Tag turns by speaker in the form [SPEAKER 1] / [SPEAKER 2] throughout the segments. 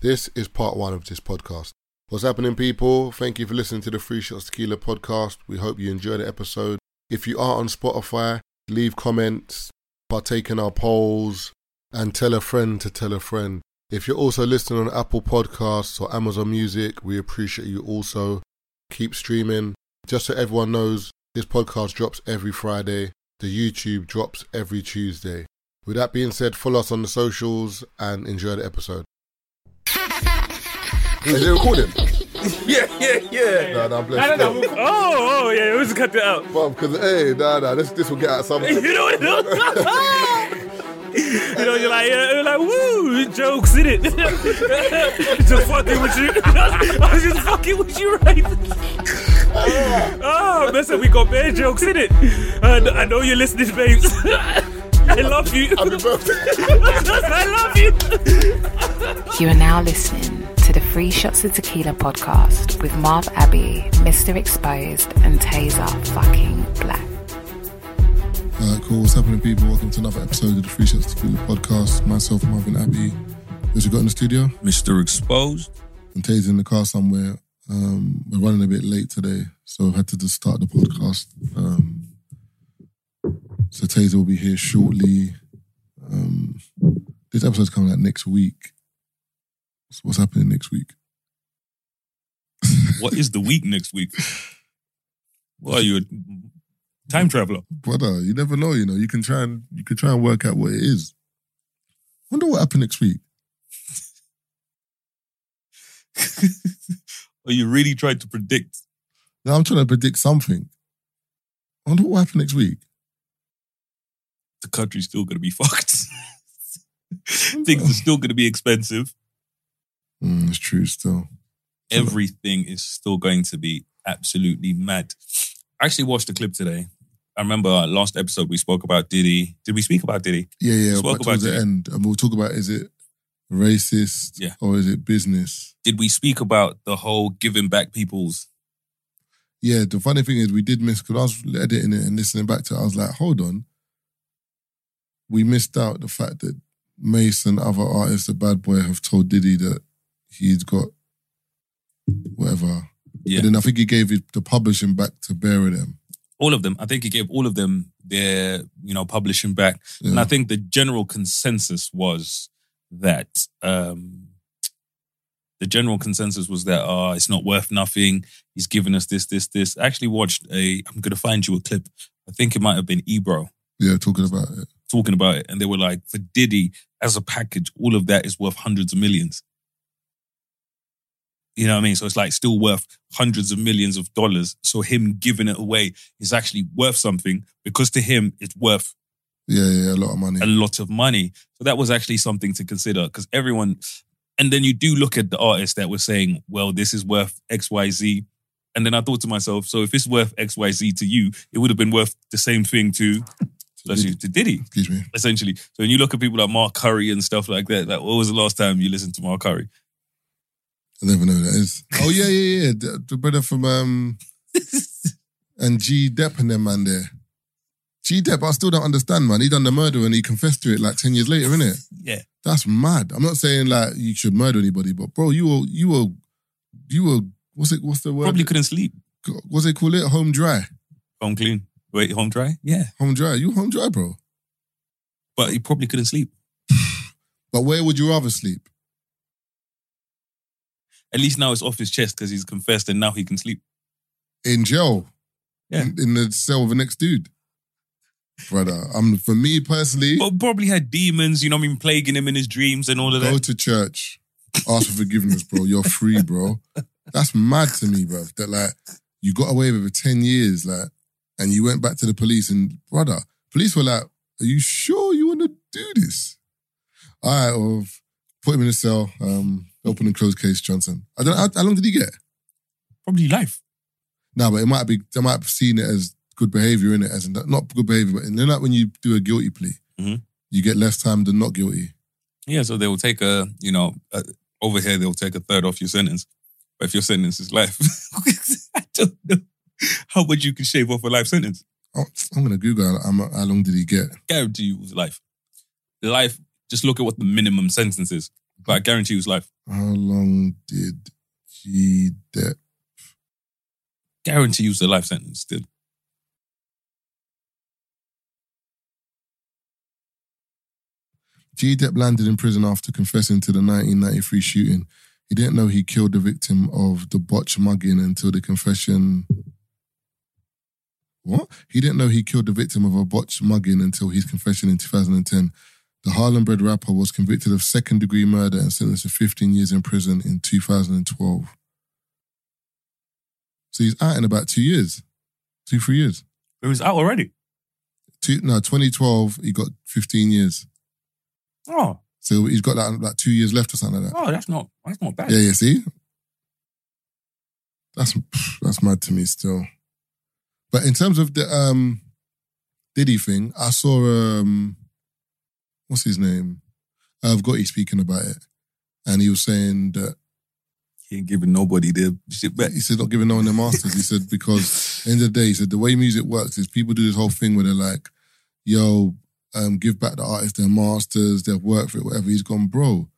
[SPEAKER 1] This is part one of this podcast. What's happening, people? Thank you for listening to the Free Shots Tequila podcast. We hope you enjoy the episode. If you are on Spotify, leave comments, partake in our polls, and tell a friend to tell a friend. If you're also listening on Apple Podcasts or Amazon Music, we appreciate you also. Keep streaming. Just so everyone knows, this podcast drops every Friday. The YouTube drops every Tuesday. With that being said, follow us on the socials and enjoy the episode. Is it recording?
[SPEAKER 2] Yeah, yeah, yeah.
[SPEAKER 1] Nah, nah, I'm blessed.
[SPEAKER 2] Oh, oh, yeah, we just cut that out.
[SPEAKER 1] Bro, because hey, nah, nah, this this will get out some.
[SPEAKER 2] You know what You know, you're like, yeah, you're like, woo, jokes in it. just fucking with you. I was just fucking with you, right? oh, listen, we got bad jokes in it. And I know you're listening, babes. I love you.
[SPEAKER 1] Happy birthday.
[SPEAKER 2] I love you.
[SPEAKER 3] You are now listening to the Free Shots of Tequila podcast with Marv Abbey, Mr. Exposed, and Taser fucking Black.
[SPEAKER 1] Uh, cool. What's happening, people? Welcome to another episode of the Free Shots Tequila podcast. Myself, Marvin Abbey. Who's we got in the studio?
[SPEAKER 4] Mr. Exposed.
[SPEAKER 1] And Taser in the car somewhere. Um, we're running a bit late today, so I had to just start the podcast. Um, so Taser will be here shortly. Um, this episode's coming out next week. So what's happening next week?
[SPEAKER 4] What is the week next week? Well, are you a time traveler?
[SPEAKER 1] brother, you never know. You know, you can try and you can try and work out what it is. Wonder what happened next week.
[SPEAKER 4] Are you really trying to predict?
[SPEAKER 1] Now I'm trying to predict something. Wonder what happened next week.
[SPEAKER 4] The country's still going to be fucked. Things are still going to be expensive.
[SPEAKER 1] Mm, it's true still.
[SPEAKER 4] Everything is still going to be absolutely mad. I actually watched a clip today. I remember uh, last episode we spoke about Diddy. Did we speak about Diddy?
[SPEAKER 1] Yeah, yeah.
[SPEAKER 4] Spoke
[SPEAKER 1] but towards
[SPEAKER 4] about
[SPEAKER 1] the
[SPEAKER 4] it.
[SPEAKER 1] end, and we'll talk about is it racist
[SPEAKER 4] Yeah.
[SPEAKER 1] or is it business?
[SPEAKER 4] Did we speak about the whole giving back people's?
[SPEAKER 1] Yeah. The funny thing is, we did miss because I was editing it and listening back to it. I was like, hold on, we missed out the fact that Mace and other artists, the Bad Boy, have told Diddy that he's got whatever.
[SPEAKER 4] Yeah.
[SPEAKER 1] And then I think he gave it, the publishing back to Bear and them.
[SPEAKER 4] all of them. I think he gave all of them their, you know, publishing back. And I
[SPEAKER 1] Yeah.
[SPEAKER 4] think the general consensus was that um, the general consensus was that uh, it's not worth nothing. He's given us this, this, this. I actually watched a. I'm gonna find you a clip. I think it might have been Ebro
[SPEAKER 1] Yeah, talking about it.
[SPEAKER 4] talking about it, and they were like, for Diddy as a package, all of that is worth hundreds of millions. You know what I mean? So it's like still worth hundreds of millions of dollars. So him giving it away is actually worth something because to him it's worth
[SPEAKER 1] Yeah, yeah, a lot of money.
[SPEAKER 4] a lot of money. So that was actually something to consider because everyone, and then you do look at the artists that were saying, well, this is worth XYZ. And then I thought to myself, so if it's worth XYZ to you, it would have been worth the same thing to, bless you, to Diddy,
[SPEAKER 1] Excuse me.
[SPEAKER 4] essentially. So when you look at people like Mark Curry and stuff like that, like, what was the last time you listened to Mark Curry?
[SPEAKER 1] I never know who that is. Oh yeah, yeah, yeah. The, the brother from um and G Depp and them man there. G Depp, I still don't understand, man. He done the murder and he confessed to it like ten years later, innit?
[SPEAKER 4] Yeah.
[SPEAKER 1] That's mad. I'm not saying like you should murder anybody, but bro, you were you were you were what's it what's the word?
[SPEAKER 4] Probably couldn't sleep.
[SPEAKER 1] what's they call it? Home dry.
[SPEAKER 4] Home clean. Wait, home dry? Yeah.
[SPEAKER 1] Home dry. You home dry, bro.
[SPEAKER 4] But he probably couldn't sleep.
[SPEAKER 1] But where would you rather sleep?
[SPEAKER 4] At least now it's off his chest because he's confessed and now he can sleep.
[SPEAKER 1] in jail.
[SPEAKER 4] Yeah.
[SPEAKER 1] In, in the cell with the next dude. Brother, I'm for me personally,
[SPEAKER 4] But probably had demons, you know what I mean, plaguing him in his dreams and all of that.
[SPEAKER 1] go to church, ask for forgiveness, bro. You're free, bro. That's mad to me, bro. That like you got away with it for 10 years, like, and you went back to the police and brother, police were like, Are you sure you wanna do this? All right, well, put him in a cell, um, open and close case, Johnson. I don't how, how long did he get?
[SPEAKER 4] probably life.
[SPEAKER 1] No, but it might be they might have seen it as good behavior in it as in that, not good behavior, but in you know, like when you do a guilty plea,
[SPEAKER 4] Mhm.
[SPEAKER 1] you get less time than not guilty.
[SPEAKER 4] Yeah, so they will take a, you know, uh over here they will take a third off your sentence, but if your sentence is life, I don't know how much you can shave off a life sentence.
[SPEAKER 1] Oh, I'm gonna Google how, how long did he get?
[SPEAKER 4] Guarantee you it was life. Life. Just look at what the minimum sentence is. but I guarantee it was life.
[SPEAKER 1] How long did G Depp?
[SPEAKER 4] Guarantee it was a life sentence. Dude.
[SPEAKER 1] G Depp landed in prison after confessing to the 1993 shooting. He didn't know he killed the victim of the botch mugging until the confession. What? He didn't know he killed the victim of a botch mugging until his confession in 2010. The Harlem bred rapper was convicted of second degree murder and sentenced to 15 years in prison in 2012. So he's out in about two years, two, three years.
[SPEAKER 4] It was out already.
[SPEAKER 1] Two, no, 2012, he got 15 years.
[SPEAKER 4] Oh,
[SPEAKER 1] So he's got like, like two years left or something like that.
[SPEAKER 4] oh, that's not that's not bad.
[SPEAKER 1] Yeah, yeah, see? That's pff, that's mad to me still. But in terms of the um Diddy thing, I saw um what's his name? I've got you speaking about it. And he was saying that
[SPEAKER 4] He ain't giving nobody the shit back.
[SPEAKER 1] he said not giving no one their masters. He said because end of the day, he said the way music works is people do this whole thing where they're like, "Yo, um, give back the artist their masters, their work for it, whatever." He's gone, bro.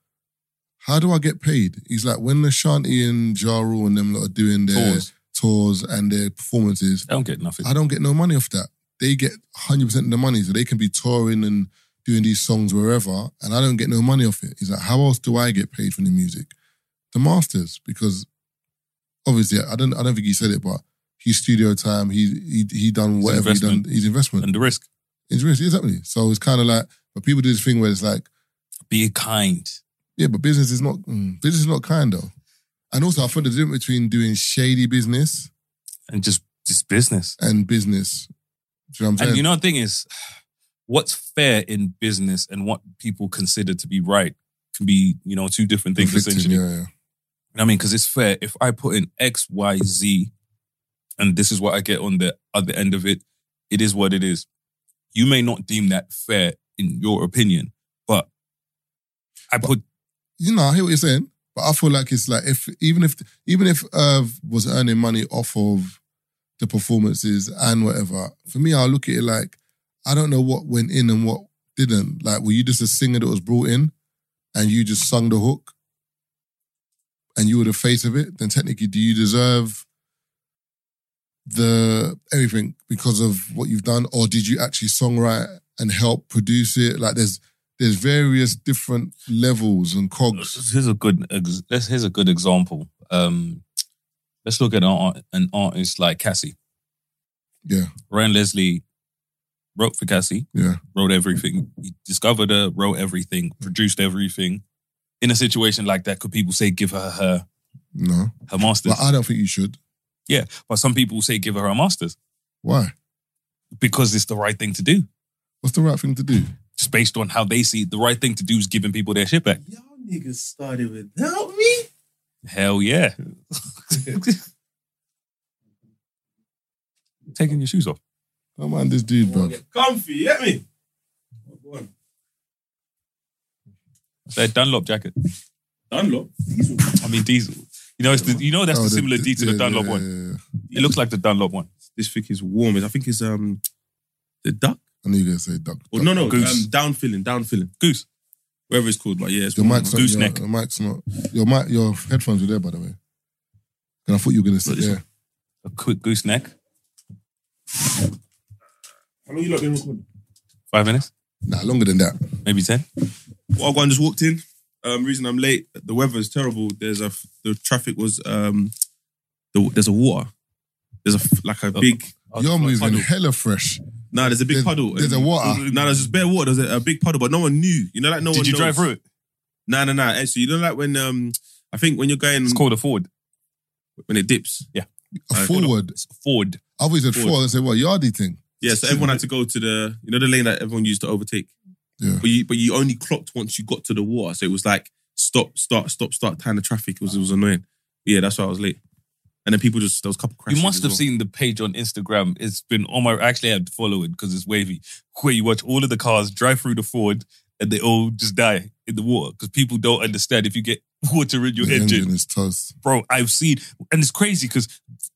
[SPEAKER 1] How do I get paid? He's like, when Ashanti and Ja Rule and them lot are doing their tours,
[SPEAKER 4] Pause.
[SPEAKER 1] and their performances,
[SPEAKER 4] I don't get nothing.
[SPEAKER 1] I don't get no money off that. They get 100% of the money, so they can be touring and doing these songs wherever, and I don't get no money off it. He's like, how else do I get paid from the music? The masters, because obviously, I don't, I don't think he said it, but his studio time, he he he done
[SPEAKER 4] His
[SPEAKER 1] whatever he done,
[SPEAKER 4] investment.
[SPEAKER 1] his investment,
[SPEAKER 4] And the risk.
[SPEAKER 1] Interest, exactly. So it's kind of like, but people do this thing where it's like,
[SPEAKER 4] Be kind.
[SPEAKER 1] yeah, but business is not mm, business is not kind though. And also, I thought the difference between doing shady business
[SPEAKER 4] And just just business.
[SPEAKER 1] and business. Do you know what I'm
[SPEAKER 4] And
[SPEAKER 1] saying?
[SPEAKER 4] you know the thing is, what's fair in business and what people consider to be right can be, you know, two different things
[SPEAKER 1] Conflicting,
[SPEAKER 4] essentially.
[SPEAKER 1] yeah, yeah.
[SPEAKER 4] You know what I mean, because it's fair. If I put in X, Y, Z, and this is what I get on the other end of it, it is what it is. You may not deem that fair in your opinion, but I put
[SPEAKER 1] you know, I hear what you're saying, but I feel like it's like if even if even if Irv was earning money off of the performances and whatever, for me, I look at it like I don't know what went in and what didn't. Like, were you just a singer that was brought in and you just sung the hook and you were the face of it? Then technically, do you deserve the everything because of what you've done, or did you actually songwrite and help produce it? Like, there's there's various different levels and cogs.
[SPEAKER 4] here's a good ex- let's here's a good example. Um, let's look at an, art- an artist like Cassie.
[SPEAKER 1] Yeah,
[SPEAKER 4] Ryan Leslie wrote for Cassie,
[SPEAKER 1] yeah,
[SPEAKER 4] wrote everything. He discovered her, wrote everything, produced everything. In a situation like that, could people say give her her
[SPEAKER 1] no.
[SPEAKER 4] her masters?
[SPEAKER 1] But I don't think you should.
[SPEAKER 4] yeah, but some people say give her her masters
[SPEAKER 1] Why?
[SPEAKER 4] because it's the right thing to do.
[SPEAKER 1] What's the right thing to do?
[SPEAKER 4] Just based on how they see it, the right thing to do is giving people their shit back.
[SPEAKER 5] Y'all niggas started without me.
[SPEAKER 4] Hell yeah. Taking your shoes off.
[SPEAKER 1] Don't mind Oh, this dude, bro.
[SPEAKER 5] Wanna Get comfy, you get me? Go on.
[SPEAKER 4] Their Dunlop jacket.
[SPEAKER 5] Dunlop. Diesel.
[SPEAKER 4] I mean diesel. You know, it's the, you know that's
[SPEAKER 1] Oh,
[SPEAKER 4] the similar D to the
[SPEAKER 1] yeah,
[SPEAKER 4] Dunlop
[SPEAKER 1] yeah,
[SPEAKER 4] one.
[SPEAKER 1] yeah, yeah.
[SPEAKER 4] It looks like the Dunlop one.
[SPEAKER 5] This thing is warm. I think it's um the duck.
[SPEAKER 1] I knew you were going to say duck.
[SPEAKER 5] Or no, no,
[SPEAKER 4] Goose.
[SPEAKER 5] um, down filling, down filling,
[SPEAKER 4] Goose.
[SPEAKER 5] whatever it's called. But yeah, it's
[SPEAKER 1] Your
[SPEAKER 5] warm.
[SPEAKER 1] mic's not. Your,
[SPEAKER 4] gooseneck.
[SPEAKER 1] your mic's not. Your mic. Your headphones were there, by the way. And I thought you were going to sit
[SPEAKER 5] this
[SPEAKER 1] there.
[SPEAKER 4] A quick gooseneck.
[SPEAKER 5] How long you lot been recording?
[SPEAKER 4] Five minutes,
[SPEAKER 1] Nah, longer than that.
[SPEAKER 4] maybe ten.
[SPEAKER 5] Well, I just walked in. Um, reason I'm late. The weather is terrible. There's a f- the traffic was um, the, there's a water. There's a f- like a big
[SPEAKER 4] Oh,
[SPEAKER 1] You're moving
[SPEAKER 5] puddle.
[SPEAKER 1] hella fresh.
[SPEAKER 5] nah. There's a big
[SPEAKER 1] Uh, There's-
[SPEAKER 5] puddle.
[SPEAKER 1] there's a water.
[SPEAKER 5] No, nah, there's just bare water. There's a, a big puddle, but no one knew. You know, like no one.
[SPEAKER 4] Did you
[SPEAKER 5] knows.
[SPEAKER 4] drive through it?
[SPEAKER 5] Nah, nah, nah. Actually, you know, like when um, I think when you're going
[SPEAKER 4] It's called a Ford.
[SPEAKER 5] when it dips.
[SPEAKER 1] A
[SPEAKER 5] Uh,
[SPEAKER 1] forward.
[SPEAKER 4] It's Ford.
[SPEAKER 1] I always said
[SPEAKER 5] forward.
[SPEAKER 1] forward. I said what yardie thing.
[SPEAKER 5] Yeah, so everyone had to go to the you know the lane that everyone used to overtake.
[SPEAKER 1] Yeah.
[SPEAKER 5] But you but you only clocked once you got to the water, so it was like stop, start, stop, start. Time the traffic it was it was annoying. Yeah, that's why I was late. And then people just there was a couple crashes.
[SPEAKER 4] You must
[SPEAKER 5] as
[SPEAKER 4] have
[SPEAKER 5] well.
[SPEAKER 4] seen the page on Instagram. It's been on my. Actually, I have to follow it because it's wavy. Where you watch all of the cars drive through the Ford and they all just die in the water because people don't understand if you get water in your
[SPEAKER 1] the
[SPEAKER 4] engine.
[SPEAKER 1] engine is toast.
[SPEAKER 4] bro, I've seen, and it's crazy because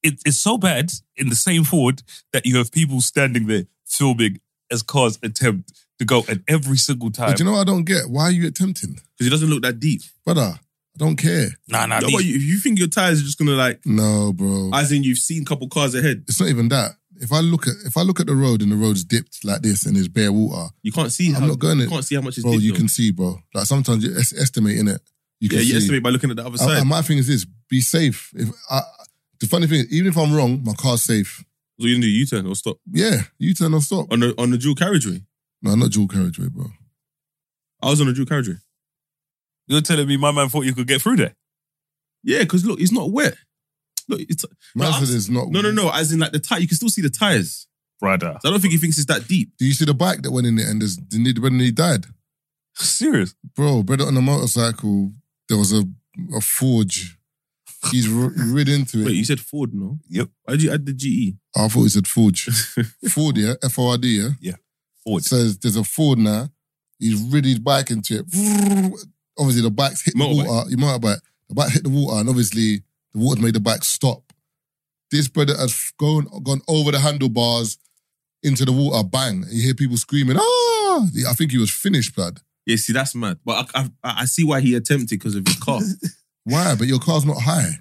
[SPEAKER 4] it, it's so bad in the same Ford that you have people standing there filming as cars attempt to go at every single time.
[SPEAKER 1] But you know what I don't get? Why are you attempting?
[SPEAKER 5] because it doesn't look that deep.
[SPEAKER 1] Brother, I don't care.
[SPEAKER 4] nah, nah,
[SPEAKER 5] No,
[SPEAKER 4] these-
[SPEAKER 5] but you- if you think your tires are just gonna like,
[SPEAKER 1] No, bro.
[SPEAKER 5] as in you've seen a couple cars ahead,
[SPEAKER 1] it's not even that. If I look at if I look at the road and the road's dipped like this and there's bare water,
[SPEAKER 5] you can't see.
[SPEAKER 1] I'm
[SPEAKER 5] how,
[SPEAKER 1] not going
[SPEAKER 5] You
[SPEAKER 1] it.
[SPEAKER 5] can't see how much is.
[SPEAKER 1] bro,
[SPEAKER 5] deep,
[SPEAKER 1] you
[SPEAKER 5] though.
[SPEAKER 1] can see, bro. Like sometimes you es- estimate in it. You can
[SPEAKER 5] yeah, you
[SPEAKER 1] see.
[SPEAKER 5] estimate by looking at the other
[SPEAKER 1] And-
[SPEAKER 5] side.
[SPEAKER 1] and my thing is this: be safe. If I, the funny thing, is, even if I'm wrong, my car's safe.
[SPEAKER 5] so you can do U turn or stop
[SPEAKER 1] Yeah, you turn or stop.
[SPEAKER 5] on the on the dual carriageway.
[SPEAKER 1] No, not dual carriageway, bro.
[SPEAKER 5] I was on the dual carriageway.
[SPEAKER 4] you're telling me my man thought you could get through there.
[SPEAKER 5] Yeah, because look, it's not wet. Look, it's
[SPEAKER 1] Man
[SPEAKER 5] I'm-
[SPEAKER 1] said it's not.
[SPEAKER 5] no, no, no. As in like the tire, you can still see the tires.
[SPEAKER 4] Brother.
[SPEAKER 5] So I don't think he thinks it's that deep.
[SPEAKER 1] Do you see the bike that went in there and there's, the need when he died,
[SPEAKER 4] Serious.
[SPEAKER 1] bro? Brother on a motorcycle. There was a a forge. He's r- rid into it.
[SPEAKER 5] Wait, you said Ford, no?
[SPEAKER 4] Yep.
[SPEAKER 5] Why did you add the E? GE?
[SPEAKER 1] I thought he said forge. Ford, yeah, F O R D, yeah.
[SPEAKER 4] Forward.
[SPEAKER 1] says there's a Ford now. He's rid his bike into it. Obviously, the bike's hit
[SPEAKER 5] Motorbike.
[SPEAKER 1] the water. Your motorbike. The bike hit the water, and obviously, the water made the bike stop. This brother has gone gone over the handlebars into the water. Bang! You hear people screaming. Ah! I think he was finished, blood.
[SPEAKER 5] Yeah, see, that's mad. But I, I, I see why he attempted because of his car.
[SPEAKER 1] Why? But your car's not high.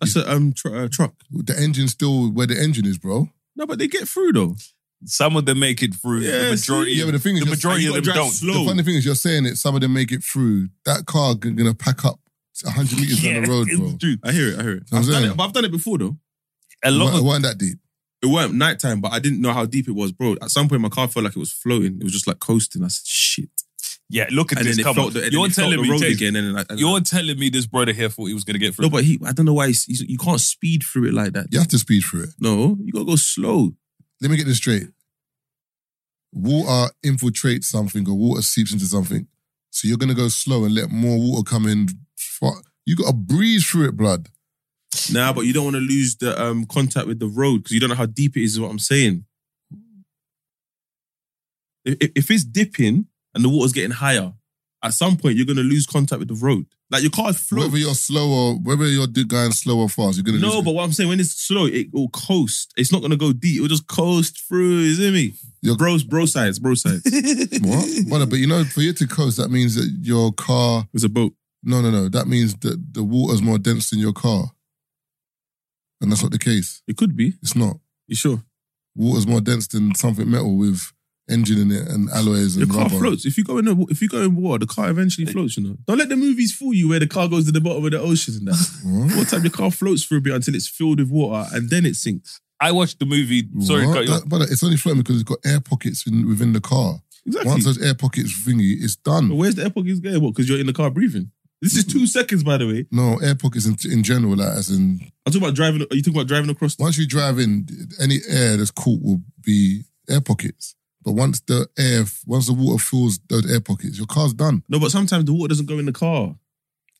[SPEAKER 5] That's a um tr- uh, truck.
[SPEAKER 1] The engine's still where the engine is, bro.
[SPEAKER 5] No, but they get through though.
[SPEAKER 4] Some of them make it through. the
[SPEAKER 5] Yeah,
[SPEAKER 4] majority,
[SPEAKER 1] Yeah, but the thing is,
[SPEAKER 4] the
[SPEAKER 1] you're-
[SPEAKER 4] majority
[SPEAKER 5] you
[SPEAKER 4] of
[SPEAKER 5] gotta
[SPEAKER 4] them
[SPEAKER 5] drive
[SPEAKER 4] don't.
[SPEAKER 5] slow.
[SPEAKER 1] The funny thing is, you're saying it. Some of them make it through. That car g- gonna pack up 100 meters
[SPEAKER 4] Yeah,
[SPEAKER 1] down the road,
[SPEAKER 4] it's
[SPEAKER 1] bro.
[SPEAKER 4] the truth.
[SPEAKER 5] I hear it. I hear it.
[SPEAKER 1] I'm
[SPEAKER 5] I've done
[SPEAKER 1] saying.
[SPEAKER 5] it, but I've done it before though.
[SPEAKER 4] A
[SPEAKER 1] It
[SPEAKER 4] lot
[SPEAKER 1] wa- it
[SPEAKER 4] of
[SPEAKER 1] weren't that deep.
[SPEAKER 5] It weren't nighttime, but I didn't know how deep it was, bro. At some point, my car felt like it was floating. It was just like coasting. I said, "Shit!"
[SPEAKER 4] yeah. Look at
[SPEAKER 5] And
[SPEAKER 4] this.
[SPEAKER 5] then it
[SPEAKER 4] Come on.
[SPEAKER 5] felt the, and
[SPEAKER 4] you're
[SPEAKER 5] then it felt
[SPEAKER 4] telling
[SPEAKER 5] the
[SPEAKER 4] me,
[SPEAKER 5] road
[SPEAKER 4] James,
[SPEAKER 5] again. And then I, and
[SPEAKER 4] you're telling me this brother here thought he was gonna get
[SPEAKER 5] I,
[SPEAKER 4] through.
[SPEAKER 5] no, but he. I don't know why he's, he's, you can't speed through it like that.
[SPEAKER 1] You have to speed through it.
[SPEAKER 5] No, you gotta go slow.
[SPEAKER 1] Let me get this straight. Water infiltrates something or water seeps into something. So you're gonna go slow and let more water come in. Fuck. You gotta breeze through it, blood.
[SPEAKER 5] Nah, but you don't want to lose the um contact with the road because you don't know how deep it is. Is what I'm saying. If, if- if it's dipping and the water's getting higher, at some point you're gonna lose contact with the road. Like your car's floating.
[SPEAKER 1] Whether you're slow or whether you're do- going slow or fast, you're gonna
[SPEAKER 5] No,
[SPEAKER 1] lose-
[SPEAKER 5] but what I'm saying, when it's slow, it will coast. It's not gonna go deep. It will just coast through. You see me?
[SPEAKER 1] You're-
[SPEAKER 5] bros, bro sides, bro sides.
[SPEAKER 1] what? Brother, but you know, for you to coast, that means that your car.
[SPEAKER 5] it's a boat.
[SPEAKER 1] No, no, no. That means that the water's more dense than your car, and that's not the case.
[SPEAKER 5] It could be.
[SPEAKER 1] It's not.
[SPEAKER 5] You sure?
[SPEAKER 1] Water's more dense than something metal with engine in it and alloys
[SPEAKER 5] Your
[SPEAKER 1] and
[SPEAKER 5] car
[SPEAKER 1] rubber.
[SPEAKER 5] floats. If you go in the, if you go in water, the car eventually floats. You know. Don't let the movies fool you where the car goes to the bottom of the ocean and that.
[SPEAKER 1] What?
[SPEAKER 5] What time your car floats for a bit until it's filled with water and then it sinks.
[SPEAKER 4] I watched the movie. Sorry,
[SPEAKER 1] What?
[SPEAKER 4] cut you off.
[SPEAKER 1] That- brother, it's only floating because it's got air pockets in, within the car.
[SPEAKER 5] Exactly.
[SPEAKER 1] Once those air pockets thingy, it's done.
[SPEAKER 5] But where's the epoch is going? What? Because you're in the car breathing. This is two seconds, by the way.
[SPEAKER 1] No, air pockets in, in general, like as in
[SPEAKER 5] I'm talking about driving. Are you talking about driving across? The,
[SPEAKER 1] once you drive in, any air that's caught will be air pockets. But once the air, once the water fills those air pockets, your car's done.
[SPEAKER 5] no, but sometimes the water doesn't go in the car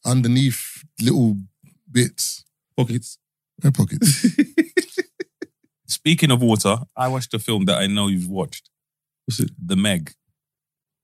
[SPEAKER 1] Underneath little bits,
[SPEAKER 5] pockets.
[SPEAKER 1] air pockets.
[SPEAKER 4] Speaking of water, I watched a film that I know you've watched.
[SPEAKER 5] What's it?
[SPEAKER 4] The Meg.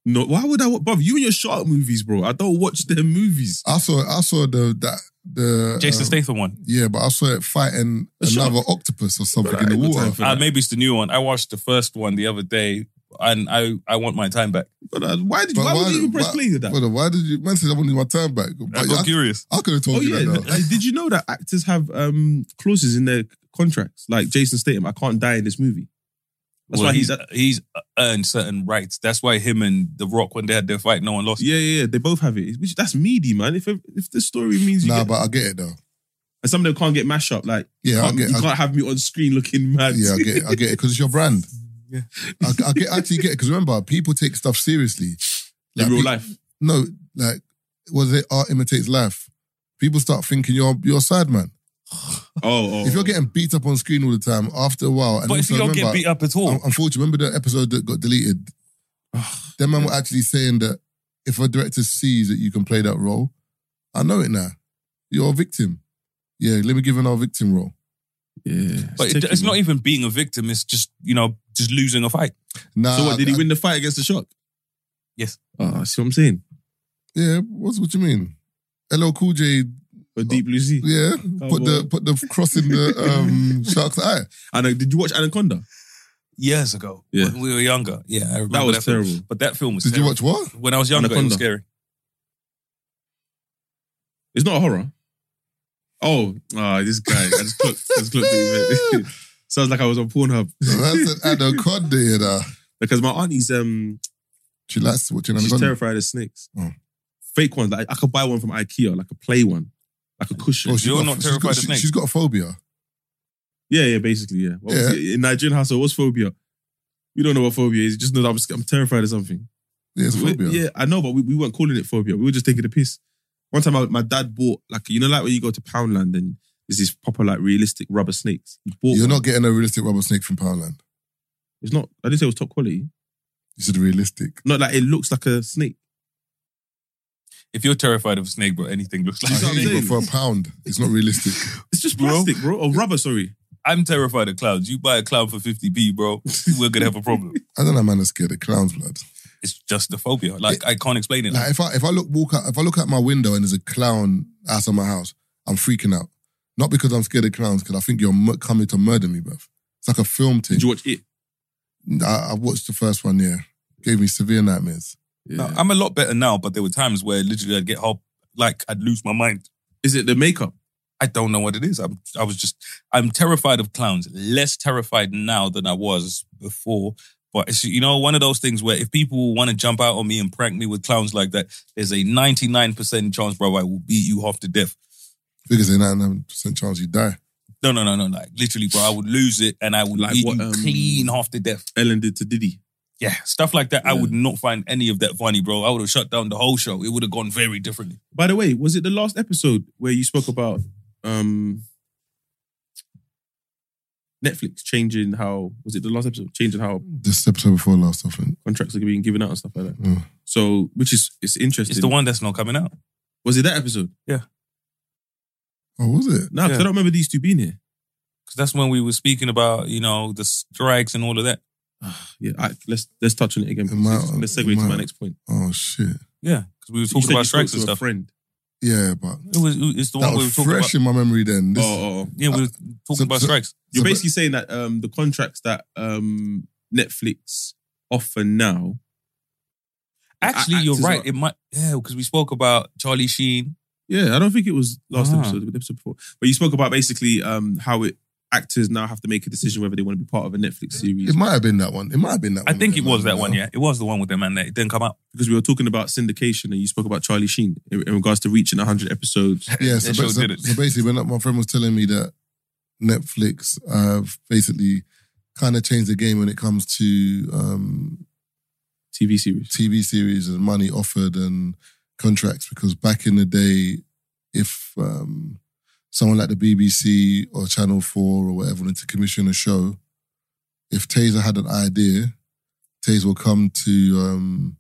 [SPEAKER 5] No, why would I? wa- Bruv, you and your shark movies, bro. I don't watch their movies.
[SPEAKER 1] I saw I saw the that the
[SPEAKER 4] Jason
[SPEAKER 1] um,
[SPEAKER 4] Statham one.
[SPEAKER 1] Yeah, but I saw it fighting
[SPEAKER 5] A shark.
[SPEAKER 1] another octopus or something
[SPEAKER 5] Right,
[SPEAKER 1] in the
[SPEAKER 5] good time
[SPEAKER 1] water.
[SPEAKER 5] for
[SPEAKER 4] Uh,
[SPEAKER 5] that.
[SPEAKER 4] maybe it's the new one. I watched the first one the other day, and I, I want my time back.
[SPEAKER 5] But uh, why did?
[SPEAKER 1] But
[SPEAKER 5] Why, would you even
[SPEAKER 1] why-
[SPEAKER 5] press play with that?
[SPEAKER 1] Brother, why did you man said I wanted my time back?
[SPEAKER 4] I
[SPEAKER 1] But
[SPEAKER 4] got
[SPEAKER 1] I,
[SPEAKER 4] curious.
[SPEAKER 1] I could have told
[SPEAKER 5] oh
[SPEAKER 1] you
[SPEAKER 5] yeah.
[SPEAKER 1] that though.
[SPEAKER 5] Uh, Did you know that actors have um, clauses in their contracts? Like Jason Statham, I can't die in this movie. That's
[SPEAKER 4] Well,
[SPEAKER 5] why he's.
[SPEAKER 4] he's he's earned certain rights. That's why him and The Rock, when they had their fight, no one lost.
[SPEAKER 5] Yeah, yeah, yeah. They both have it. Which that's meaty, man. If if the story means you
[SPEAKER 1] Nah,
[SPEAKER 5] get,
[SPEAKER 1] but I get it though.
[SPEAKER 5] and some of them can't get mash up, like
[SPEAKER 1] Yeah, I
[SPEAKER 5] can't-
[SPEAKER 1] get
[SPEAKER 5] Um, you
[SPEAKER 1] I,
[SPEAKER 5] can't have me on screen looking mad.
[SPEAKER 1] yeah, I get it. I get it because it's your brand. I, I get I actually get it because remember people take stuff seriously.
[SPEAKER 5] in
[SPEAKER 1] Like,
[SPEAKER 5] real
[SPEAKER 1] pe-
[SPEAKER 5] life.
[SPEAKER 1] No, like was it art imitates life? People start thinking you're you're sad man.
[SPEAKER 5] Oh, oh.
[SPEAKER 1] If you're getting beat up on screen all the time, after a while, and
[SPEAKER 4] but if
[SPEAKER 1] also
[SPEAKER 4] you don't
[SPEAKER 1] remember,
[SPEAKER 4] get beat up at all,
[SPEAKER 1] Un- Unfortunately, remember the episode that got deleted? Them man were actually saying that if a director sees that you can play that role, I know it now. You're a victim. Yeah, let me give an our victim role.
[SPEAKER 5] yeah,
[SPEAKER 4] but it- it's not even being a victim. It's just you know just losing a fight.
[SPEAKER 1] Nah,
[SPEAKER 5] So what? Did he
[SPEAKER 1] I-
[SPEAKER 5] win the fight against the shark?
[SPEAKER 4] Yes.
[SPEAKER 5] Ah, see what I'm saying?
[SPEAKER 1] yeah, what's what you mean? LL Cool J,
[SPEAKER 5] Or Deep Blue Sea.
[SPEAKER 1] yeah,
[SPEAKER 5] Oh,
[SPEAKER 1] put the put the cross in the um, shark's eye.
[SPEAKER 5] And uh, did you watch Anaconda?
[SPEAKER 4] years ago.
[SPEAKER 5] Yeah.
[SPEAKER 4] When we were younger. Yeah, I remember
[SPEAKER 5] That
[SPEAKER 4] film.
[SPEAKER 5] was terrible.
[SPEAKER 4] But that film was
[SPEAKER 1] Did you
[SPEAKER 4] terrible.
[SPEAKER 1] watch what?
[SPEAKER 4] When I was younger, it was
[SPEAKER 5] Anaconda.
[SPEAKER 4] scary.
[SPEAKER 5] It's not a horror. Oh, ah, this guy. I just clocked. I just clocked it. Sounds like I was on Pornhub
[SPEAKER 1] That's an anaconda, you know.
[SPEAKER 5] because my auntie's um,
[SPEAKER 1] She likes watching
[SPEAKER 5] she's
[SPEAKER 1] anaconda.
[SPEAKER 5] terrified of snakes.
[SPEAKER 1] Oh.
[SPEAKER 5] Fake ones. Like, I could buy one from IKEA, like a play one, like a cushion.
[SPEAKER 1] Oh, she's
[SPEAKER 4] You're
[SPEAKER 1] got-
[SPEAKER 4] not
[SPEAKER 1] she's
[SPEAKER 4] terrified
[SPEAKER 1] got,
[SPEAKER 4] of
[SPEAKER 1] she-
[SPEAKER 4] snakes.
[SPEAKER 1] She's got a phobia.
[SPEAKER 5] Yeah, yeah, basically, yeah. What was
[SPEAKER 1] Yeah.
[SPEAKER 5] it? In Nigerian household, what's phobia? We don't know what phobia is. You just know that I'm, sc- I'm terrified of something.
[SPEAKER 1] Yeah, it's a
[SPEAKER 5] We-
[SPEAKER 1] phobia.
[SPEAKER 5] Yeah, I know, but we, we weren't calling it phobia. We were just taking a piss. One time, I, my dad bought like you know, like when you go to Poundland and there's these proper like realistic rubber snakes. He bought.
[SPEAKER 1] You're
[SPEAKER 5] one.
[SPEAKER 1] not getting a realistic rubber snake from Poundland.
[SPEAKER 5] It's not. I didn't say it was top quality.
[SPEAKER 1] You said realistic.
[SPEAKER 5] Not like it looks like a snake.
[SPEAKER 4] If you're terrified of a snake, bro, anything looks like
[SPEAKER 1] I
[SPEAKER 5] what
[SPEAKER 1] hear
[SPEAKER 5] I'm
[SPEAKER 1] you,
[SPEAKER 4] snake.
[SPEAKER 1] but
[SPEAKER 5] saying?
[SPEAKER 1] for a pound, it's not realistic.
[SPEAKER 5] It's just
[SPEAKER 4] Bro.
[SPEAKER 5] plastic, bro, or rubber. Sorry.
[SPEAKER 4] I'm terrified of clowns. You buy a clown for 50p, bro, we're going to have a problem.
[SPEAKER 1] I don't know, man. I'm scared of clowns, blood.
[SPEAKER 4] It's just a phobia. Like, I can't explain it.
[SPEAKER 1] Like if I if I look walk out, if I look out my window and there's a clown outside my house, I'm freaking out. Not because I'm scared of clowns, because I think you're mur- coming to murder me, bruv. It's like a film thing.
[SPEAKER 5] Did you watch it?
[SPEAKER 1] I, I watched the first one. Yeah, gave me severe nightmares.
[SPEAKER 4] No,
[SPEAKER 5] No.
[SPEAKER 4] I'm a lot better now, but there were times where literally I'd get hop, like I'd lose my mind.
[SPEAKER 5] Is it the makeup?
[SPEAKER 4] I don't know what it is. I'm, I was just, I'm terrified of clowns. Less terrified now than I was before. But it's, you know, one of those things where if people want to jump out on me and prank me with clowns like that, there's a 99% chance, bro, I will beat you half to death.
[SPEAKER 1] Figures in that nine percent chance you die.
[SPEAKER 4] No, no, no, no. Like literally, bro, I would lose it and I would
[SPEAKER 5] Like
[SPEAKER 4] beat
[SPEAKER 5] what,
[SPEAKER 4] you
[SPEAKER 5] um,
[SPEAKER 4] clean half to death.
[SPEAKER 5] Ellen did to Diddy.
[SPEAKER 4] Yeah, stuff like that. I
[SPEAKER 5] Yeah.
[SPEAKER 4] would not find any of that funny, bro. I would have shut down the whole show. It would have gone very differently.
[SPEAKER 5] By the way, was it the last episode where you spoke about um Netflix changing how was it the last episode changing how
[SPEAKER 1] This episode before last, I think.
[SPEAKER 5] contracts are being given out and stuff like that?
[SPEAKER 1] Mm.
[SPEAKER 5] So, which is it's interesting.
[SPEAKER 4] It's the one that's not coming out.
[SPEAKER 5] Was it that episode?
[SPEAKER 1] Oh, was it?
[SPEAKER 5] No, 'cause
[SPEAKER 4] Yeah.
[SPEAKER 5] I don't remember these two being here.
[SPEAKER 4] because that's when we were speaking about you know the strikes and all of that.
[SPEAKER 5] Yeah, all right, let's let's touch on it again.
[SPEAKER 1] It might-
[SPEAKER 5] let's, let's segue
[SPEAKER 1] it
[SPEAKER 5] to my
[SPEAKER 1] might-
[SPEAKER 5] next point.
[SPEAKER 1] Oh shit.
[SPEAKER 4] Yeah, because we were
[SPEAKER 5] You
[SPEAKER 4] talking
[SPEAKER 5] said you
[SPEAKER 4] about
[SPEAKER 5] spoke
[SPEAKER 4] strikes
[SPEAKER 5] to
[SPEAKER 4] and
[SPEAKER 5] a
[SPEAKER 4] stuff.
[SPEAKER 5] friend.
[SPEAKER 1] Yeah, but
[SPEAKER 4] It was it's the
[SPEAKER 1] that
[SPEAKER 4] one we were
[SPEAKER 1] was
[SPEAKER 4] talking
[SPEAKER 1] fresh
[SPEAKER 4] about.
[SPEAKER 1] in my memory then. This,
[SPEAKER 5] Oh, oh, oh.
[SPEAKER 4] Yeah, we were talking
[SPEAKER 1] so-
[SPEAKER 4] about
[SPEAKER 1] so-
[SPEAKER 4] strikes.
[SPEAKER 5] You're
[SPEAKER 1] So, but-
[SPEAKER 5] basically saying that um, the contracts that um, Netflix offer now.
[SPEAKER 4] Actually,
[SPEAKER 5] a-
[SPEAKER 4] you're
[SPEAKER 5] actors
[SPEAKER 4] right.
[SPEAKER 5] are-
[SPEAKER 4] It might yeah because we spoke about Charlie Sheen.
[SPEAKER 5] Yeah, I don't think it was last
[SPEAKER 4] Ah.
[SPEAKER 5] episode, but the episode before. But you spoke about basically um, how it actors now have to make a decision whether they want to be part of a Netflix series
[SPEAKER 1] Mm. it might have been that one. It might have been that.
[SPEAKER 4] I
[SPEAKER 1] one
[SPEAKER 4] think it
[SPEAKER 1] with
[SPEAKER 4] was
[SPEAKER 1] man,
[SPEAKER 4] that one.
[SPEAKER 1] no?
[SPEAKER 4] Yeah, it was the one with the man that it didn't come out.
[SPEAKER 5] because we were talking about syndication and you spoke about Charlie Sheen in, in regards to reaching 100 episodes.
[SPEAKER 1] Yeah, so,
[SPEAKER 4] They sure
[SPEAKER 1] ba- so-
[SPEAKER 4] did it.
[SPEAKER 1] so basically, when my friend was telling me that Netflix have basically kind of changed the game when it comes to um,
[SPEAKER 5] TV series.
[SPEAKER 1] TV series and money offered and contracts because back in the day, if um, someone like the BBC or Channel 4 or whatever wanted to commission a show, if Taser had an idea, Taser will come to, um,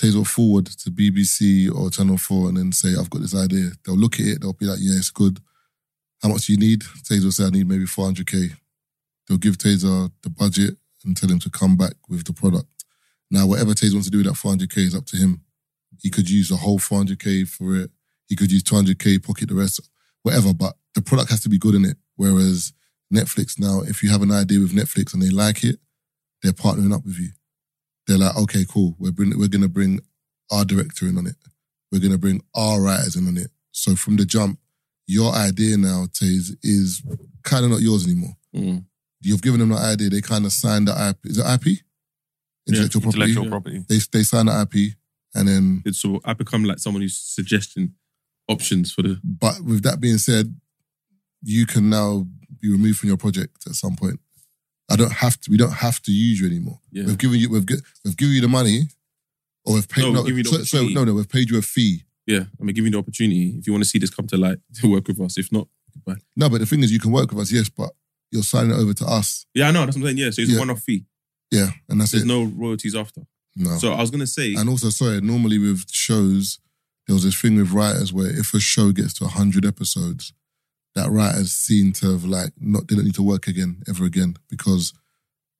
[SPEAKER 1] Taser will forward to BBC or Channel 4 and then say, I've got this idea. They'll look at it, they'll be like, yeah, it's good. How much do you need? Taser will say, I need maybe 400K. They'll give Taser the budget and tell him to come back with the product. Now, whatever Taze wants to do with that 400k is up to him. He could use the whole 400k for it. He could use 200k, pocket the rest, whatever. But the product has to be good in it. Whereas Netflix now, if you have an idea with Netflix and they like it, they're partnering up with you. They're like, okay, cool. We're bring, we're gonna bring our director in on it. We're gonna bring our writers in on it. So from the jump, your idea now, Taze, is kind of not yours anymore.
[SPEAKER 5] Mm.
[SPEAKER 1] You've given them that idea. They kind of signed the IP. Is it IP? Intellectual property
[SPEAKER 4] Intellectual
[SPEAKER 5] Yeah.
[SPEAKER 4] property.
[SPEAKER 1] they they sign the IP and then
[SPEAKER 5] It's so I become like someone who's suggesting options for the.
[SPEAKER 1] but with that being said, you can now be removed from your project at some point. I don't have to we don't have to use you anymore.
[SPEAKER 5] Yeah.
[SPEAKER 1] We've given you we've gi- we've given you the money or we've paid
[SPEAKER 5] No,
[SPEAKER 1] no,
[SPEAKER 5] we've given you the
[SPEAKER 1] so, so,
[SPEAKER 5] opportunity.
[SPEAKER 1] no no we've paid you a fee.
[SPEAKER 5] Yeah, I'm giving you the opportunity. If you want to see this come to light, to work with us. If not, goodbye.
[SPEAKER 1] No, but the thing is you can work with us, yes, but you're signing it over to us.
[SPEAKER 5] Yeah, I know. That's what I'm saying. Yeah, so it's
[SPEAKER 1] Yeah.
[SPEAKER 5] one off fee.
[SPEAKER 1] Yeah, and that's
[SPEAKER 5] There's
[SPEAKER 1] it. Oh.
[SPEAKER 5] no royalties after.
[SPEAKER 1] no.
[SPEAKER 5] So I was gonna say,
[SPEAKER 1] And also, sorry, normally with shows, there was this thing with writers where if a show gets to 100 episodes, that writers seem to have like, not, they don't need to work again, ever again. Because,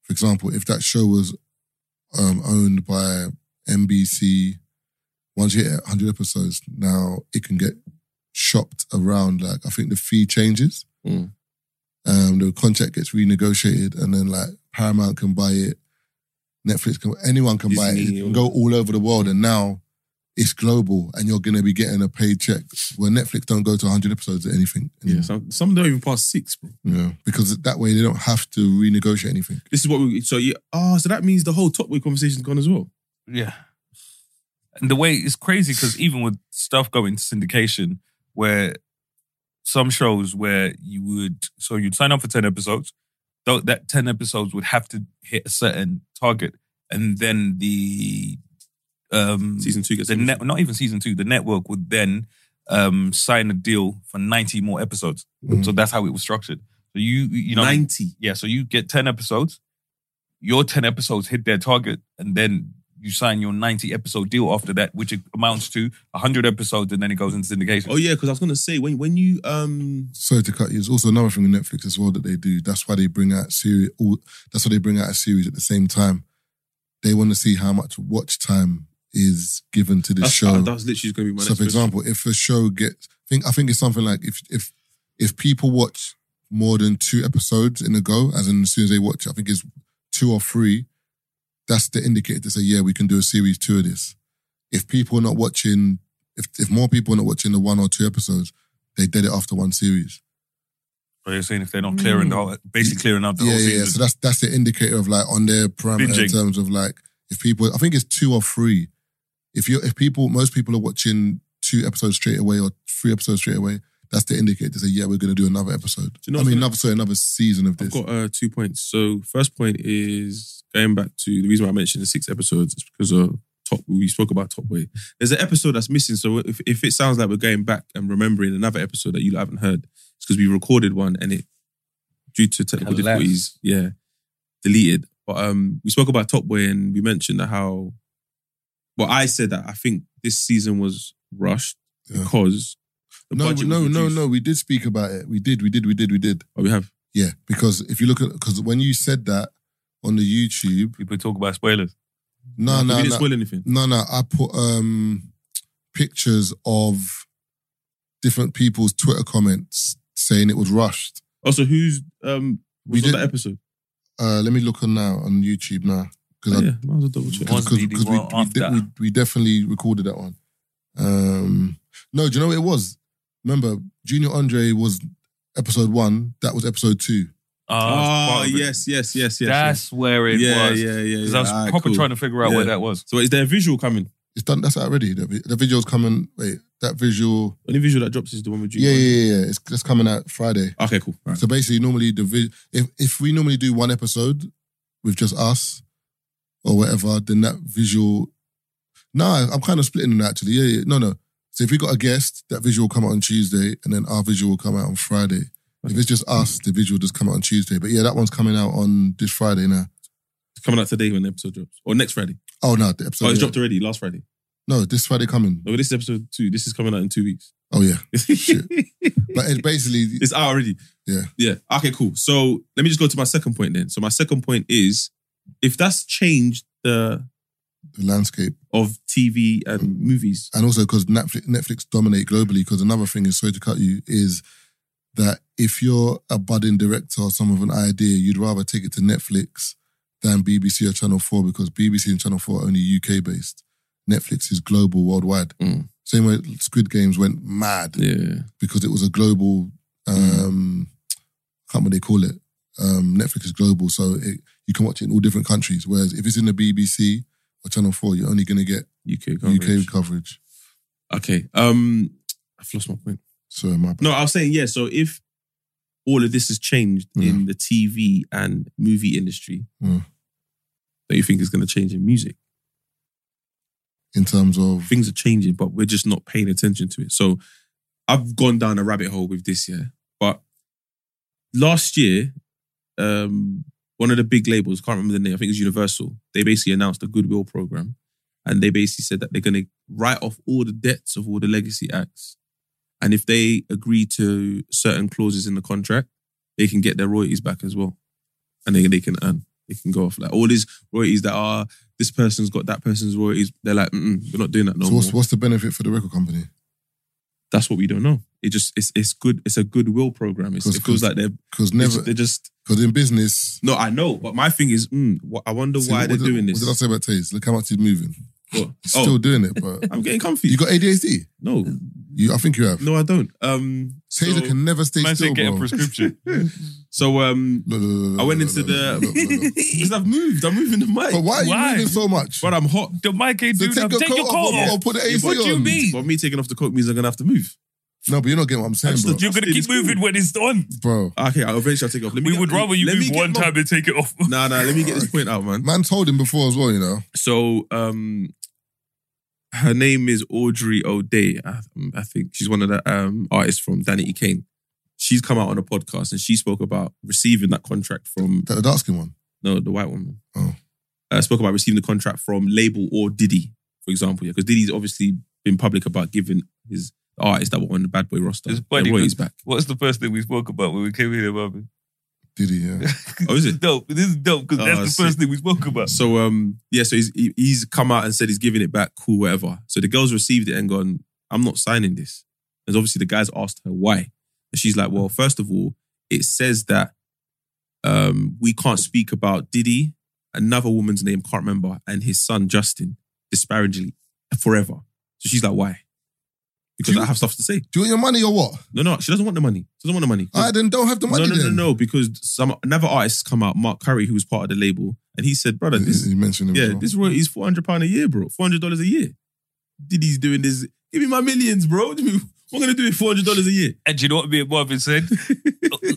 [SPEAKER 1] for example, if that show was um, owned by NBC, once you hit 100 episodes, now it can get shopped around. Like, I think the fee changes.
[SPEAKER 5] Mm.
[SPEAKER 1] Um, the contract gets renegotiated, and then like Paramount can buy it, Netflix can, anyone can buy it.
[SPEAKER 5] Disney,
[SPEAKER 1] It can go all over the world, and now it's global, and you're gonna be getting a paid check where Netflix don't go to 100 episodes or anything.
[SPEAKER 5] Yeah, some, some don't even pass six, bro.
[SPEAKER 1] yeah, because that way they don't have to renegotiate anything.
[SPEAKER 5] This is what we. So yeah. Oh, so that means the whole top weight conversation's gone as well.
[SPEAKER 4] Yeah. And the way it's crazy because even with stuff going to syndication, where some shows where you would, so you'd sign up for 10 episodes, though that 10 episodes would have to hit a certain target. And then the, um,
[SPEAKER 5] Season two gets
[SPEAKER 4] the net, not even season two, the network would then um, sign a deal for 90 more episodes.
[SPEAKER 1] Mhm.
[SPEAKER 4] So that's how it was structured. So you, you know,
[SPEAKER 5] ninety.
[SPEAKER 4] yeah, so you get 10 episodes, your 10 episodes hit their target, and then you sign your 90 episode deal after that, which amounts to 100 episodes, and then it goes into syndication.
[SPEAKER 5] Oh yeah, because I was gonna say when when you um
[SPEAKER 1] Sorry to cut you. There's also another thing with Netflix as well that they do. That's why they bring out series. All, that's why they bring out a series at the same time. They want to see how much watch time is given to this
[SPEAKER 5] that's,
[SPEAKER 1] show.
[SPEAKER 5] uh, that's literally gonna be my
[SPEAKER 1] so,
[SPEAKER 5] next
[SPEAKER 1] for example, if a show gets, I think I think it's something like if if if people watch more than two episodes in a go, as in as soon as they watch, I think it's two or three. That's the indicator to say, yeah, we can do a series two of this. If people are not watching, if if more people are not watching the one or two episodes, they did it after one series.
[SPEAKER 4] So you're saying if they're not clearing
[SPEAKER 5] Hmm.
[SPEAKER 4] the whole, basically clearing out the
[SPEAKER 1] yeah,
[SPEAKER 4] whole
[SPEAKER 1] yeah, yeah.
[SPEAKER 4] season.
[SPEAKER 1] So that's that's the indicator of like on their parameter in
[SPEAKER 4] Binging.
[SPEAKER 1] terms of like if people. I think it's two or three. If you if people most people are watching two episodes straight away or three episodes straight away, that's the indicator to say yeah we're going to do another episode.
[SPEAKER 5] you know
[SPEAKER 1] I
[SPEAKER 5] what's
[SPEAKER 1] mean
[SPEAKER 5] gonna-
[SPEAKER 1] another sorry, another season of
[SPEAKER 5] I've
[SPEAKER 1] this.
[SPEAKER 5] got uh, two points. So first point is going back to the reason why I mentioned the six episodes is because of top. We spoke about top weight. There's an episode that's missing. So if, if it sounds like we're going back and remembering another episode that you haven't heard, it's because we recorded one and it due to technical
[SPEAKER 4] Collapsed.
[SPEAKER 5] difficulties, yeah, deleted. But um, we spoke about top weight and we mentioned that how. Well, I said that I think this season was rushed
[SPEAKER 1] Yeah.
[SPEAKER 5] because the
[SPEAKER 1] No,
[SPEAKER 5] budget
[SPEAKER 1] no,
[SPEAKER 5] was
[SPEAKER 1] no,
[SPEAKER 5] reduced.
[SPEAKER 1] no. We did speak about it. We did, we did, we did, we did.
[SPEAKER 5] Oh, we have.
[SPEAKER 1] Yeah, because if you look at because when you said that on the YouTube,
[SPEAKER 4] People talk about spoilers.
[SPEAKER 1] no, no,
[SPEAKER 5] we
[SPEAKER 1] no,
[SPEAKER 5] didn't spoil anything.
[SPEAKER 1] No, no, I put um pictures of different people's Twitter comments saying it was rushed.
[SPEAKER 5] Also, Oh, who's um
[SPEAKER 1] We
[SPEAKER 5] was on
[SPEAKER 1] did-
[SPEAKER 5] that episode?
[SPEAKER 1] Uh, let me look on now on YouTube now
[SPEAKER 5] Oh,
[SPEAKER 1] because
[SPEAKER 5] yeah, might as well double check.
[SPEAKER 4] One
[SPEAKER 1] we,
[SPEAKER 4] DD,
[SPEAKER 1] we,
[SPEAKER 4] one after.
[SPEAKER 1] de- we we definitely recorded that one. Um, no, do you know what it was? Remember, Junior Andre was episode one. That was episode two.
[SPEAKER 5] Oh,
[SPEAKER 4] Uh, that's part of it.
[SPEAKER 5] yes, yes, yes, yes.
[SPEAKER 4] That's where
[SPEAKER 5] yes.
[SPEAKER 4] it
[SPEAKER 5] yeah,
[SPEAKER 4] was.
[SPEAKER 5] yeah, yeah, yeah.
[SPEAKER 4] Because I was
[SPEAKER 5] Alright,
[SPEAKER 4] proper
[SPEAKER 5] cool.
[SPEAKER 4] trying to figure out where
[SPEAKER 5] Yeah.
[SPEAKER 4] that was.
[SPEAKER 5] So is there a visual coming?
[SPEAKER 1] It's done. That's out already. The, vi- the video's coming. Wait, that visual.
[SPEAKER 5] Only visual that drops is the one with you.
[SPEAKER 1] Yeah, yeah, yeah. yeah. It's that's coming out Friday.
[SPEAKER 5] Okay, cool. Right.
[SPEAKER 1] So basically, normally the vi- if if we normally do one episode with just us or whatever, then that visual. Nah, I'm kind of splitting them actually. Yeah, yeah. No, no. So if we got a guest, that visual will come out on Tuesday, and then our visual will come out on Friday. If it's just us, the visual just come out on Tuesday. But yeah, that one's coming out on this Friday now.
[SPEAKER 5] It's coming out today when the episode drops. Or next Friday.
[SPEAKER 1] Oh no, the episode.
[SPEAKER 5] oh, it's
[SPEAKER 1] yeah.
[SPEAKER 5] dropped already, last Friday.
[SPEAKER 1] No, this Friday coming.
[SPEAKER 5] No, this is episode two. This is coming out in two weeks.
[SPEAKER 1] Oh yeah, Shit.
[SPEAKER 5] it's
[SPEAKER 1] but it's basically
[SPEAKER 5] out already.
[SPEAKER 1] Yeah.
[SPEAKER 5] Yeah. Okay, cool. So let me just go to my second point then. So my second point is if that's changed the
[SPEAKER 1] the landscape,
[SPEAKER 5] of TV and movies.
[SPEAKER 1] and also because Netflix, Netflix dominate globally. Because another thing is, sorry to cut you, is that if you're a budding director or someone with an idea, you'd rather take it to Netflix than BBC or Channel Four because BBC and Channel Four are only UK based. Netflix is global, worldwide.
[SPEAKER 5] Mm.
[SPEAKER 1] Same way Squid Games went mad
[SPEAKER 5] Yeah. Mm.
[SPEAKER 1] because it was a global. Um, I can't remember what they call it. Um, Netflix is global, so it, you can watch it in all different countries. Whereas if it's in the BBC or Channel Four, you're only going to get
[SPEAKER 5] UK coverage.
[SPEAKER 1] UK coverage.
[SPEAKER 5] Okay. Um I've lost my point.
[SPEAKER 1] So my bad.
[SPEAKER 5] No, I was saying, yeah. So if all of this has changed in the TV and movie industry,
[SPEAKER 1] Mm.
[SPEAKER 5] don't you think it's going to change in music?
[SPEAKER 1] in terms of
[SPEAKER 5] Things are changing, but we're just not paying attention to it. So I've gone down a rabbit hole with this year. But last year, um, one of the big labels, can't remember the name, I think it was Universal, they basically announced a goodwill program. And they basically said that they're going to write off all the debts of all the legacy acts. And if they agree to certain clauses in the contract, they can get their royalties back as well. And they, they can earn. They can go off like all these royalties that are this person's got that person's royalties. They're like, Mm-mm, we're not doing that no
[SPEAKER 1] so what's,
[SPEAKER 5] more.
[SPEAKER 1] what's the benefit for the record company?
[SPEAKER 5] That's what we don't know. It just it's it's good. It's a goodwill program. It's,
[SPEAKER 1] 'Cause-
[SPEAKER 5] it feels like they're
[SPEAKER 1] Because
[SPEAKER 5] it's-
[SPEAKER 1] never,
[SPEAKER 5] they're just
[SPEAKER 1] because in business,
[SPEAKER 5] no. I know, but my thing is, mm, wh- I wonder
[SPEAKER 1] See,
[SPEAKER 5] why
[SPEAKER 1] what
[SPEAKER 5] they're
[SPEAKER 1] did-
[SPEAKER 5] doing
[SPEAKER 1] What did I
[SPEAKER 5] this.
[SPEAKER 1] say about Taze? Look how much he's moving.
[SPEAKER 5] What?
[SPEAKER 1] He's
[SPEAKER 5] Oh,
[SPEAKER 1] still doing it, but
[SPEAKER 5] I'm getting comfy.
[SPEAKER 1] you got ADHD.
[SPEAKER 5] no,
[SPEAKER 1] You, I think you have.
[SPEAKER 5] no, I don't. Um,
[SPEAKER 1] Taser
[SPEAKER 5] so-
[SPEAKER 1] can never stay
[SPEAKER 4] Man
[SPEAKER 1] still,
[SPEAKER 4] said get
[SPEAKER 1] bro.
[SPEAKER 4] a prescription.
[SPEAKER 5] so um,
[SPEAKER 1] Look, look, look, look,
[SPEAKER 5] I went
[SPEAKER 1] look,
[SPEAKER 5] into
[SPEAKER 1] look, look, look, look, look, look.
[SPEAKER 5] because I've moved. I'm moving the mic.
[SPEAKER 1] But why are you
[SPEAKER 4] Why?
[SPEAKER 1] moving so much?
[SPEAKER 5] But uh, I'm hot.
[SPEAKER 4] the mic ain't
[SPEAKER 1] so
[SPEAKER 4] doing
[SPEAKER 1] take, your
[SPEAKER 4] nothing. Take your coat
[SPEAKER 1] off or, or
[SPEAKER 4] off.
[SPEAKER 1] put the AC
[SPEAKER 4] What do you
[SPEAKER 1] on.
[SPEAKER 4] mean?
[SPEAKER 5] But me taking off the coat means I'm gonna have to move.
[SPEAKER 1] No, but you're not getting what I'm saying,
[SPEAKER 5] just
[SPEAKER 1] bro.
[SPEAKER 5] took
[SPEAKER 4] You're gonna
[SPEAKER 5] It's
[SPEAKER 4] keep
[SPEAKER 5] cool.
[SPEAKER 4] moving when it's on.
[SPEAKER 1] bro.
[SPEAKER 5] Okay, I'll eventually I'll take it off. Let me
[SPEAKER 4] We
[SPEAKER 5] get-
[SPEAKER 4] would rather you
[SPEAKER 5] let me
[SPEAKER 4] move
[SPEAKER 5] get
[SPEAKER 4] one
[SPEAKER 5] my-
[SPEAKER 4] time and take it off.
[SPEAKER 5] Nah, nah. Let me get this point out, man.
[SPEAKER 1] Man told him before as well, you know.
[SPEAKER 5] So, um, her name is Audrey O'Day. I, I think she's one of the um, artists from Danny E. Kane. She's come out on a podcast and she spoke about receiving that contract from
[SPEAKER 1] That the dark skin one.
[SPEAKER 5] no, the white woman.
[SPEAKER 1] Oh.
[SPEAKER 5] Uh, spoke about receiving the contract from label or Diddy, for example. Yeah, because Diddy's obviously been public about giving his artists that were on the Bad Boy roster.
[SPEAKER 4] It's
[SPEAKER 5] their
[SPEAKER 4] funny
[SPEAKER 5] royalties
[SPEAKER 4] because-
[SPEAKER 5] back.
[SPEAKER 4] What's the first thing we spoke about when we came here, Marvin?
[SPEAKER 1] Did he? Yeah.
[SPEAKER 5] Oh, is
[SPEAKER 4] This
[SPEAKER 5] it?
[SPEAKER 4] dope. This is dope because
[SPEAKER 5] Oh,
[SPEAKER 4] that's the
[SPEAKER 5] sick.
[SPEAKER 4] first thing we spoke about.
[SPEAKER 5] So um yeah, so he's he- he's come out and said he's giving it back, cool, whatever. So the girls received it and gone, I'm not signing this. And obviously the guys asked her why. And she's like, Well, first of all, it says that um we can't speak about Diddy, another woman's name, can't remember, and his son Justin disparagingly forever. So she's like, Why? Because
[SPEAKER 1] Do you-
[SPEAKER 5] I have stuff to say.
[SPEAKER 1] Do you want your money or what?
[SPEAKER 5] No, no, she doesn't want the money. She doesn't want the money.
[SPEAKER 1] I then don't have the money.
[SPEAKER 5] no, no, no,
[SPEAKER 1] then.
[SPEAKER 5] no, because some another artist come out, Mark Curry, who was part of the label, and he said, Brother, this
[SPEAKER 1] you mentioned him. as
[SPEAKER 5] yeah,
[SPEAKER 1] well.
[SPEAKER 5] this royalty is four hundred pound a year, bro. Four hundred dollars a year. Diddy's doing this. Give me my millions, bro. What do you- what am I gonna do with four hundred dollars a year?
[SPEAKER 4] And do you know what me and Marvin said?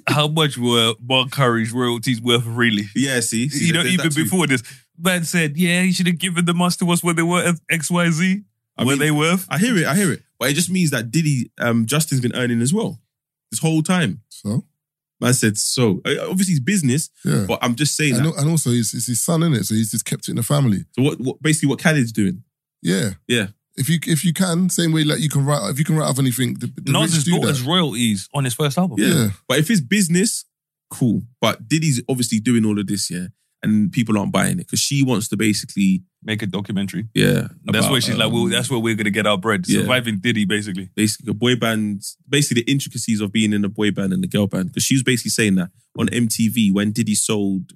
[SPEAKER 4] How much were Mark Curry's royalties worth really?
[SPEAKER 5] Yeah, see, see
[SPEAKER 4] you know,
[SPEAKER 5] there's
[SPEAKER 4] even
[SPEAKER 5] that too.
[SPEAKER 4] before this, man said, yeah, he should have given the master to us when they were X, Y, Z.
[SPEAKER 5] I
[SPEAKER 4] were
[SPEAKER 5] mean,
[SPEAKER 4] they worth?
[SPEAKER 5] I hear it, I hear it, but it just means that Diddy, um, Justin's been earning as well this whole time.
[SPEAKER 1] So
[SPEAKER 5] Man said so. Uh, Obviously, it's business,
[SPEAKER 1] yeah.
[SPEAKER 5] but I'm just saying
[SPEAKER 1] And,
[SPEAKER 5] that.
[SPEAKER 1] al- and also, he's, it's his son, innit? So he's just kept it in the family.
[SPEAKER 5] So what, what? Basically, what Khaled's doing?
[SPEAKER 1] Yeah.
[SPEAKER 5] Yeah.
[SPEAKER 1] If you if you can, same way like you can write if you can write off anything, the, the
[SPEAKER 4] Nas
[SPEAKER 1] rich
[SPEAKER 4] has
[SPEAKER 1] do
[SPEAKER 4] bought us
[SPEAKER 1] that.
[SPEAKER 4] royalties on his first album.
[SPEAKER 1] Yeah.
[SPEAKER 5] Yeah. But if it's business, cool. But Diddy's obviously doing all of this, yeah, and people aren't buying it because she wants to basically,
[SPEAKER 4] Make a documentary.
[SPEAKER 5] yeah.
[SPEAKER 4] that's
[SPEAKER 5] about,
[SPEAKER 4] where she's like, well,
[SPEAKER 5] um,
[SPEAKER 4] that's where we're going to get our bread.
[SPEAKER 5] yeah.
[SPEAKER 4] Surviving Diddy, basically.
[SPEAKER 5] basically a boy band, basically the intricacies of being in a boy band and a girl band. Because she was basically saying that on MTV when Diddy sold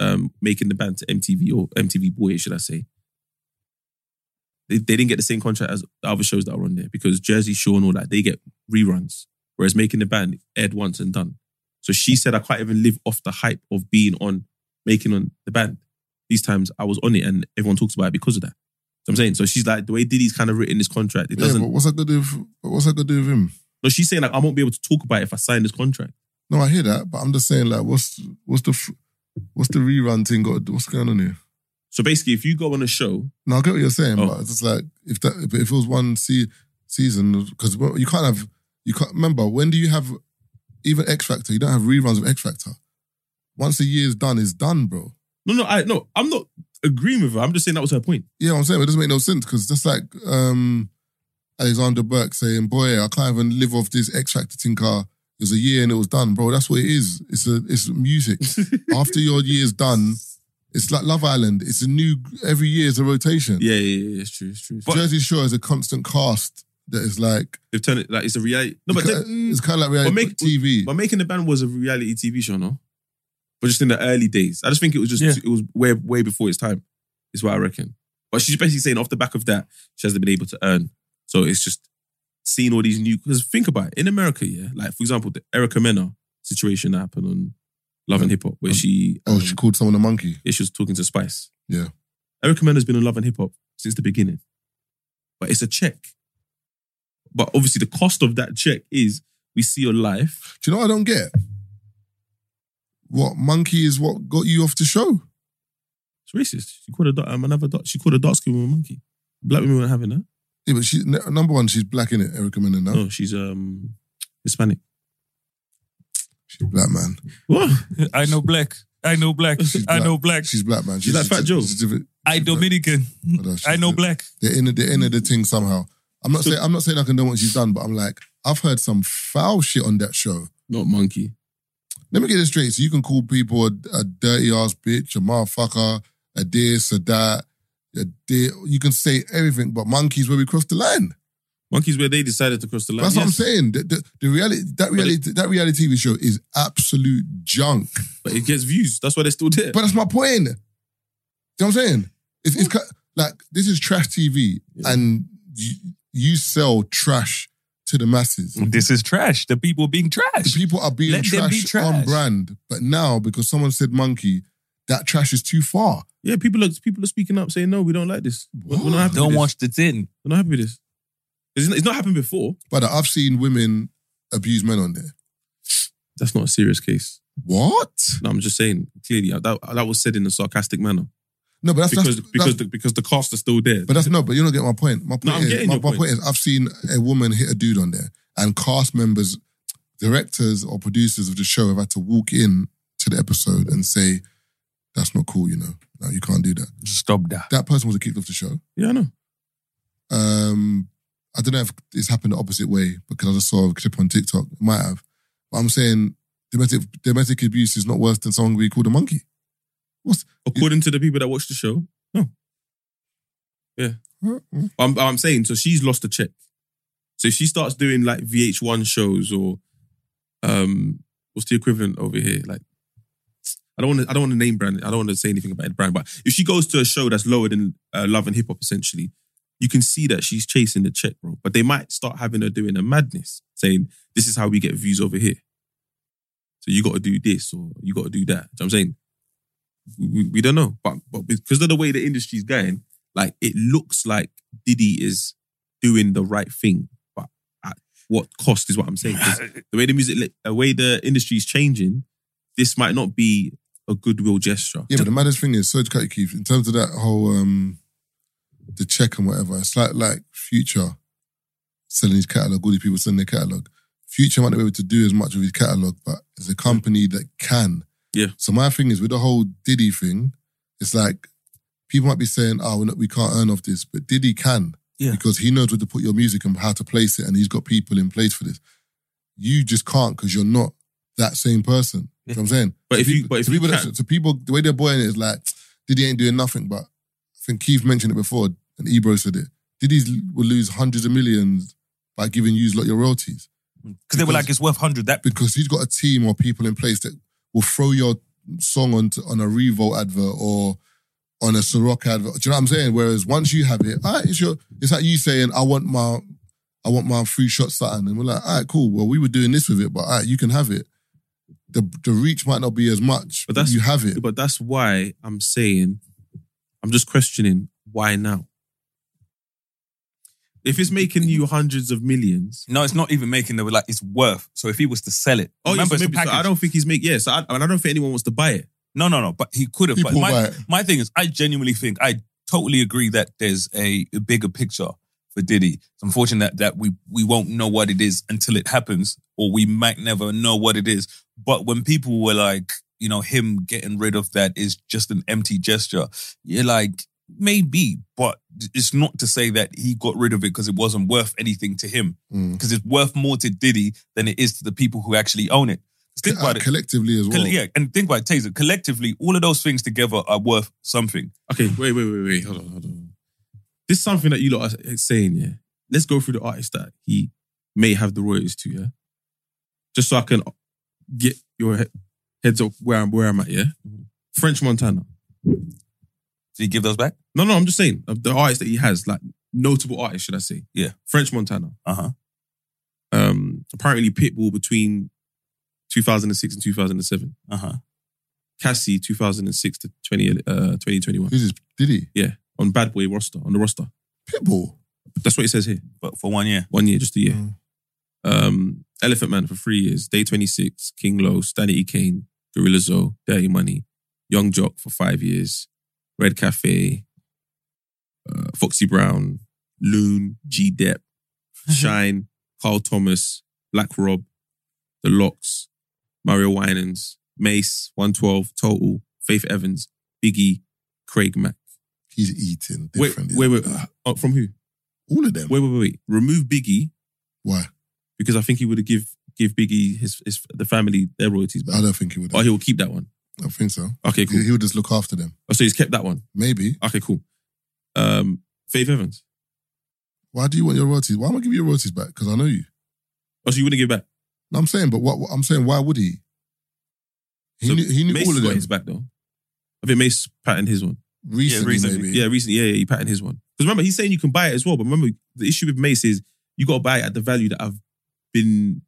[SPEAKER 5] um making the band to MTV or MTV Boy, should I say. They, they didn't get the same contract as the other shows that were on there because Jersey Shore and all that, they get reruns. Whereas making the band aired once and done. So she said I can't even live off the hype of being on making on the band. These times I was on it and everyone talks about it because of that. So I'm saying, so she's like, the way Diddy's kind of written this contract, it
[SPEAKER 1] Yeah,
[SPEAKER 5] doesn't
[SPEAKER 1] but what's that got to do with, but what's that got to do with him?
[SPEAKER 5] no, she's saying like I won't be able to talk about it if I sign this contract.
[SPEAKER 1] No, I hear that, but I'm just saying like, what's what's the f- what's the rerun thing got? to do- What's going on here?
[SPEAKER 5] So basically, if you go on a show,
[SPEAKER 1] No, I get what you're saying,
[SPEAKER 5] Oh.
[SPEAKER 1] but it's just like if that if it was one se- season, because you can't have you can't remember when do you have even X Factor? You don't have reruns of X Factor. Once a year's done, it's done, bro.
[SPEAKER 5] no, no, I no, I'm not agreeing with her. I'm just saying that was her point.
[SPEAKER 1] Yeah, I'm saying it doesn't make no sense because that's like um, Alexander Burke saying, "Boy, I can't even live off this X Factor tinker." It was a year and it was done, bro. That's what it is. It's a it's music. After your year's done, it's like Love Island. It's a new every year is a rotation.
[SPEAKER 5] Yeah, yeah, yeah, it's true, it's true. But
[SPEAKER 1] Jersey Shore is a constant cast that is like
[SPEAKER 5] they've turned it like it's a reality. No, but,
[SPEAKER 1] it's,
[SPEAKER 5] then-
[SPEAKER 1] kind of like reality
[SPEAKER 5] but make-
[SPEAKER 1] TV.
[SPEAKER 5] but making the band was a reality TV show, no? But just in the early days, I just think it was just
[SPEAKER 4] Yeah.
[SPEAKER 5] it was way way before its time, is what I reckon. But she's basically saying off the back of that, she hasn't been able to earn. So it's just seeing all these new. Because think about it, in America, yeah, like for example, the Erica Mena situation that happened on Love and Hip Hop, where
[SPEAKER 1] Um,
[SPEAKER 5] she
[SPEAKER 1] oh,
[SPEAKER 5] um,
[SPEAKER 1] she called someone a monkey.
[SPEAKER 5] yeah, she was talking to Spice.
[SPEAKER 1] Yeah.
[SPEAKER 5] Erica Mena's been in Love and Hip Hop since the beginning, but it's a check. But obviously, the cost of that check is we see your life.
[SPEAKER 1] Do you know what I don't get? What monkey is what got you off the show?
[SPEAKER 5] It's racist. She called a dark- um, another dark, she called a dark skinned woman a monkey. Black women weren't having that.
[SPEAKER 1] Yeah, but she's n- number one. She's black in it. Erica Mena now.
[SPEAKER 5] No, she's um Hispanic.
[SPEAKER 1] She's black man.
[SPEAKER 5] What?
[SPEAKER 4] I know black. I know black.
[SPEAKER 1] She's
[SPEAKER 4] I
[SPEAKER 1] black.
[SPEAKER 4] know black.
[SPEAKER 1] She's black man.
[SPEAKER 5] She's like Fat Joe.
[SPEAKER 1] she's different-
[SPEAKER 4] I
[SPEAKER 1] she's black.
[SPEAKER 4] Dominican.
[SPEAKER 1] I know, she's
[SPEAKER 4] I know
[SPEAKER 1] different.
[SPEAKER 4] black.
[SPEAKER 1] They're in, the, they're in the thing somehow. I'm not saying I'm not saying I condone what she's done, but I'm like I've heard some foul shit on that show.
[SPEAKER 5] Not monkey.
[SPEAKER 1] Let me get this straight. So you can call people a, a dirty ass bitch, a motherfucker, a this, a that, a di- You can say everything, but monkeys where we cross the line.
[SPEAKER 5] Monkeys where they decided to cross the line.
[SPEAKER 1] That's what I'm
[SPEAKER 5] yes,
[SPEAKER 1] saying. The, the, the reality that reality that reality TV show is absolute junk.
[SPEAKER 5] But it gets views. That's why they're still there.
[SPEAKER 1] But that's my point. You know what I'm saying? It's, it's ki- like this is trash TV,
[SPEAKER 5] Yeah.
[SPEAKER 1] and you, you sell trash to the masses.
[SPEAKER 4] This is trash. The people being
[SPEAKER 1] The
[SPEAKER 4] trash.
[SPEAKER 1] people are being
[SPEAKER 4] Let them
[SPEAKER 1] trash,
[SPEAKER 4] be trash.
[SPEAKER 1] on brand, but now because someone said monkey, that trash is too far.
[SPEAKER 5] yeah, people are people are speaking up saying no, we don't like this. We're, we're not happy.
[SPEAKER 4] Don't
[SPEAKER 5] with
[SPEAKER 4] watch the tin.
[SPEAKER 5] This. We're not happy with this. It's not, it's not happened before.
[SPEAKER 1] But I've seen women abuse men on there.
[SPEAKER 5] That's not a serious case.
[SPEAKER 1] What?
[SPEAKER 5] No, I'm just saying clearly uh, that that was said in a sarcastic manner
[SPEAKER 1] No, but that's
[SPEAKER 5] because
[SPEAKER 1] that's,
[SPEAKER 5] because
[SPEAKER 1] that's-
[SPEAKER 5] the, because the cast are still there.
[SPEAKER 1] But that's no. But you don't get my point. My point
[SPEAKER 5] No, I'm
[SPEAKER 1] is,
[SPEAKER 5] getting
[SPEAKER 1] my,
[SPEAKER 5] your
[SPEAKER 1] my
[SPEAKER 5] point.
[SPEAKER 1] point is, I've seen a woman hit a dude on there, and cast members, directors or producers of the show have had to walk in to the episode and say, "That's not cool," you know. No, you can't do that.
[SPEAKER 4] Stop that.
[SPEAKER 1] That person was kicked off the show.
[SPEAKER 5] yeah, I know.
[SPEAKER 1] Um, I don't know if it's happened the opposite way because I just saw a clip on TikTok. It might have. But I'm saying domestic domestic abuse is not worse than someone we called a monkey.
[SPEAKER 5] According to the people that watch the show, I'm, I'm saying so she's lost a check. So if she starts doing like VH1 shows or um, what's the equivalent over here? Like, I don't want to. I don't want to name brand. it. I don't want to say anything about Ed Brand. But if she goes to a show that's lower than uh, Love and Hip Hop, essentially, you can see that she's chasing the check, bro. But they might start having her doing a madness, saying this is how we get views over here. So you got to do this or you got to do that. Do you know what I'm saying we, we- we don't know, but but because of the way the industry's going, like it looks like Diddy is doing the right thing, but at what cost is what I'm saying. 'Cause the way the music, the way the industry is changing, this might not be a goodwill gesture.
[SPEAKER 1] Yeah, but the maddest thing is, so to cut you, Keith, in terms of that whole um the check and whatever, it's like like Future selling his catalogue, all these people selling their catalogue. Future might not be able to do as much with his catalogue, but it's a company that can.
[SPEAKER 5] Yeah.
[SPEAKER 1] So my thing is with the whole Diddy thing, it's like people might be saying, Oh, we're not, we can't earn off this, but Diddy can.
[SPEAKER 5] Yeah.
[SPEAKER 1] Because he knows where to put your music and how to place it, and he's got people in place for this. You just can't because you're not that same person. You know what I'm saying?
[SPEAKER 5] But
[SPEAKER 1] To
[SPEAKER 5] if you-
[SPEAKER 1] people-
[SPEAKER 5] but if
[SPEAKER 1] to
[SPEAKER 5] you
[SPEAKER 1] people, that-
[SPEAKER 5] can-
[SPEAKER 1] to people, the way they're boying it is like Diddy ain't doing nothing. But I think Keith mentioned it before, and Ebro said it. Diddy's will lose hundreds of millions by giving you lot your royalties
[SPEAKER 4] Because they were like, it's worth 100. That
[SPEAKER 1] because he's got a team or people in place that will throw your song on on a Revo advert or on a Ciroc advert. Do you know what I'm saying? Whereas once you have it, all right, it's your. It's like you saying, "I want my, I want my free shot Saturn," and we're like, "All right, cool. Well, we were doing this with it, but all right, you can have it." The the reach might not be as much, but,
[SPEAKER 5] But that's-
[SPEAKER 1] you have it.
[SPEAKER 5] But that's why I'm saying, I'm just questioning why now. If it's making you hundreds of millions,
[SPEAKER 4] No, it's not even making the like it's worth. So if he was to sell it,
[SPEAKER 5] oh,
[SPEAKER 4] remember
[SPEAKER 5] yes,
[SPEAKER 4] it's a
[SPEAKER 5] maybe, so
[SPEAKER 4] package.
[SPEAKER 5] I don't think he's making. Yeah, so I, and I don't think anyone wants to buy it.
[SPEAKER 4] no, no, no. But he could have. But
[SPEAKER 1] People
[SPEAKER 4] my,
[SPEAKER 1] buy it.
[SPEAKER 4] my thing is, I genuinely think I totally agree that there's a, a bigger picture for Diddy. It's unfortunate that, that we we won't know what it is until it happens, or we might never know what it is. But when people were like, you know, him getting rid of that is just an empty gesture. You're like, maybe, but it's not to say that he got rid of it because it wasn't worth anything to him.
[SPEAKER 1] Mm.
[SPEAKER 4] because it's worth more to Diddy than it is to the people who actually own it. 'Cause Think about
[SPEAKER 1] Uh,
[SPEAKER 4] it.
[SPEAKER 1] collectively as well.
[SPEAKER 4] Coll- yeah, and think about it, Taser. Collectively, all of those things together are worth something.
[SPEAKER 5] Okay, wait, wait, wait, wait. Hold on, hold on. This is something that you lot are saying, yeah. Let's go through the artists that he may have the royalties to, yeah. Just so I can get your he- heads up where I'm where I'm at, yeah. French Montana.
[SPEAKER 4] Did he give those back?
[SPEAKER 5] No, no, I'm just saying of the artists that he has, like notable artists, should I say?
[SPEAKER 4] Yeah.
[SPEAKER 5] French Montana.
[SPEAKER 4] Uh huh.
[SPEAKER 5] Um, apparently Pitbull between 2006 and 2007.
[SPEAKER 4] Uh huh.
[SPEAKER 5] Cassie 2006 to 20, uh, 2021
[SPEAKER 1] This is Diddy
[SPEAKER 5] on Bad Boy roster on the roster.
[SPEAKER 1] Pitbull.
[SPEAKER 5] That's what it says here.
[SPEAKER 4] But for one year.
[SPEAKER 5] One year, just a year.
[SPEAKER 1] Mm.
[SPEAKER 5] Um, Elephant Man for three years. Day 26, King Low, Stanley E. Kane, Gorilla Zoe, Dirty Money, Young Jock for five years, Red Cafe, uh, Foxy Brown, Loon, G Dep, Shine, Carl Thomas, Black Rob, The Locks, Mario Winans, Mace, 112, Total, Faith Evans, Biggie, Craig Mack.
[SPEAKER 1] He's eating
[SPEAKER 5] Wait,
[SPEAKER 1] different.
[SPEAKER 5] wait, wait. Uh, from who?
[SPEAKER 1] All of them.
[SPEAKER 5] Wait, wait, wait, wait. Remove Biggie
[SPEAKER 1] Why?
[SPEAKER 5] because I think he would have give give Biggie his, his the family their royalties
[SPEAKER 1] I
[SPEAKER 5] back.
[SPEAKER 1] don't think he would.
[SPEAKER 5] Oh,
[SPEAKER 1] I
[SPEAKER 5] he'll keep that one.
[SPEAKER 1] don't think so.
[SPEAKER 5] Okay, cool.
[SPEAKER 1] He, he would just look after them.
[SPEAKER 5] Oh, so he's kept that one.
[SPEAKER 1] Maybe.
[SPEAKER 5] Okay, cool. Um, Faith Evans.
[SPEAKER 1] Why do you want your royalties? Why am I giving you your royalties back? Because I know you.
[SPEAKER 5] Oh, so you wouldn't give it back?
[SPEAKER 1] No, I'm saying, but what, what- I'm saying, why would he? He
[SPEAKER 5] So
[SPEAKER 1] knew, he knew
[SPEAKER 5] Mace
[SPEAKER 1] all of
[SPEAKER 5] got
[SPEAKER 1] them
[SPEAKER 5] his back though. I think Mace patterned his one.
[SPEAKER 1] recently,
[SPEAKER 4] recently,
[SPEAKER 1] maybe.
[SPEAKER 5] Yeah, recently. Yeah, yeah, he patterned his one. Because remember, he's saying you can buy it as well. But remember, the issue with Mace is you got to buy it at the value that I've been,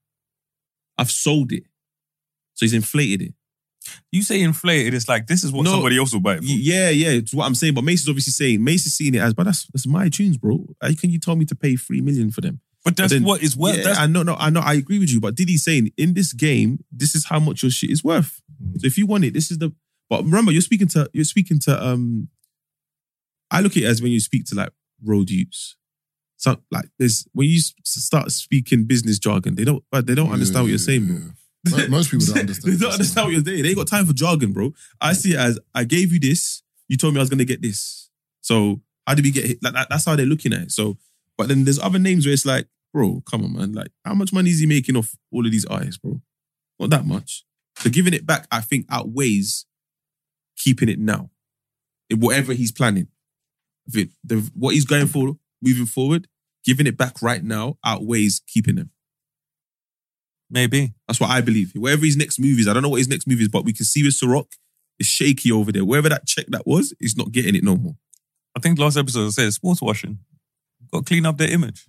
[SPEAKER 5] I've sold it. So he's inflated it.
[SPEAKER 4] You say inflated, it's like this is what
[SPEAKER 5] No.
[SPEAKER 4] somebody else will buy it for.
[SPEAKER 5] Y- Yeah, yeah, it's what I'm saying. But Mace is obviously saying Mace is seeing it as, but that's that's my tunes, bro. How can you tell me to pay three million for them?
[SPEAKER 4] But that's
[SPEAKER 5] But then-
[SPEAKER 4] what it's worth.
[SPEAKER 5] yeah,
[SPEAKER 4] that's,
[SPEAKER 5] I know, no, I know, I agree with you. But Diddy's saying in this game, this is how much your shit is worth. So if you want it, this is the. But remember, you're speaking to you're speaking to. um I look at it as when you speak to like road use. So like there's when you s- start speaking business jargon, they don't but they don't understand what you're saying, bro.
[SPEAKER 1] Yeah. Mo- Most people don't understand.
[SPEAKER 5] they don't understand what you're saying. They ain't got time for jargon, bro. I see it as I gave you this. You told me I was gonna get this. So how did we get hit? Like that, that's how they're looking at it. So, but then there's other names where it's like, bro, come on, man. Like, how much money is he making off all of these artists, bro? Not that much. So giving it back, I think, outweighs keeping it now. In whatever he's planning, I think the, what he's going for moving forward, giving it back right now outweighs keeping him.
[SPEAKER 4] maybe.
[SPEAKER 5] That's what I believe. Wherever his next move is, I don't know what his next move is, but we can see with Sorok, it's shaky over there. Wherever that check that was, he's not getting it no more.
[SPEAKER 4] I think last episode I said sports washing. Got to clean up their image.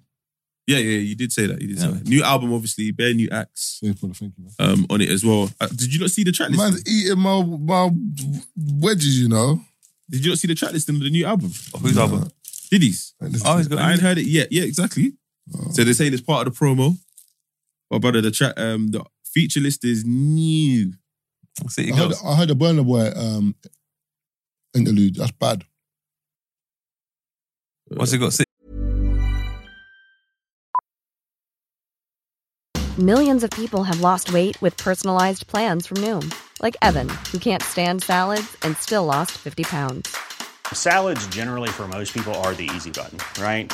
[SPEAKER 5] Yeah, yeah, you did say that. You did say
[SPEAKER 4] Yeah.
[SPEAKER 5] that. New album, obviously, bare new acts
[SPEAKER 1] Safe, brother, Thank you, man.
[SPEAKER 5] um, on it as well. Uh, did you not see the track list?
[SPEAKER 1] Man's eating my, my wedges, you know.
[SPEAKER 5] Did you not see the track listing of the new album?
[SPEAKER 4] Whose
[SPEAKER 1] Nah.
[SPEAKER 4] album?
[SPEAKER 5] Diddy's.
[SPEAKER 1] Like, this
[SPEAKER 4] Oh, he's
[SPEAKER 1] is-
[SPEAKER 4] got.
[SPEAKER 5] I ain't heard it yet. Yeah, exactly.
[SPEAKER 1] Oh.
[SPEAKER 5] So they say it's part of the promo. But brother, the track, um, the feature list is new.
[SPEAKER 4] City
[SPEAKER 1] I, heard,
[SPEAKER 4] Girls.
[SPEAKER 1] I heard a Burner Boy um, interlude. That's bad.
[SPEAKER 4] What's it got? City
[SPEAKER 6] Millions of people have lost weight with personalized plans from Noom, like Evan, who can't stand salads and still lost 50 pounds.
[SPEAKER 7] Salads, generally, for most people, are the easy button, right?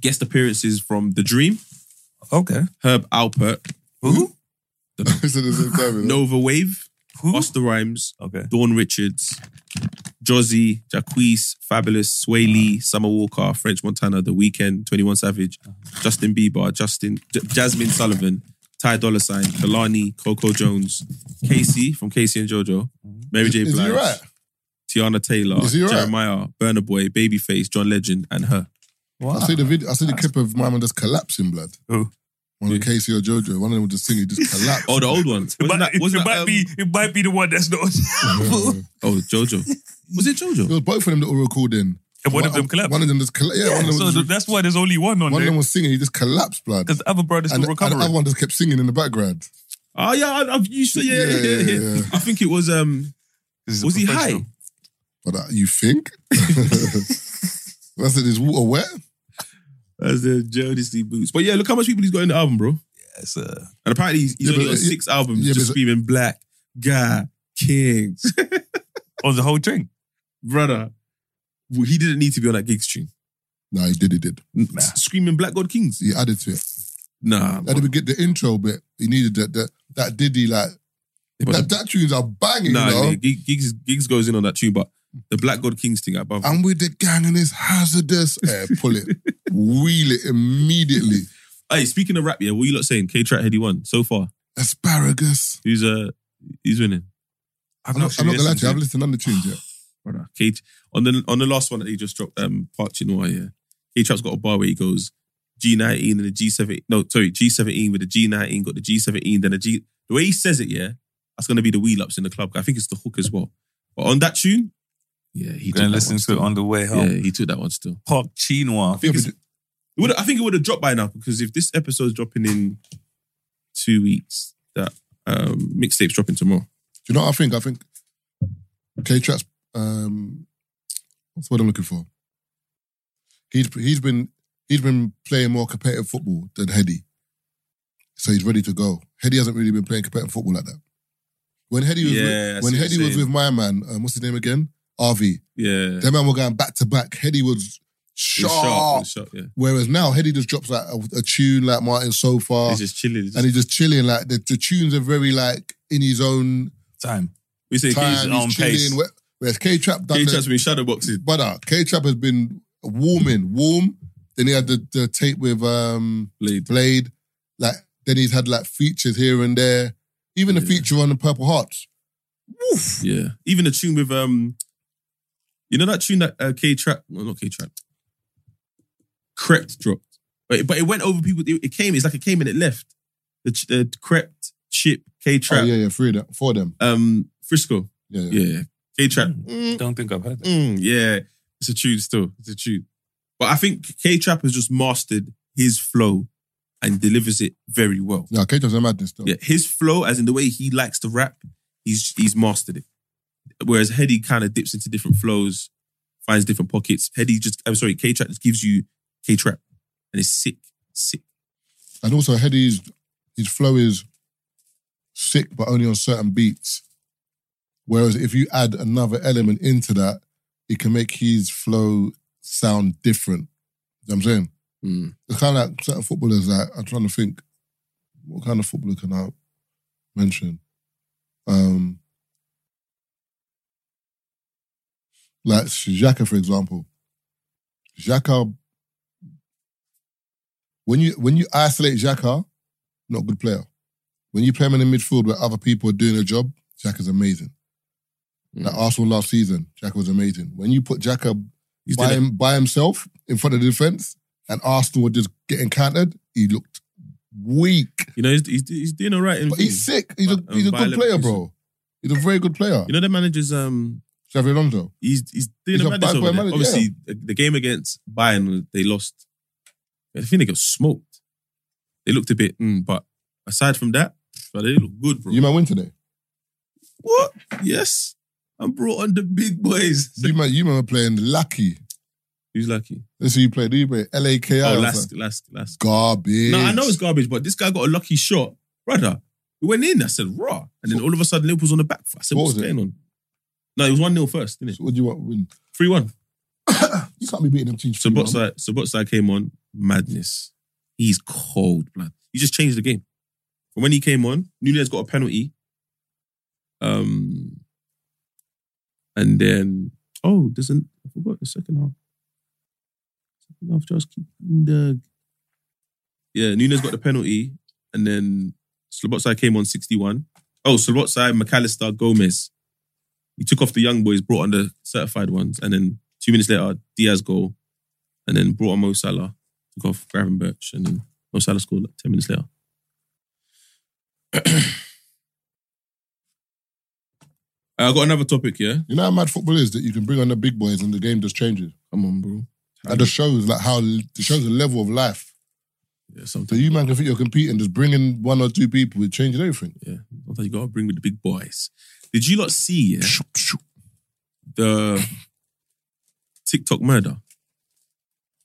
[SPEAKER 5] Guest appearances from The Dream,
[SPEAKER 4] Okay.
[SPEAKER 5] Herb Alpert,
[SPEAKER 4] Who?
[SPEAKER 1] It's at the same time, you know?
[SPEAKER 5] Nova Wave,
[SPEAKER 4] Who?
[SPEAKER 5] Buster Rhymes,
[SPEAKER 4] Okay.
[SPEAKER 5] Dawn Richards, Jozzy, Jacquees, Fabulous, Sway Lee, Summer Walker, French Montana, The Weeknd, 21 Savage, Justin Bieber, Justin, J- Jasmine Sullivan, Ty Dolla Sign, Kalani, Coco Jones, Casey from Casey and JoJo, Mary J.
[SPEAKER 1] Is he
[SPEAKER 5] Blige,
[SPEAKER 1] right?
[SPEAKER 5] Tiana Taylor,
[SPEAKER 1] Is he right?
[SPEAKER 5] Jeremiah, Burner Boy, Babyface, John Legend, and her.
[SPEAKER 1] I see the video. I see the clip of my man just collapsing, blood.
[SPEAKER 4] Who?
[SPEAKER 1] One of Casey or JoJo. One of them was just singing, just collapsed.
[SPEAKER 5] Oh, the old ones.
[SPEAKER 4] It
[SPEAKER 5] Wasn't
[SPEAKER 4] might,
[SPEAKER 5] that, wasn't
[SPEAKER 4] it
[SPEAKER 5] that,
[SPEAKER 4] might
[SPEAKER 5] um,
[SPEAKER 4] be. It might be the one that's not.
[SPEAKER 1] Yeah.
[SPEAKER 5] Oh, JoJo. Was it
[SPEAKER 1] It
[SPEAKER 5] JoJo?
[SPEAKER 1] was both of them that were recording.
[SPEAKER 4] And one of them collapsed.
[SPEAKER 1] One of them just collapsed. Yeah, one of them,
[SPEAKER 4] so
[SPEAKER 1] was,
[SPEAKER 4] th- that's why there's only one on
[SPEAKER 1] one of them
[SPEAKER 4] there.
[SPEAKER 1] was singing. He just collapsed, blood.
[SPEAKER 4] Because the other brother's
[SPEAKER 1] And,
[SPEAKER 4] still
[SPEAKER 1] and the
[SPEAKER 4] recovering.
[SPEAKER 1] other one just kept singing in the background.
[SPEAKER 5] Oh, yeah. I, I've, you said, yeah, yeah, yeah,
[SPEAKER 1] Yeah, yeah,
[SPEAKER 5] yeah.
[SPEAKER 1] yeah.
[SPEAKER 5] I think it was, um,
[SPEAKER 4] He's a
[SPEAKER 5] was he
[SPEAKER 4] professional.
[SPEAKER 5] high?
[SPEAKER 1] But uh, you think? That's it. Is water wet?
[SPEAKER 5] That's the Jodeci boots. But yeah, look how much people he's got in the album, bro. And
[SPEAKER 4] Yes, uh,
[SPEAKER 5] apparently he's, he's
[SPEAKER 1] Yeah,
[SPEAKER 5] only
[SPEAKER 1] but-
[SPEAKER 5] got six albums
[SPEAKER 1] yeah,
[SPEAKER 5] just
[SPEAKER 1] but-
[SPEAKER 5] screaming black, guy, kings.
[SPEAKER 4] on the whole thing.
[SPEAKER 5] Brother, well, he didn't need to be on that gig stream.
[SPEAKER 1] No, he did. He did.
[SPEAKER 4] Nah.
[SPEAKER 5] Screaming black god kings.
[SPEAKER 1] He added to it.
[SPEAKER 5] Nah.
[SPEAKER 1] At the begin, the intro bit, he needed that that, that Diddy like that, that tunes are banging,
[SPEAKER 5] nah,
[SPEAKER 1] you know.
[SPEAKER 5] yeah, Gig- gigs, gigs goes in on that tune, but the black god kings thing above.
[SPEAKER 1] I'm with the gang and it's hazardous. Eh, pull it, wheel it immediately.
[SPEAKER 5] hey, speaking of rap, yeah, what you lot saying? K Track Heady won so far.
[SPEAKER 1] Asparagus.
[SPEAKER 5] Who's uh who's winning?
[SPEAKER 4] I've
[SPEAKER 1] I'm not, I'm not gonna lie to you. I've
[SPEAKER 4] listened
[SPEAKER 1] listened to none of the tunes yet.
[SPEAKER 5] brother. K on the on the last one that he just dropped, um, Park Chinoa, yeah. K Trap's got a bar where he goes G nineteen and the G seventeen. No, sorry, G seventeen with the G nineteen, got the G seventeen, then the G. The way he says it, yeah, that's gonna be the wheel ups in the club. I think it's the hook as well. But on that tune, yeah, he
[SPEAKER 4] to
[SPEAKER 5] took that
[SPEAKER 4] listen to
[SPEAKER 5] one
[SPEAKER 4] it
[SPEAKER 5] still.
[SPEAKER 4] on the way home.
[SPEAKER 5] Yeah, he took that one still.
[SPEAKER 4] Park Chinois.
[SPEAKER 1] Yeah,
[SPEAKER 5] it's-
[SPEAKER 1] but
[SPEAKER 5] It would, I think it would have dropped by now because if this episode's dropping in two weeks, that um, mixtape's dropping tomorrow.
[SPEAKER 1] do you know what I think? I think K Trap's um what's the word I'm looking for? He's he's been he'd been playing more competitive football than Heady. So he's ready to go. Heady hasn't really been playing competitive football like that. When Heady was
[SPEAKER 5] Yeah, I
[SPEAKER 1] with,
[SPEAKER 5] see
[SPEAKER 1] when
[SPEAKER 5] what
[SPEAKER 1] Heady
[SPEAKER 5] you're
[SPEAKER 1] was
[SPEAKER 5] saying.
[SPEAKER 1] with my man, um, what's his name again? Arvey.
[SPEAKER 5] Yeah.
[SPEAKER 1] That man were going back to back. Heady was
[SPEAKER 5] He's
[SPEAKER 1] sharp.
[SPEAKER 5] sharp. he's sharp, yeah.
[SPEAKER 1] Whereas now Heady just drops like a, a tune like Martin so far,
[SPEAKER 5] He's just chilling. He's
[SPEAKER 1] and he's just chilling. Like the, the tunes are very like in his own
[SPEAKER 4] Time.
[SPEAKER 5] we say
[SPEAKER 1] time.
[SPEAKER 5] K
[SPEAKER 1] He's,
[SPEAKER 4] on pace.
[SPEAKER 1] chilling. Where- Whereas K Trap done the-
[SPEAKER 5] Trap's been shadow boxing.
[SPEAKER 1] brother, K Trap has been warming, warm. Then he had the, the tape with um
[SPEAKER 5] Blade.
[SPEAKER 1] Blade. Like then he's had like features here and there. Even a
[SPEAKER 5] Yeah.
[SPEAKER 1] feature on the Purple Hearts.
[SPEAKER 5] Yeah. Even the tune with um, you know that tune that uh, K Trap, well, not K Trap, Crept dropped, but it, but it went over people. It, it came. It's like it came and it left. The ch- uh, Crept, Chip, K Trap,
[SPEAKER 1] Oh yeah, yeah, three of them, four of them.
[SPEAKER 5] um, Frisco.
[SPEAKER 1] Yeah, yeah. Mm.
[SPEAKER 5] Yeah, K Trap.
[SPEAKER 4] Don't think I've heard that.
[SPEAKER 5] yeah, it's a tune still. It's a tune. But I think K Trap has just mastered his flow and delivers it very well.
[SPEAKER 1] No, K Trap's a madness though.
[SPEAKER 5] Yeah, his flow, as in the way he likes to rap, he's he's mastered it. Whereas Heady kind of dips into different flows, finds different pockets. Heady just, I'm sorry, K Trap just gives you K Trap, and it's sick, sick.
[SPEAKER 1] And also Heady's his flow is sick, but only on certain beats. Whereas if you add another element into that, it can make his flow sound different. You know what I'm saying? It's kind of like certain footballers. Like I'm trying to think, what kind of footballer can I mention? Um, like Xhaka, for example. Xhaka, when you when you isolate Xhaka, not a good player. When you play him in the midfield where other people are doing their job, Xhaka's amazing. Like Arsenal last season, Xhaka was amazing. When you put Xhaka
[SPEAKER 5] He's
[SPEAKER 1] by,
[SPEAKER 5] doing
[SPEAKER 1] him, by himself in front of the defence and Arsenal were just getting countered, he looked weak.
[SPEAKER 5] it. You know, he's, he's, he's doing all right. in-
[SPEAKER 1] But he's sick. He's a,
[SPEAKER 5] But, um,
[SPEAKER 1] he's a good
[SPEAKER 5] violent
[SPEAKER 1] player,
[SPEAKER 5] person.
[SPEAKER 1] bro. He's a very good player.
[SPEAKER 5] You know, the manager's um,
[SPEAKER 1] Xavi Alonso.
[SPEAKER 5] he's he's doing
[SPEAKER 1] He's
[SPEAKER 5] a
[SPEAKER 1] a
[SPEAKER 5] madness
[SPEAKER 1] bad
[SPEAKER 5] over
[SPEAKER 1] boy
[SPEAKER 5] there.
[SPEAKER 1] manager,
[SPEAKER 5] Obviously, the- the game against Bayern, they lost. I think they got smoked. They looked a bit, mm, but aside from that, but they look good, bro.
[SPEAKER 1] You might win today.
[SPEAKER 5] What? Yes. I'm brought on the big boys.
[SPEAKER 1] You might you might be playing Lucky.
[SPEAKER 5] Who's lucky?
[SPEAKER 1] Let's see you play. Do you play LAKI?
[SPEAKER 5] oh,
[SPEAKER 1] or
[SPEAKER 5] last,
[SPEAKER 1] something?
[SPEAKER 5] last, last.
[SPEAKER 1] Garbage.
[SPEAKER 5] No, I know it's garbage, but this guy got a lucky shot. Brother, it went in. I said, raw. And then all of a sudden, Liverpool's on the back. foot. I said,
[SPEAKER 1] What
[SPEAKER 5] what's
[SPEAKER 1] was it?
[SPEAKER 5] going on? No, it was 1 0 first, didn't it?
[SPEAKER 1] So what do you want to win?
[SPEAKER 5] 3 1.
[SPEAKER 1] You can't be beating them teams.
[SPEAKER 5] So
[SPEAKER 1] three, man.
[SPEAKER 5] Botsai, so Botsai came on, madness. He's cold, blood. He just changed the game. From when he came on, Nunez got a penalty. Um, and then oh, there's an I forgot the second half. Second half just keep the yeah. Nunez got the penalty, and then Slobotsai came on 61. Oh, Slobotsai, McAllister, Gomez. He took off the young boys, brought on the certified ones, and then two minutes later, Diaz goal, and then brought on Mo Salah, took off Gavin Birch, and then Mo Salah scored like 10 minutes later. Uh, I got another topic, yeah?
[SPEAKER 1] You know how mad football is that you can bring on the big boys and the game just changes.
[SPEAKER 5] Come on, bro.
[SPEAKER 1] That just shows like how it shows the level of life.
[SPEAKER 5] Yeah,
[SPEAKER 1] So
[SPEAKER 5] sometimes,
[SPEAKER 1] you man can think you're competing, just bringing one or two people, it changes everything.
[SPEAKER 5] yeah, sometimes you gotta bring with the big boys. Did you not see yeah, the TikTok murder?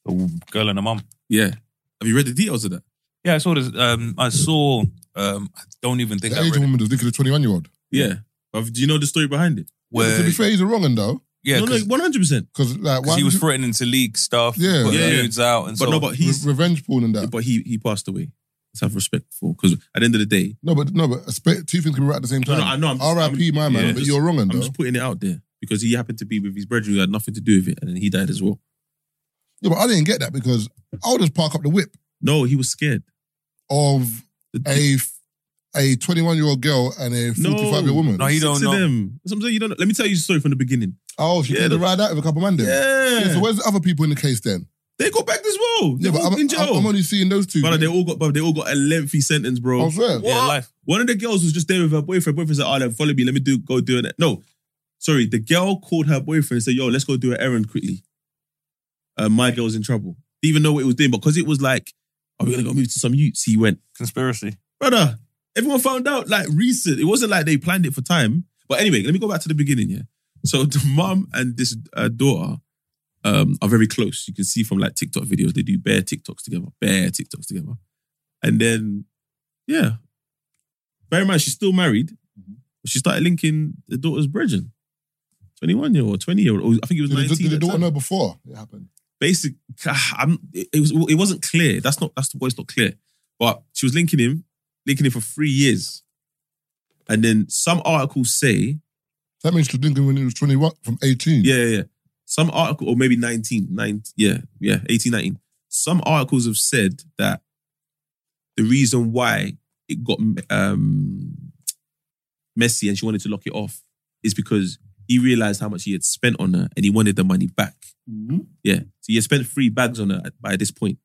[SPEAKER 4] The girl and her mum.
[SPEAKER 5] Yeah. Have you read the details of that?
[SPEAKER 4] Yeah, I saw this. Um, I saw. Um, I don't even think
[SPEAKER 1] The
[SPEAKER 4] I read
[SPEAKER 1] Asian
[SPEAKER 4] it.
[SPEAKER 1] woman was looking at a 21 year old.
[SPEAKER 5] Yeah. Have- do you know the story behind it?
[SPEAKER 1] To be
[SPEAKER 4] Where,
[SPEAKER 1] fair, he's a wrong one though.
[SPEAKER 4] yeah,
[SPEAKER 5] no, no,
[SPEAKER 4] because
[SPEAKER 5] one hundred percent.
[SPEAKER 1] Because like, why
[SPEAKER 4] he
[SPEAKER 1] would
[SPEAKER 4] was
[SPEAKER 1] you-
[SPEAKER 4] threatening to leak stuff,
[SPEAKER 1] Yeah.
[SPEAKER 4] put
[SPEAKER 5] Yeah, yeah.
[SPEAKER 4] nudes out, and
[SPEAKER 5] But
[SPEAKER 4] so
[SPEAKER 5] no, but he's
[SPEAKER 1] re- revenge porn and that.
[SPEAKER 5] but he he passed away. Let's have respect for because at the end of the day,
[SPEAKER 1] no, but no, but expect, two things can be right at the same
[SPEAKER 5] No,
[SPEAKER 1] time.
[SPEAKER 5] no, I know, I'm just-
[SPEAKER 1] R.I.P.
[SPEAKER 5] I'm-
[SPEAKER 1] my man,
[SPEAKER 5] yeah.
[SPEAKER 1] but you're wrong
[SPEAKER 5] I'm
[SPEAKER 1] though.
[SPEAKER 5] just putting it out there because he happened to be with his brethren who had nothing to do with it, and then he died as well.
[SPEAKER 1] Yeah, but I didn't get that because I'll just park up the whip
[SPEAKER 5] No, he was scared.
[SPEAKER 1] of
[SPEAKER 5] The-
[SPEAKER 1] a a 21 year old girl and a 45 year old woman.
[SPEAKER 4] No, he
[SPEAKER 5] Six
[SPEAKER 4] don't
[SPEAKER 5] of
[SPEAKER 4] know.
[SPEAKER 5] them. That's what I'm saying. You don't. know. Let me tell you the story from the beginning.
[SPEAKER 1] oh, she
[SPEAKER 5] Yeah,
[SPEAKER 1] yeah, the
[SPEAKER 5] the-
[SPEAKER 1] ride out with a couple of man then. so where's the other people in the case then?
[SPEAKER 5] they got back as well.
[SPEAKER 1] Yeah,
[SPEAKER 5] They're
[SPEAKER 1] but
[SPEAKER 5] all
[SPEAKER 1] I'm,
[SPEAKER 5] in jail.
[SPEAKER 1] I'm- I'm only Oh, seeing those two.
[SPEAKER 5] Brother, they all got. But they all got a lengthy sentence, bro.
[SPEAKER 1] I'm fair.
[SPEAKER 4] yeah, life.
[SPEAKER 5] One of the girls was just there with her boyfriend. Boyfriend said, "Oh, then follow me. Let me do go do it." No, sorry. The girl called her boyfriend and said, "Yo, let's go do an errand quickly." Uh, my girl's in trouble. Didn't even know what it was doing, but because it was like, "Are we gonna go move to some youths?" He went,
[SPEAKER 4] conspiracy.
[SPEAKER 5] brother. Everyone found out like recent. It wasn't like they planned it for time. But anyway, let me go back to the beginning. Yeah. So the mom and this uh, daughter um, are very close. You can see from like TikTok videos, they do bare TikToks together, bare TikToks together. And then, yeah. Bear in mind, she's still married.
[SPEAKER 1] Mm-hmm.
[SPEAKER 5] But she started linking the daughter's brethren. 21 year old, 20 year old. I think it was
[SPEAKER 1] Did the, did
[SPEAKER 5] 19.
[SPEAKER 1] the
[SPEAKER 5] at the
[SPEAKER 1] daughter
[SPEAKER 5] time.
[SPEAKER 1] know before it happened?
[SPEAKER 5] basic. ah, I'm, it, it was. It wasn't clear. That's not. That's the word. It's not clear. But she was linking him, linking him for three years, and then some articles say,
[SPEAKER 1] That means she was thinking when it was 21, from 18.
[SPEAKER 5] yeah, yeah, yeah. Some article or maybe 19, 19, yeah, yeah, 18, 19. Some articles have said that the reason why it got um, messy and she wanted to lock it off is because he realized how much he had spent on her and he wanted the money back. Yeah. So he had spent three bags on her at- by this point.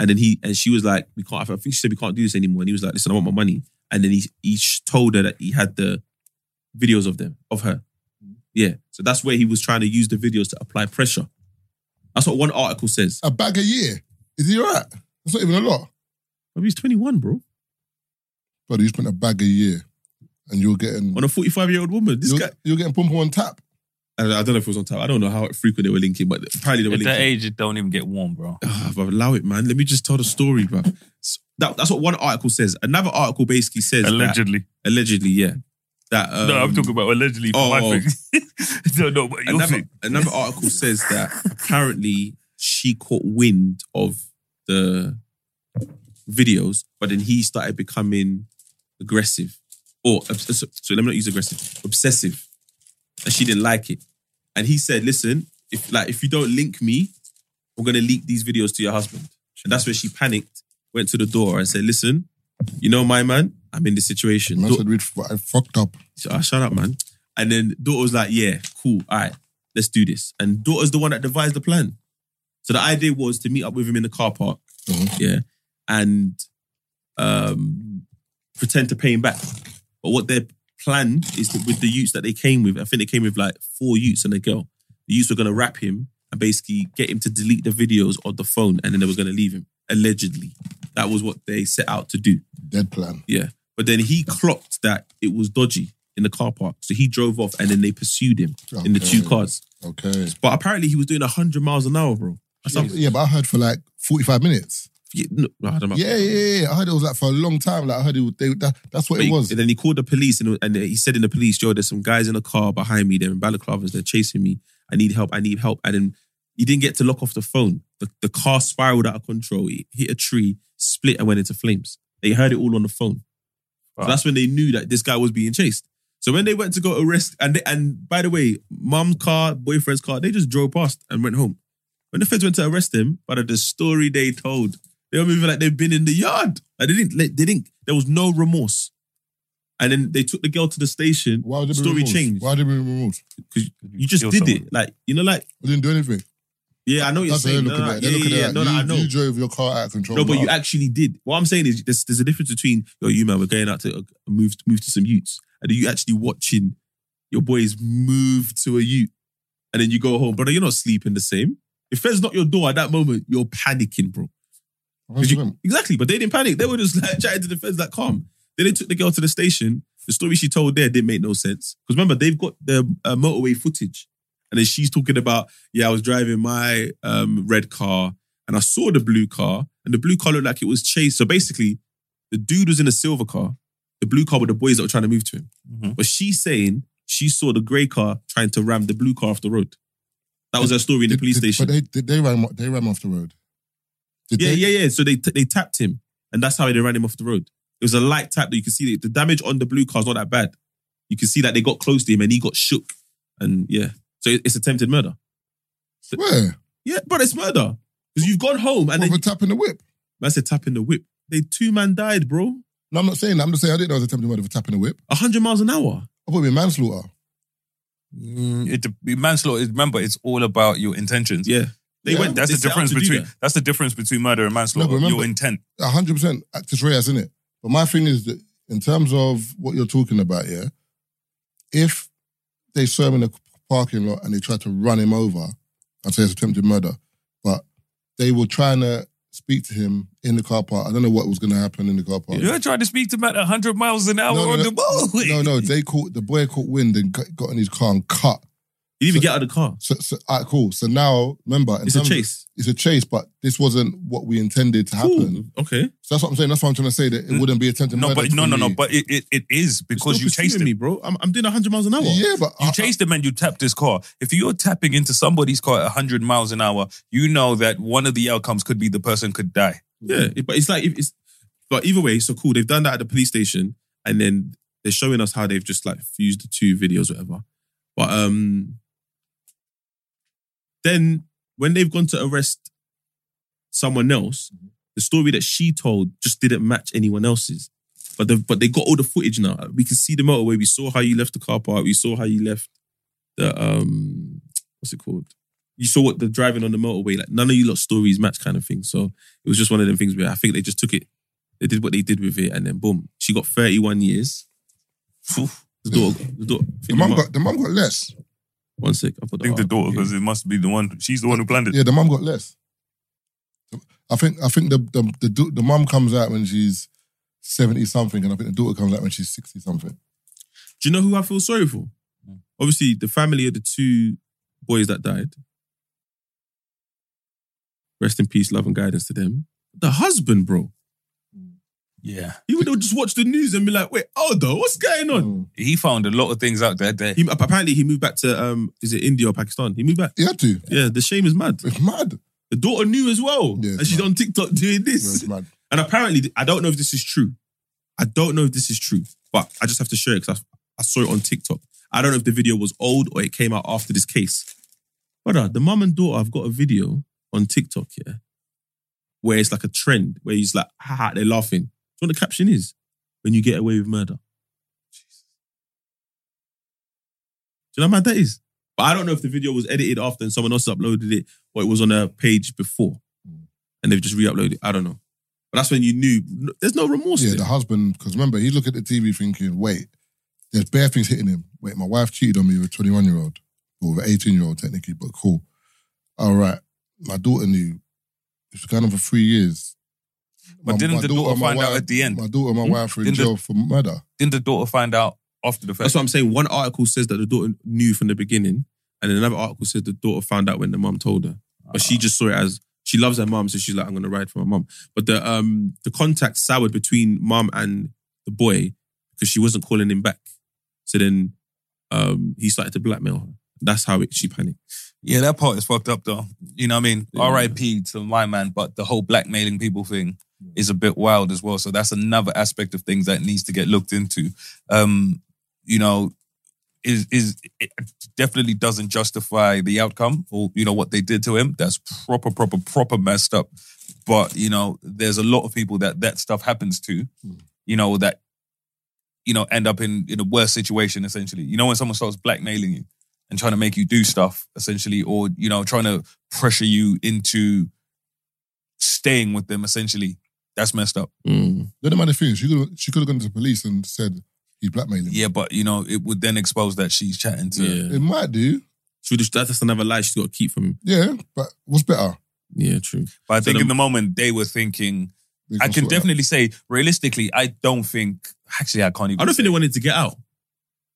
[SPEAKER 5] And then he and she was like, "We can't." I think she said, "We can't do this anymore." And he was like, "Listen, I want my money." And then he he sh- told her that he had the videos of them of her. Yeah. So that's where he was trying to use the videos to apply pressure. That's what one article says.
[SPEAKER 1] A bag a year. Is he right? That's not even a lot.
[SPEAKER 5] But he's twenty one, bro,
[SPEAKER 1] But you spent a bag a year and you're getting
[SPEAKER 5] on a forty five year old woman. This
[SPEAKER 1] you're,
[SPEAKER 5] guy.
[SPEAKER 1] you're getting pump on tap.
[SPEAKER 5] I don't, know, I don't know if it was on top. I don't know how frequent they were linking, but apparently they were
[SPEAKER 4] At
[SPEAKER 5] linking.
[SPEAKER 4] that age, it don't even get warm, bro.
[SPEAKER 5] Ah, bruv, allow it, man. Let me just tell the story, bro. that's what one article says. Another article basically says that-
[SPEAKER 4] Allegedly.
[SPEAKER 5] allegedly, yeah. That um,
[SPEAKER 4] no, I'm talking about allegedly. for
[SPEAKER 5] oh,
[SPEAKER 4] my
[SPEAKER 5] oh.
[SPEAKER 4] thing. no, no, but you'll
[SPEAKER 5] another,
[SPEAKER 4] see.
[SPEAKER 5] another article says that apparently she caught wind of the videos, but then he started becoming aggressive. Or obs- so so let me not use aggressive, obsessive. And she didn't like it. And he said, Listen, if like if you don't link me, I'm gonna leak these videos to your husband. And that's when she panicked, went to the door and said, Listen, you know my man, I'm in this situation.
[SPEAKER 1] Man
[SPEAKER 5] Do-
[SPEAKER 1] said, we I fucked up.
[SPEAKER 5] so, ah, shut up, man. And then daughter was like, yeah, cool, all right, let's do this. And daughter's the one that devised the plan. So the idea was to meet up with him in the car park,
[SPEAKER 1] Mhm.
[SPEAKER 5] yeah, and um, pretend to pay him back. But what their plan is that with the youths that they came with, I think they came with like four youths and a girl. The youths were going to wrap him and basically get him to delete the videos on the phone, and then they were going to leave him. Allegedly, that was what they set out to do.
[SPEAKER 1] Dead plan.
[SPEAKER 5] Yeah. But then he clocked that it was dodgy in the car park. So he drove off and then they pursued him in the two
[SPEAKER 1] Okay.
[SPEAKER 5] cars.
[SPEAKER 1] Okay.
[SPEAKER 5] But apparently he was doing 100 miles an hour, bro. That's
[SPEAKER 1] Yeah,
[SPEAKER 5] not-
[SPEAKER 1] yeah, but I heard for like 45 minutes.
[SPEAKER 5] yeah, no, I don't know.
[SPEAKER 1] Yeah, yeah, yeah. I heard it was like for a long time. Like I heard it was, they, that, that's what
[SPEAKER 5] But
[SPEAKER 1] it
[SPEAKER 5] he-
[SPEAKER 1] was.
[SPEAKER 5] and then he called the police and, and he said in the police, yo, there's some guys in a car behind me. They're in balaclavas. They're chasing me. I need help. I need help. And then he didn't get to lock off the phone. The, the car spiraled out of control. It hit a tree, split, and went into flames. They heard it all on the phone. So that's when they knew that this guy was being chased. So when they went to go arrest, and they, and by the way, mom's car, boyfriend's car, they just drove past and went home. When the feds went to arrest him, but the story they told, they were moving like they've been in the yard. Like they didn't, they didn't. There was no remorse. And then they took the girl to the station.
[SPEAKER 1] Why would it be
[SPEAKER 5] story
[SPEAKER 1] removed?
[SPEAKER 5] changed
[SPEAKER 1] Why would it be removed?
[SPEAKER 5] because you just
[SPEAKER 4] Kill
[SPEAKER 5] did it. Like you know, like
[SPEAKER 1] We didn't do anything.
[SPEAKER 5] yeah, I know what you're
[SPEAKER 1] That's how they're
[SPEAKER 5] saying.
[SPEAKER 1] looking
[SPEAKER 5] No, no,
[SPEAKER 1] at it. They're
[SPEAKER 5] yeah,
[SPEAKER 1] looking
[SPEAKER 5] yeah,
[SPEAKER 1] at it.
[SPEAKER 5] no,
[SPEAKER 1] you,
[SPEAKER 5] no, I know.
[SPEAKER 1] you drove your car out of control.
[SPEAKER 5] No, but you
[SPEAKER 1] Like,
[SPEAKER 5] actually did. What I'm saying is there's, there's a difference between yo, you man, we're going out to uh, move move to some Utes, and you actually watching your boys move to a Ute, and then you go home, brother. You're not sleeping the same. If Fed's not your door at that moment, you're panicking, bro.
[SPEAKER 1] Where's
[SPEAKER 5] 'Cause you-
[SPEAKER 1] the rim?
[SPEAKER 5] exactly, but they didn't panic. They were just like chatting to the Feds like calm. Then they took the girl to the station. The story she told there didn't make no sense because remember they've got the uh, motorway footage, and then she's talking about yeah, I was driving my um, red car and I saw the blue car, and the blue car looked like it was chased. So basically, the dude was in a silver car, the blue car were the boys that were trying to move to him.
[SPEAKER 4] Mhm.
[SPEAKER 5] But she's saying she saw the grey car trying to ram the blue car off the road. That was her story in the
[SPEAKER 1] Did-
[SPEAKER 5] police
[SPEAKER 1] did-
[SPEAKER 5] station.
[SPEAKER 1] But they, did they, ran, they ran off the road. Did
[SPEAKER 5] yeah,
[SPEAKER 1] they,
[SPEAKER 5] yeah, yeah. So they t- they tapped him, and that's how they ran him off the road. It was a light tap that you can see the, the damage on the blue car's not that bad. You can see that they got close to him and he got shook, and yeah. So it- it's attempted murder.
[SPEAKER 1] Where?
[SPEAKER 5] Yeah, but it's murder because you've gone home
[SPEAKER 1] What,
[SPEAKER 5] and then
[SPEAKER 1] for tapping the whip?
[SPEAKER 5] man said tapping the whip. They two man died, bro.
[SPEAKER 1] No, I'm not saying that. I'm just saying I didn't know it was attempted murder for tapping the whip.
[SPEAKER 5] hundred miles an hour.
[SPEAKER 1] I thought it would be manslaughter.
[SPEAKER 4] Mm, it, de- manslaughter. is- Remember, it's all about your intentions.
[SPEAKER 5] Yeah, they
[SPEAKER 1] Yeah.
[SPEAKER 5] went.
[SPEAKER 4] that's
[SPEAKER 5] they
[SPEAKER 4] the
[SPEAKER 5] set out
[SPEAKER 4] difference
[SPEAKER 5] to do
[SPEAKER 4] between
[SPEAKER 5] that.
[SPEAKER 4] that's the difference between murder and manslaughter.
[SPEAKER 1] remember-
[SPEAKER 4] your intent.
[SPEAKER 1] 100% actus reus, isn't it? But my thing is that in terms of what you're talking about, yeah, if they saw him in a parking lot and they tried to run him over, I'd say it's attempted murder, but they were trying to speak to him in the car park. I don't know what was going to happen in the car park.
[SPEAKER 4] You are trying to speak to about hundred miles an hour
[SPEAKER 1] No, no,
[SPEAKER 4] on
[SPEAKER 1] no.
[SPEAKER 4] the motorway.
[SPEAKER 1] No, no, they caught the boy caught wind and got got in his car and cut
[SPEAKER 5] You didn't even
[SPEAKER 1] So-
[SPEAKER 5] get out of the car.
[SPEAKER 1] So, so all right, cool. So now, remember, in
[SPEAKER 5] It's a
[SPEAKER 1] terms of-
[SPEAKER 5] chase.
[SPEAKER 1] it's a chase, but this wasn't what we intended to happen.
[SPEAKER 5] Cool. Okay.
[SPEAKER 1] So that's what I'm saying. That's why I'm trying to say that it wouldn't be attempted
[SPEAKER 4] Mm. No,
[SPEAKER 1] murder
[SPEAKER 4] but no,
[SPEAKER 1] to
[SPEAKER 4] no, no.
[SPEAKER 1] me.
[SPEAKER 4] But it, it, it is because
[SPEAKER 5] Stop
[SPEAKER 4] you chased
[SPEAKER 5] pursuing
[SPEAKER 4] him.
[SPEAKER 5] me, bro. I'm, I'm doing 100 miles an hour.
[SPEAKER 1] yeah, but
[SPEAKER 4] You
[SPEAKER 1] I-
[SPEAKER 4] chased him and you tapped his car. If you're tapping into somebody's car at 100 miles an hour, you know that one of the outcomes could be the person could die.
[SPEAKER 5] Yeah, it- but it's like if it's but either way, so cool. They've done that at the police station, and then they're showing us how they've just like fused the two videos, whatever. But um, then when they've gone to arrest someone else,
[SPEAKER 1] Mm-hmm.
[SPEAKER 5] the story that she told just didn't match anyone else's. But the, but they got all the footage now. We can see the motorway. We saw how you left the car park. We saw how you left the um, what's it called? You saw what the driving on the motorway. Like none of you lot stories match, kind of thing. So it was just one of them things where I think they just took it, they did what they did with it, and then boom, she got 31 years. Phew. The daughter, the daughter. I think
[SPEAKER 1] the mum got the mum got less.
[SPEAKER 5] one sec. I put
[SPEAKER 1] Oh,
[SPEAKER 4] I think the daughter,
[SPEAKER 5] okay.
[SPEAKER 4] because it must be the one. She's the one who planned it.
[SPEAKER 1] Yeah, the mum got less. I think I think the the the, da- the mum comes out when she's seventy something, and I think the daughter comes out when she's sixty something.
[SPEAKER 5] Do you know who I feel sorry for?
[SPEAKER 1] Hmm.
[SPEAKER 5] Obviously, the family of the two boys that died. Rest in peace, love and guidance to them. The husband, bro.
[SPEAKER 4] Yeah.
[SPEAKER 5] He would have just watched the news and be like, wait, Aldo, what's going on?
[SPEAKER 1] Mm.
[SPEAKER 4] He found a lot of things out there that
[SPEAKER 5] He, apparently, he moved back to, um, is it India or Pakistan? He moved back.
[SPEAKER 1] He had to.
[SPEAKER 5] Yeah, the shame is mad.
[SPEAKER 1] It's mad.
[SPEAKER 5] The daughter knew as well.
[SPEAKER 1] Yeah, it's
[SPEAKER 5] and she's
[SPEAKER 1] mad.
[SPEAKER 5] on TikTok doing
[SPEAKER 1] Yeah,
[SPEAKER 5] this.
[SPEAKER 1] it's mad.
[SPEAKER 5] And apparently, I don't know if this is true. I don't know if this is true, but I just have to share it because I, I saw it on TikTok. I don't know if the video was old or it came out after this case. Brother, the mum and daughter have got a video on TikTok here where it's like a trend where he's like, ha ha, they're laughing. Do you know what the caption is? When you get away with murder. Do you know how mad that is? But I don't know if the video was edited after and someone else uploaded it or it was on a page before and they've just re uploaded it. I don't know. But that's when you knew there's no remorse.
[SPEAKER 1] Yeah,
[SPEAKER 5] there.
[SPEAKER 1] the husband. Because remember, he's looking at the TV thinking, "Wait, there's bare things hitting him. Wait, my wife cheated on me with a 21 year old or with an 18 year old technically, but cool. All right, my daughter knew. She was going on for three years.
[SPEAKER 4] But didn't the daughter
[SPEAKER 1] my
[SPEAKER 4] find out
[SPEAKER 1] wife-
[SPEAKER 4] at the end?
[SPEAKER 1] My daughter, and my
[SPEAKER 4] Hmm?
[SPEAKER 1] wife were in
[SPEAKER 4] Didn't the-
[SPEAKER 1] jail for murder.
[SPEAKER 4] didn't the daughter find out after the fact?
[SPEAKER 5] That's what I'm saying. One article says that the daughter knew from the beginning, and then another article says the daughter found out when the mum told her. But she just saw it as she loves her mum, so she's like, I'm gonna ride for my mum. But the um the contact soured between mum and the boy because she wasn't calling him back. So then um he started to blackmail her. That's how it, she panicked.
[SPEAKER 4] yeah, that part is fucked up though. You know what I mean?
[SPEAKER 5] Yeah.
[SPEAKER 4] R.I.P. to my man, but the whole blackmailing people thing is a bit wild as well. So that's another aspect of things that needs to get looked into. Um, you know, is is it definitely doesn't justify the outcome or you know what they did to him. That's proper, proper, proper messed up. But you know, there's a lot of people that that stuff happens to. You know that you know end up in in a worse situation essentially. You know when someone starts blackmailing you and trying to make you do stuff essentially, or you know trying to pressure you into staying with them essentially. That's messed up.
[SPEAKER 5] Mm,
[SPEAKER 1] Then the matter thing is, she could she could have gone to the police and said he's blackmailing. me."
[SPEAKER 4] Yeah, but you know it would then expose that she's chatting to.
[SPEAKER 5] Yeah.
[SPEAKER 1] it might do.
[SPEAKER 5] She would just, that's another lie she's got to keep from him.
[SPEAKER 1] Yeah, but what's better?
[SPEAKER 5] Yeah, true.
[SPEAKER 4] But I
[SPEAKER 5] So
[SPEAKER 4] think
[SPEAKER 5] the-
[SPEAKER 4] in the moment they were thinking.
[SPEAKER 1] They
[SPEAKER 4] I can
[SPEAKER 1] sort it out.
[SPEAKER 4] definitely say realistically, I don't think. Actually, I can't even.
[SPEAKER 5] I don't
[SPEAKER 4] say.
[SPEAKER 5] think they wanted to get out.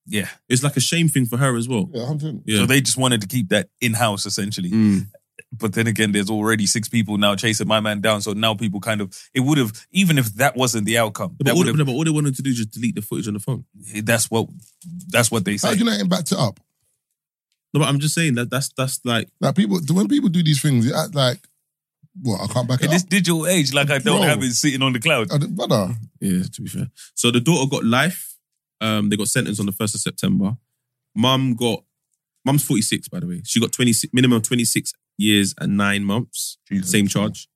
[SPEAKER 4] Yeah.
[SPEAKER 5] It's like a shame thing for her as well.
[SPEAKER 1] Yeah, 100.
[SPEAKER 5] Yeah.
[SPEAKER 4] So they just wanted to keep that in house essentially.
[SPEAKER 5] Mm.
[SPEAKER 4] But then again, there's already six people now chasing my man down. So now people kind of it would have even if that wasn't the outcome.
[SPEAKER 5] But,
[SPEAKER 4] that
[SPEAKER 5] all,
[SPEAKER 4] would
[SPEAKER 5] no, but all they wanted to do is just delete the footage on the phone.
[SPEAKER 4] have, that's what that's what they
[SPEAKER 1] How
[SPEAKER 4] say.
[SPEAKER 1] can I back it up?
[SPEAKER 5] No, but I'm just saying that that's that's like
[SPEAKER 1] Like people, when people do these things, they act like, "What? I can't back it
[SPEAKER 4] In
[SPEAKER 1] up."
[SPEAKER 4] this digital age, like I don't
[SPEAKER 1] Bro.
[SPEAKER 4] have it sitting on the cloud.
[SPEAKER 1] I don't- brother,
[SPEAKER 5] Yeah, to be fair. So the daughter got life. Um, they got sentenced on the first of September. Mum got mum's forty six, by the way. She got twenty six minimum twenty six years and nine months. Same charge.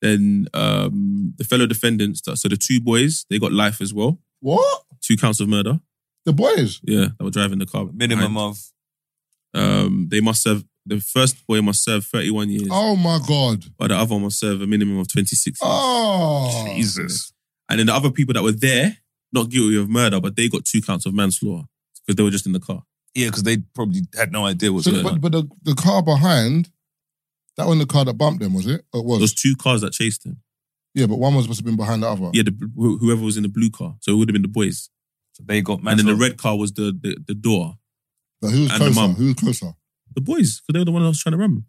[SPEAKER 5] Then um, the fellow defendants, so the two boys, they got life as well.
[SPEAKER 1] what?
[SPEAKER 5] Two counts of murder.
[SPEAKER 1] The boys?
[SPEAKER 5] Yeah, that were driving the car.
[SPEAKER 4] Minimum of
[SPEAKER 5] Um, they must serve the first boy must serve thirty one years,
[SPEAKER 1] Oh my god!
[SPEAKER 5] but the other one must serve a minimum of twenty six.
[SPEAKER 1] Oh,
[SPEAKER 4] Jesus.
[SPEAKER 5] And then the other people that were there, not guilty of murder, but they got two counts of manslaughter because they were just in the car.
[SPEAKER 4] Yeah, because they probably had no idea what's
[SPEAKER 1] So,
[SPEAKER 4] going
[SPEAKER 1] but,
[SPEAKER 4] on.
[SPEAKER 1] but the, the car behind, that one, the car that bumped them, was it? It was.
[SPEAKER 5] There was two cars that chased him.
[SPEAKER 1] Yeah, but one was supposed to be behind the other.
[SPEAKER 5] Yeah, the, wh- whoever was in the blue car, so it would have been the boys.
[SPEAKER 4] So they got
[SPEAKER 5] and then
[SPEAKER 4] manslaughter.
[SPEAKER 5] the red car was the the, the door.
[SPEAKER 1] But who was
[SPEAKER 5] And the
[SPEAKER 1] closer?
[SPEAKER 5] mum.
[SPEAKER 1] Who was closer?
[SPEAKER 5] The boys, because they were the one I was trying to run.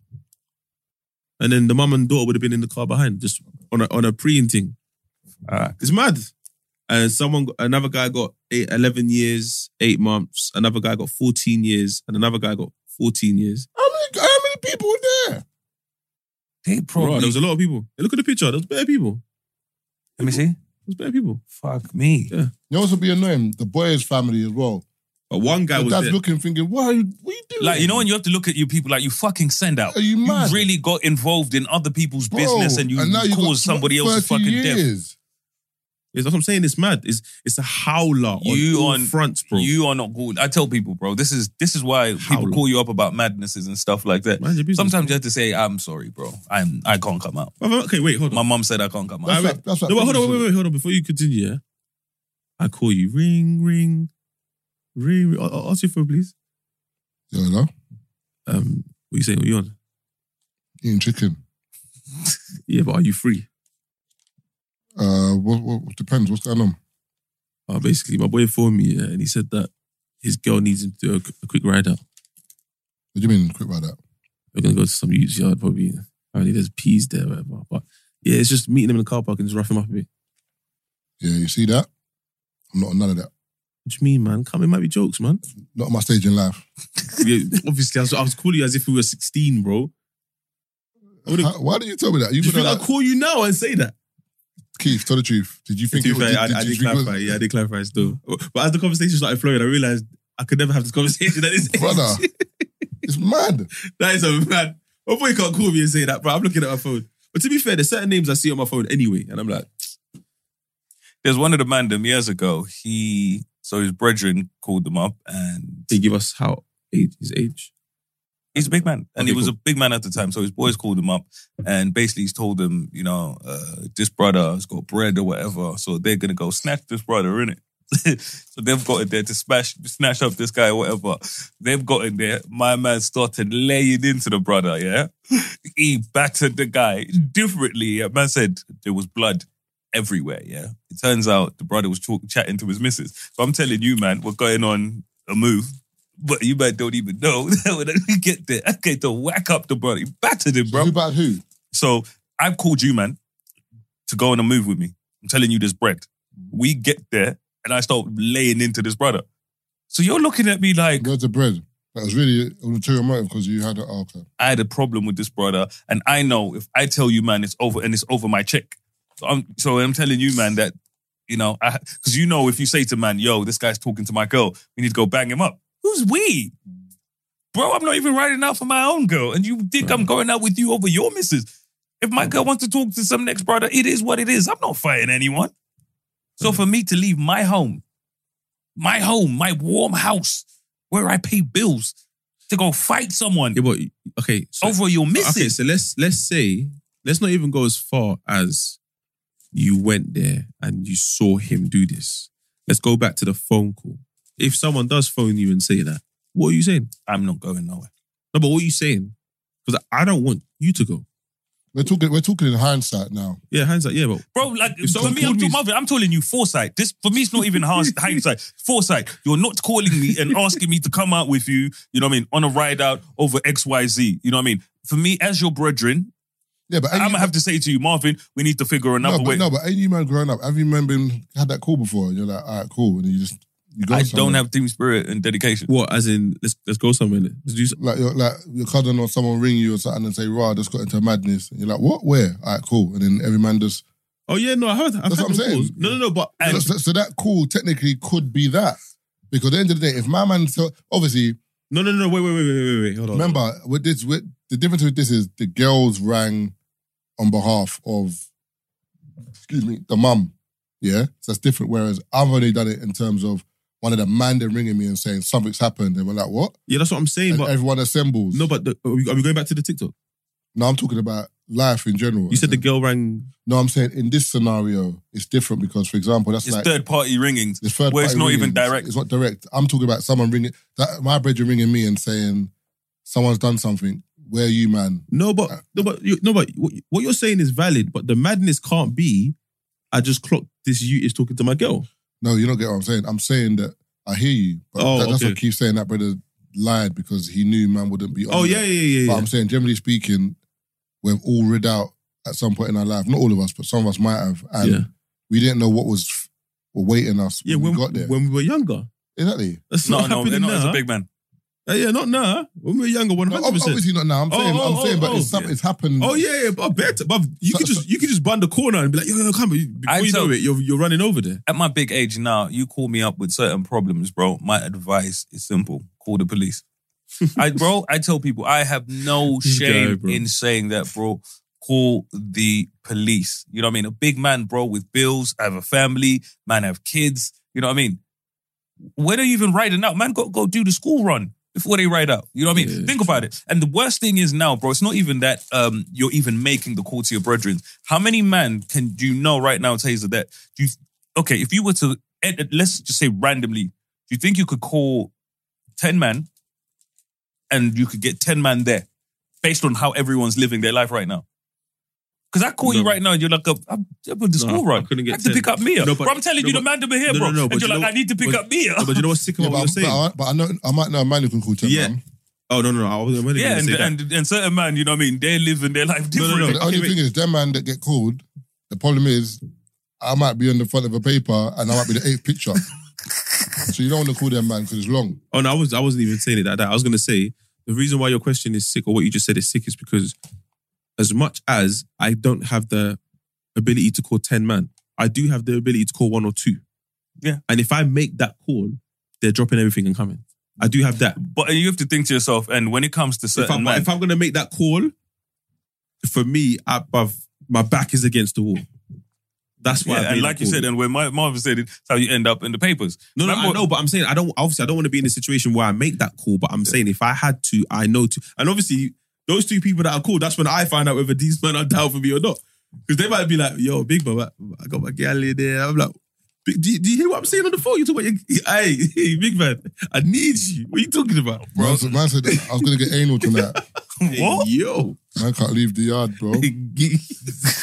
[SPEAKER 5] And then the mum and daughter would have been in the car behind, just on a on a preying thing. It's mad. And someone, got- another guy got eight, 11 years, eight months. Another guy got 14 years, and another guy got 14 years.
[SPEAKER 1] How many, how many people were there?
[SPEAKER 2] They
[SPEAKER 5] Bro,
[SPEAKER 2] probably.
[SPEAKER 5] there was a lot of people. Hey, look at the picture. There was better people.
[SPEAKER 2] let me see.
[SPEAKER 5] There was better people.
[SPEAKER 2] Fuck me.
[SPEAKER 5] Yeah.
[SPEAKER 1] You know what's be annoying? The boys' family as well.
[SPEAKER 5] But one guy
[SPEAKER 1] The
[SPEAKER 5] was
[SPEAKER 1] dad's
[SPEAKER 5] there.
[SPEAKER 1] looking, thinking, "Why are you, what are you doing?"
[SPEAKER 4] Like, you know, when you have to look at you people, like, you fucking send out.
[SPEAKER 1] Are you mad?
[SPEAKER 4] really got involved in other people's
[SPEAKER 1] Bro,
[SPEAKER 4] business and you,
[SPEAKER 1] got
[SPEAKER 4] caused somebody
[SPEAKER 1] 30
[SPEAKER 4] else's fucking death.
[SPEAKER 1] years.
[SPEAKER 5] It's- that's what I'm saying. It's mad. It's it's a howler
[SPEAKER 4] You
[SPEAKER 5] on, all
[SPEAKER 4] on-
[SPEAKER 5] fronts, bro.
[SPEAKER 4] You are not good. I tell people, bro, this is this is why
[SPEAKER 5] How
[SPEAKER 4] people
[SPEAKER 5] long?
[SPEAKER 4] call you up about madnesses and stuff like that.
[SPEAKER 5] Mind your business,
[SPEAKER 4] Sometimes you
[SPEAKER 5] bro.
[SPEAKER 4] have to say, "I'm sorry, bro. I'm I can't come out."
[SPEAKER 5] But- but- Okay, wait, hold on.
[SPEAKER 4] My mom said I can't come
[SPEAKER 1] That's
[SPEAKER 4] out.
[SPEAKER 5] Nah,
[SPEAKER 1] what- that's what
[SPEAKER 5] no, but hold
[SPEAKER 1] people
[SPEAKER 5] on, wait, wait,
[SPEAKER 1] should-
[SPEAKER 5] wait, hold on. Before you continue, yeah, I call you. Ring, ring, ring. ring. I'll, I'll ask you for please.
[SPEAKER 1] Yeah, no?
[SPEAKER 5] Um, what you saying? What you on?
[SPEAKER 1] Eating chicken.
[SPEAKER 5] Yeah, but are you free?
[SPEAKER 1] Uh, what, what depends? What's going on?
[SPEAKER 5] Uh, basically, my boy phoned me yeah, and he said that his girl needs him to do a, a quick ride out.
[SPEAKER 1] What do you mean? Quick about that.
[SPEAKER 5] We're gonna go to some youth's yard probably. Apparently, there's peas there, whatever. But yeah, it's just meeting him in the car park and just rough him up a bit.
[SPEAKER 1] Yeah, you see that? I'm not on none of that.
[SPEAKER 5] What do you mean, man? Come, it might be jokes, man.
[SPEAKER 1] Not on my stage in life.
[SPEAKER 5] yeah, obviously, I was, I was calling you as if we were 16, bro. I would've-
[SPEAKER 1] How- why did you tell me that? You
[SPEAKER 5] Do you
[SPEAKER 1] would
[SPEAKER 5] think
[SPEAKER 1] have
[SPEAKER 5] I'll
[SPEAKER 1] like,
[SPEAKER 5] call you now and say that?
[SPEAKER 1] Keith, tell the truth. Did you think
[SPEAKER 5] to
[SPEAKER 1] it
[SPEAKER 5] be
[SPEAKER 1] was?
[SPEAKER 5] fair,
[SPEAKER 1] Did,
[SPEAKER 5] I,
[SPEAKER 1] did
[SPEAKER 5] I
[SPEAKER 1] you
[SPEAKER 5] did
[SPEAKER 1] think it
[SPEAKER 5] clarify.
[SPEAKER 1] was-
[SPEAKER 5] Yeah, I did clarify still. But as the conversation started flowing, I realized I could never have this conversation at this age.
[SPEAKER 1] Brother. It's mad.
[SPEAKER 5] that is a man. My boy can't call me and say that, bro. I'm looking at my phone. But to be fair, there's certain names I see on my phone anyway, and I'm like,
[SPEAKER 4] There's one of the man them years ago. He so his brethren called them up and
[SPEAKER 5] they give us how age his age.
[SPEAKER 4] He's a big man, and
[SPEAKER 5] Okay,
[SPEAKER 4] he was
[SPEAKER 5] cool.
[SPEAKER 4] a big man at the time. So his boys called him up, and basically he's told them, you know, uh, this brother has got bread or whatever, so they're gonna go snatch this brother in it. so they've got in there to smash, snatch up this guy or whatever. They've got in there. My man started laying into the brother. Yeah, he battered the guy differently. Yeah? Man said there was blood everywhere. Yeah, it turns out the brother was talk- chatting to his missus. So I'm telling you, man, we're going on a move. But you man don't even know that when we get there, I get to whack up the brother. He battered him, bro.
[SPEAKER 1] Who about who?
[SPEAKER 4] So I've called you, man, to go on a move with me. I'm telling you this bread. We get there and I start laying into this brother. So you're looking at me like
[SPEAKER 1] Loads of bread. That was really a material motive because you had an oh, okay.
[SPEAKER 4] I had a problem with this brother, and I know if I tell you, man, it's over and it's over my check. So I'm, so I'm telling you, man, that you know, because you know, if you say to man, yo, this guy's talking to my girl, we need to go bang him up. Who's we? Bro, I'm not even riding out for my own girl, and you think I'm going out with you over your missus. If my girl wants to talk to some next brother, it is what it is. I'm not fighting anyone. So for me to leave my home, my home, my warm house, where I pay bills, to go fight someone
[SPEAKER 5] Yeah, but okay, so
[SPEAKER 4] over your
[SPEAKER 5] Okay,
[SPEAKER 4] missus.
[SPEAKER 5] so let's let's say let's not even go as far as you went there and you saw him do this. Let's go back to the phone call. If someone does phone you and say that, what are you saying?
[SPEAKER 4] I'm not going nowhere.
[SPEAKER 5] No, but what are you saying? Because I don't want you to go.
[SPEAKER 1] We're talking. We're talking in hindsight now.
[SPEAKER 5] Yeah, hands up. Yeah, but
[SPEAKER 4] Bro, like
[SPEAKER 5] If
[SPEAKER 4] for
[SPEAKER 5] someone
[SPEAKER 4] me, I'm,
[SPEAKER 5] called me-
[SPEAKER 4] talking about- I'm telling you foresight. This for me, it's not even hard- hindsight. Foresight. You're not calling me and asking me to come out with you. You know what I mean? On a ride out over X, Y, Z. You know what I mean? For me, as your brethren,
[SPEAKER 1] Yeah, but
[SPEAKER 4] I'm
[SPEAKER 1] ain't you-
[SPEAKER 4] gonna have to say to you, Marvin, we need to figure
[SPEAKER 1] no,
[SPEAKER 4] another
[SPEAKER 1] but,
[SPEAKER 4] way.
[SPEAKER 1] no, but ain't you man growing up? Have you man been had that call before? And you're like, all right, cool, and then you just you go.
[SPEAKER 4] I
[SPEAKER 1] somewhere.
[SPEAKER 4] don't have team spirit and dedication.
[SPEAKER 5] what? As in, let's let's go somewhere. innit? Let's do. some-
[SPEAKER 1] like your like your cousin or someone ring you or something and say, "Raw, I just got into madness," and you're like, "What? Where?" All right, cool, and then every man just
[SPEAKER 5] Oh yeah, no, I heard. I've
[SPEAKER 1] That's
[SPEAKER 5] had
[SPEAKER 1] what I'm
[SPEAKER 5] those
[SPEAKER 1] saying.
[SPEAKER 5] calls. No, no, no. But
[SPEAKER 4] And-
[SPEAKER 1] so, so that call technically could be that because at the end of the day, if my man, so obviously,
[SPEAKER 5] no, no, no. Wait, wait, wait, wait, wait, wait. Hold on.
[SPEAKER 1] remember with this, with the difference with this is the girls rang on behalf of, excuse me, the mum, yeah, so that's different. Whereas I've only done it in terms of one of the man then ringing me and saying something's happened, and we're like, "What?"
[SPEAKER 5] Yeah, that's what I'm saying.
[SPEAKER 1] And
[SPEAKER 5] But
[SPEAKER 1] everyone assembles.
[SPEAKER 5] no, but the, are, we, are we going back to the TikTok?
[SPEAKER 1] no, I'm talking about life in general.
[SPEAKER 5] You said the girl rang.
[SPEAKER 1] No, I'm saying in this scenario, it's different because, for example, that's
[SPEAKER 4] It's
[SPEAKER 1] like
[SPEAKER 4] third party ringings.
[SPEAKER 1] it's third
[SPEAKER 4] where it's
[SPEAKER 1] party
[SPEAKER 4] not even
[SPEAKER 1] ringing.
[SPEAKER 4] direct.
[SPEAKER 1] It's not direct. I'm talking about someone ringing that my brethren ringing me and saying someone's done something. Where are you, man?
[SPEAKER 5] No, but no, but you, no, but what, what you're saying is valid. But the madness can't be. I just clocked this. You is talking to my girl.
[SPEAKER 1] No, you don't get what I'm saying. I'm saying that I hear you, but
[SPEAKER 5] Oh,
[SPEAKER 1] that- that's
[SPEAKER 5] okay.
[SPEAKER 1] what keeps saying that brother lied because he knew man wouldn't be. On
[SPEAKER 5] Oh
[SPEAKER 1] there.
[SPEAKER 5] yeah, yeah, yeah,
[SPEAKER 1] But
[SPEAKER 5] yeah.
[SPEAKER 1] I'm saying, generally speaking, we've all read out at some point in our life. Not all of us, but some of us might have, and
[SPEAKER 5] Yeah.
[SPEAKER 1] we didn't know what was f- awaiting us
[SPEAKER 5] Yeah,
[SPEAKER 1] when,
[SPEAKER 5] when,
[SPEAKER 1] we got there.
[SPEAKER 5] when we were younger.
[SPEAKER 1] exactly.
[SPEAKER 5] That's
[SPEAKER 4] No,
[SPEAKER 5] not
[SPEAKER 4] no,
[SPEAKER 5] happening
[SPEAKER 4] they're not as
[SPEAKER 5] now.
[SPEAKER 4] a big man.
[SPEAKER 5] Uh, yeah, not now. When we were younger, one
[SPEAKER 1] No,
[SPEAKER 5] hundred
[SPEAKER 1] ob-
[SPEAKER 5] percent.
[SPEAKER 1] obviously not now. I'm
[SPEAKER 5] Oh,
[SPEAKER 1] saying,
[SPEAKER 5] oh,
[SPEAKER 1] I'm saying,
[SPEAKER 5] oh,
[SPEAKER 1] but
[SPEAKER 5] oh,
[SPEAKER 1] it's, some-
[SPEAKER 5] yeah.
[SPEAKER 1] it's happened.
[SPEAKER 5] Oh yeah, yeah, but I bet. But you
[SPEAKER 1] So-
[SPEAKER 5] could just you could just band the corner and be like, yo, yo, come here. before
[SPEAKER 4] I
[SPEAKER 5] you know
[SPEAKER 4] tell-
[SPEAKER 5] it, you're you're running over there.
[SPEAKER 4] At my big age now, you call me up with certain problems, bro. My advice is simple: call the police. I, bro, I tell people I have no
[SPEAKER 5] You
[SPEAKER 4] shame
[SPEAKER 5] die, bro.
[SPEAKER 4] in saying that, bro. Call the police. You know what I mean? A big man, bro, with bills. I have a family. Man, I have kids. You know what I mean? When are you even riding out? Man, got to go do the school run before they ride out. You know what I mean?
[SPEAKER 5] Yeah.
[SPEAKER 4] Think about it. And the worst thing is now, bro, it's not even that um, you're even making the call to your brethren. How many man can do you know right now, Taser, that you okay, if you were to eh, eh, let's just say randomly, do you think you could call 10 man and you could get 10 man there based on how everyone's living their life right now? Because I call you
[SPEAKER 5] No.
[SPEAKER 4] right now and you're like, I'm, I'm on the
[SPEAKER 5] No,
[SPEAKER 4] school run.
[SPEAKER 5] I couldn't get
[SPEAKER 4] have to
[SPEAKER 5] 10.
[SPEAKER 4] pick up Mia.
[SPEAKER 5] No, but-
[SPEAKER 4] bro, I'm telling
[SPEAKER 5] no,
[SPEAKER 4] you,
[SPEAKER 5] but-
[SPEAKER 4] the man to be here,
[SPEAKER 5] no,
[SPEAKER 4] bro.
[SPEAKER 5] no, no, but
[SPEAKER 4] and you're
[SPEAKER 5] you
[SPEAKER 4] like,
[SPEAKER 5] know-
[SPEAKER 4] I need to pick
[SPEAKER 5] but-
[SPEAKER 4] up Mia.
[SPEAKER 5] But you know what's sick
[SPEAKER 1] Yeah,
[SPEAKER 5] about
[SPEAKER 1] but,
[SPEAKER 5] what
[SPEAKER 1] I, but,
[SPEAKER 5] you're saying?
[SPEAKER 1] I, but I know I might know a man who can call ten.
[SPEAKER 5] Yeah.
[SPEAKER 1] man.
[SPEAKER 5] Oh no, no, no. I wasn't really
[SPEAKER 4] yeah,
[SPEAKER 5] gonna
[SPEAKER 4] and,
[SPEAKER 5] say that.
[SPEAKER 4] and, and certain man, you know what I mean? They're living their life
[SPEAKER 5] no, Oh,
[SPEAKER 4] differently.
[SPEAKER 5] no.
[SPEAKER 1] But the only
[SPEAKER 5] Okay,
[SPEAKER 1] thing is, them man that get called, the problem is, I might be on the front of a paper and I might be the eighth picture. so you don't want to call them man because it's long.
[SPEAKER 5] Oh no, I was I wasn't even saying it like that. I was gonna say the reason why your question is sick or what you just said is sick is because as much as I don't have the ability to call ten man, I do have the ability to call one or two.
[SPEAKER 4] Yeah.
[SPEAKER 5] And if I make that call, they're dropping everything and coming. I do have that.
[SPEAKER 4] But you have to think to yourself, and when it comes to
[SPEAKER 5] If
[SPEAKER 4] certain
[SPEAKER 5] I'm,
[SPEAKER 4] man,
[SPEAKER 5] if I'm gonna make that call, for me, I, I've, my back is against the wall. That's why.
[SPEAKER 4] yeah,
[SPEAKER 5] I've made
[SPEAKER 4] and
[SPEAKER 5] that
[SPEAKER 4] like you
[SPEAKER 5] call.
[SPEAKER 4] said, and when my Marvin said it, that's how you end up in the papers.
[SPEAKER 5] oh. No, no, I
[SPEAKER 4] Remember-
[SPEAKER 5] know, but I'm saying I don't. Obviously, I don't want to be in a situation where I make that call. But I'm saying if I had to, I know to. And obviously, those two people that I called, that's when I find out whether these men are down for me or not. Because they might be like, "Yo, big man, I got my gal in there." I'm like, "Big- "Do you, do you hear what I'm saying on the phone? You talking about? Your, hey, hey, big man, I need you. What are you talking about,
[SPEAKER 1] Man, said- man said, I was going to get anal tonight.
[SPEAKER 4] What?
[SPEAKER 5] Yo,
[SPEAKER 1] Man can't leave the yard, bro.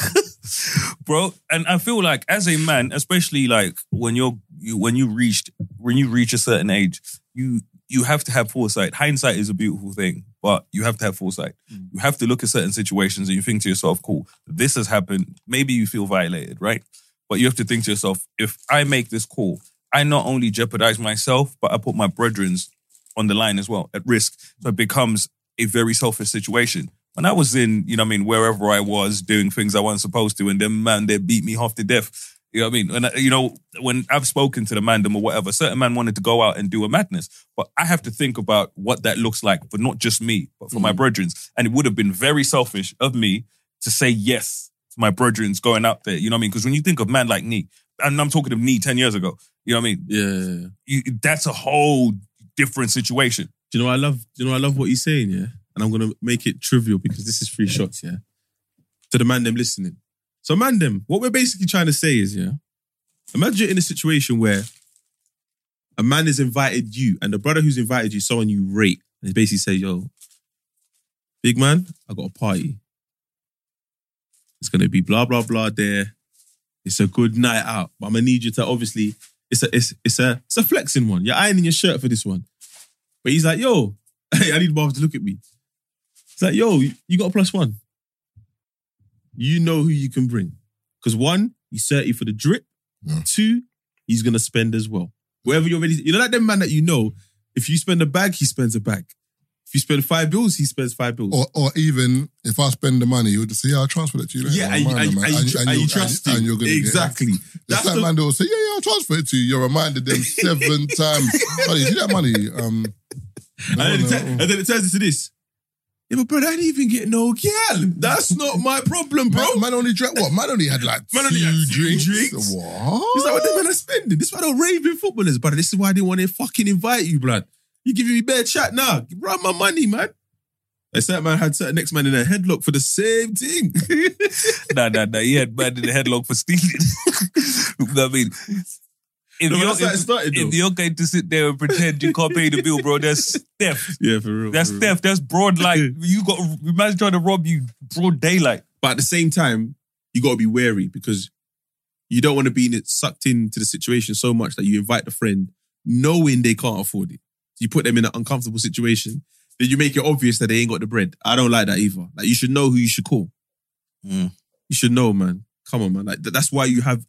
[SPEAKER 4] bro and i feel like as a man especially like when you're you, when you reached when you reach a certain age you you have to have foresight hindsight is a beautiful thing but you have to have foresight you have to look at certain situations and you think to yourself cool this has happened maybe you feel violated right but you have to think to yourself if i make this call i not only jeopardize myself but i put my brethren's on the line as well at risk so it becomes a very selfish situation when I was in, you know what I mean, wherever I was doing things I wasn't supposed to, and them man, they beat me half to death. You know what I mean? And, I- you know, when I've spoken to the mandem or whatever, certain man wanted to go out and do a madness. But I have to think about what that looks like for not just me, but for my brethren. And it would have been very selfish of me to say yes to my brethren going out there. You know what I mean? Because when you think of man like me, and I'm talking of me 10 years ago, you know what I mean?
[SPEAKER 5] yeah."
[SPEAKER 4] You, that's a whole different situation.
[SPEAKER 5] Do you know what I love? Do you know what I love what he's saying? Yeah, and I'm gonna make it trivial because this is free shots. Yeah, to the man them listening. So man them, what we're basically trying to say is, yeah, imagine you're in a situation where a man has invited you, and the brother who's invited you, is someone you rate, and he basically say, "Yo, big man, I got a party. It's gonna be blah blah blah there. It's a good night out. But I'm gonna need you to obviously." It's a it's it's a it's a flexing one. You're ironing your shirt for this one. But he's like, yo, I need Marv to look at me. He's like, yo, you got a plus one. You know who you can bring. Because one, he's 30 for the drip.
[SPEAKER 1] Yeah.
[SPEAKER 5] Two, he's going to spend as well. Wherever you're ready. You know, like them man that you know, if you spend a bag, he spends a bag. If you spend five bills, he spends five bills.
[SPEAKER 1] Or, or even if I spend the money, you'll just say, yeah, I'll transfer it to you later.
[SPEAKER 5] yeah,
[SPEAKER 1] I'm
[SPEAKER 5] are you,
[SPEAKER 1] a
[SPEAKER 5] are
[SPEAKER 1] Oh, man,
[SPEAKER 5] you,
[SPEAKER 1] man.
[SPEAKER 5] are you,
[SPEAKER 1] And
[SPEAKER 5] are you
[SPEAKER 1] and
[SPEAKER 5] trusting?
[SPEAKER 1] and you're gonna get-
[SPEAKER 5] exactly.
[SPEAKER 1] There's
[SPEAKER 5] That's
[SPEAKER 1] that
[SPEAKER 5] the-
[SPEAKER 1] man that will say, yeah, yeah, I'll transfer it to you. You're reminded them seven times. Buddy, see that money? Um, no,
[SPEAKER 5] and, then it
[SPEAKER 1] no,
[SPEAKER 5] tur-
[SPEAKER 1] no.
[SPEAKER 5] and then it turns into this. Yeah, but bro, I didn't even get no gal. That's not my problem, bro.
[SPEAKER 1] Man, man only drank what? Man only had like
[SPEAKER 5] Man
[SPEAKER 1] two
[SPEAKER 5] only had two
[SPEAKER 1] drinks.
[SPEAKER 5] drinks.
[SPEAKER 1] What?
[SPEAKER 5] This is like what them men are spending. This is why they're raving footballers, brother. This is why they want to fucking invite you, blood. You giving me bad chat now. Run my money, man. A certain man had certain next man in a headlock for the same thing.
[SPEAKER 4] nah, nah, nah. He had man in the headlock for stealing. You know what I mean, if,
[SPEAKER 5] No, but
[SPEAKER 4] you're,
[SPEAKER 5] that's how it
[SPEAKER 4] if-
[SPEAKER 5] started,
[SPEAKER 4] if
[SPEAKER 5] though.
[SPEAKER 4] you're going to sit there and pretend you can't pay the bill, bro, that's theft.
[SPEAKER 5] yeah, for real.
[SPEAKER 4] That's
[SPEAKER 5] for real.
[SPEAKER 4] theft. That's broad like you got man's trying to rob you broad daylight.
[SPEAKER 5] But at the same time, you got to be wary because you don't want to be in it, sucked into the situation so much that you invite the friend knowing they can't afford it. you put them in an uncomfortable situation, then you make it obvious that they ain't got the bread. I don't like that either. Like you should know who you should call.
[SPEAKER 4] Mm.
[SPEAKER 5] You should know, man. Come on, man. Like th- that's why you have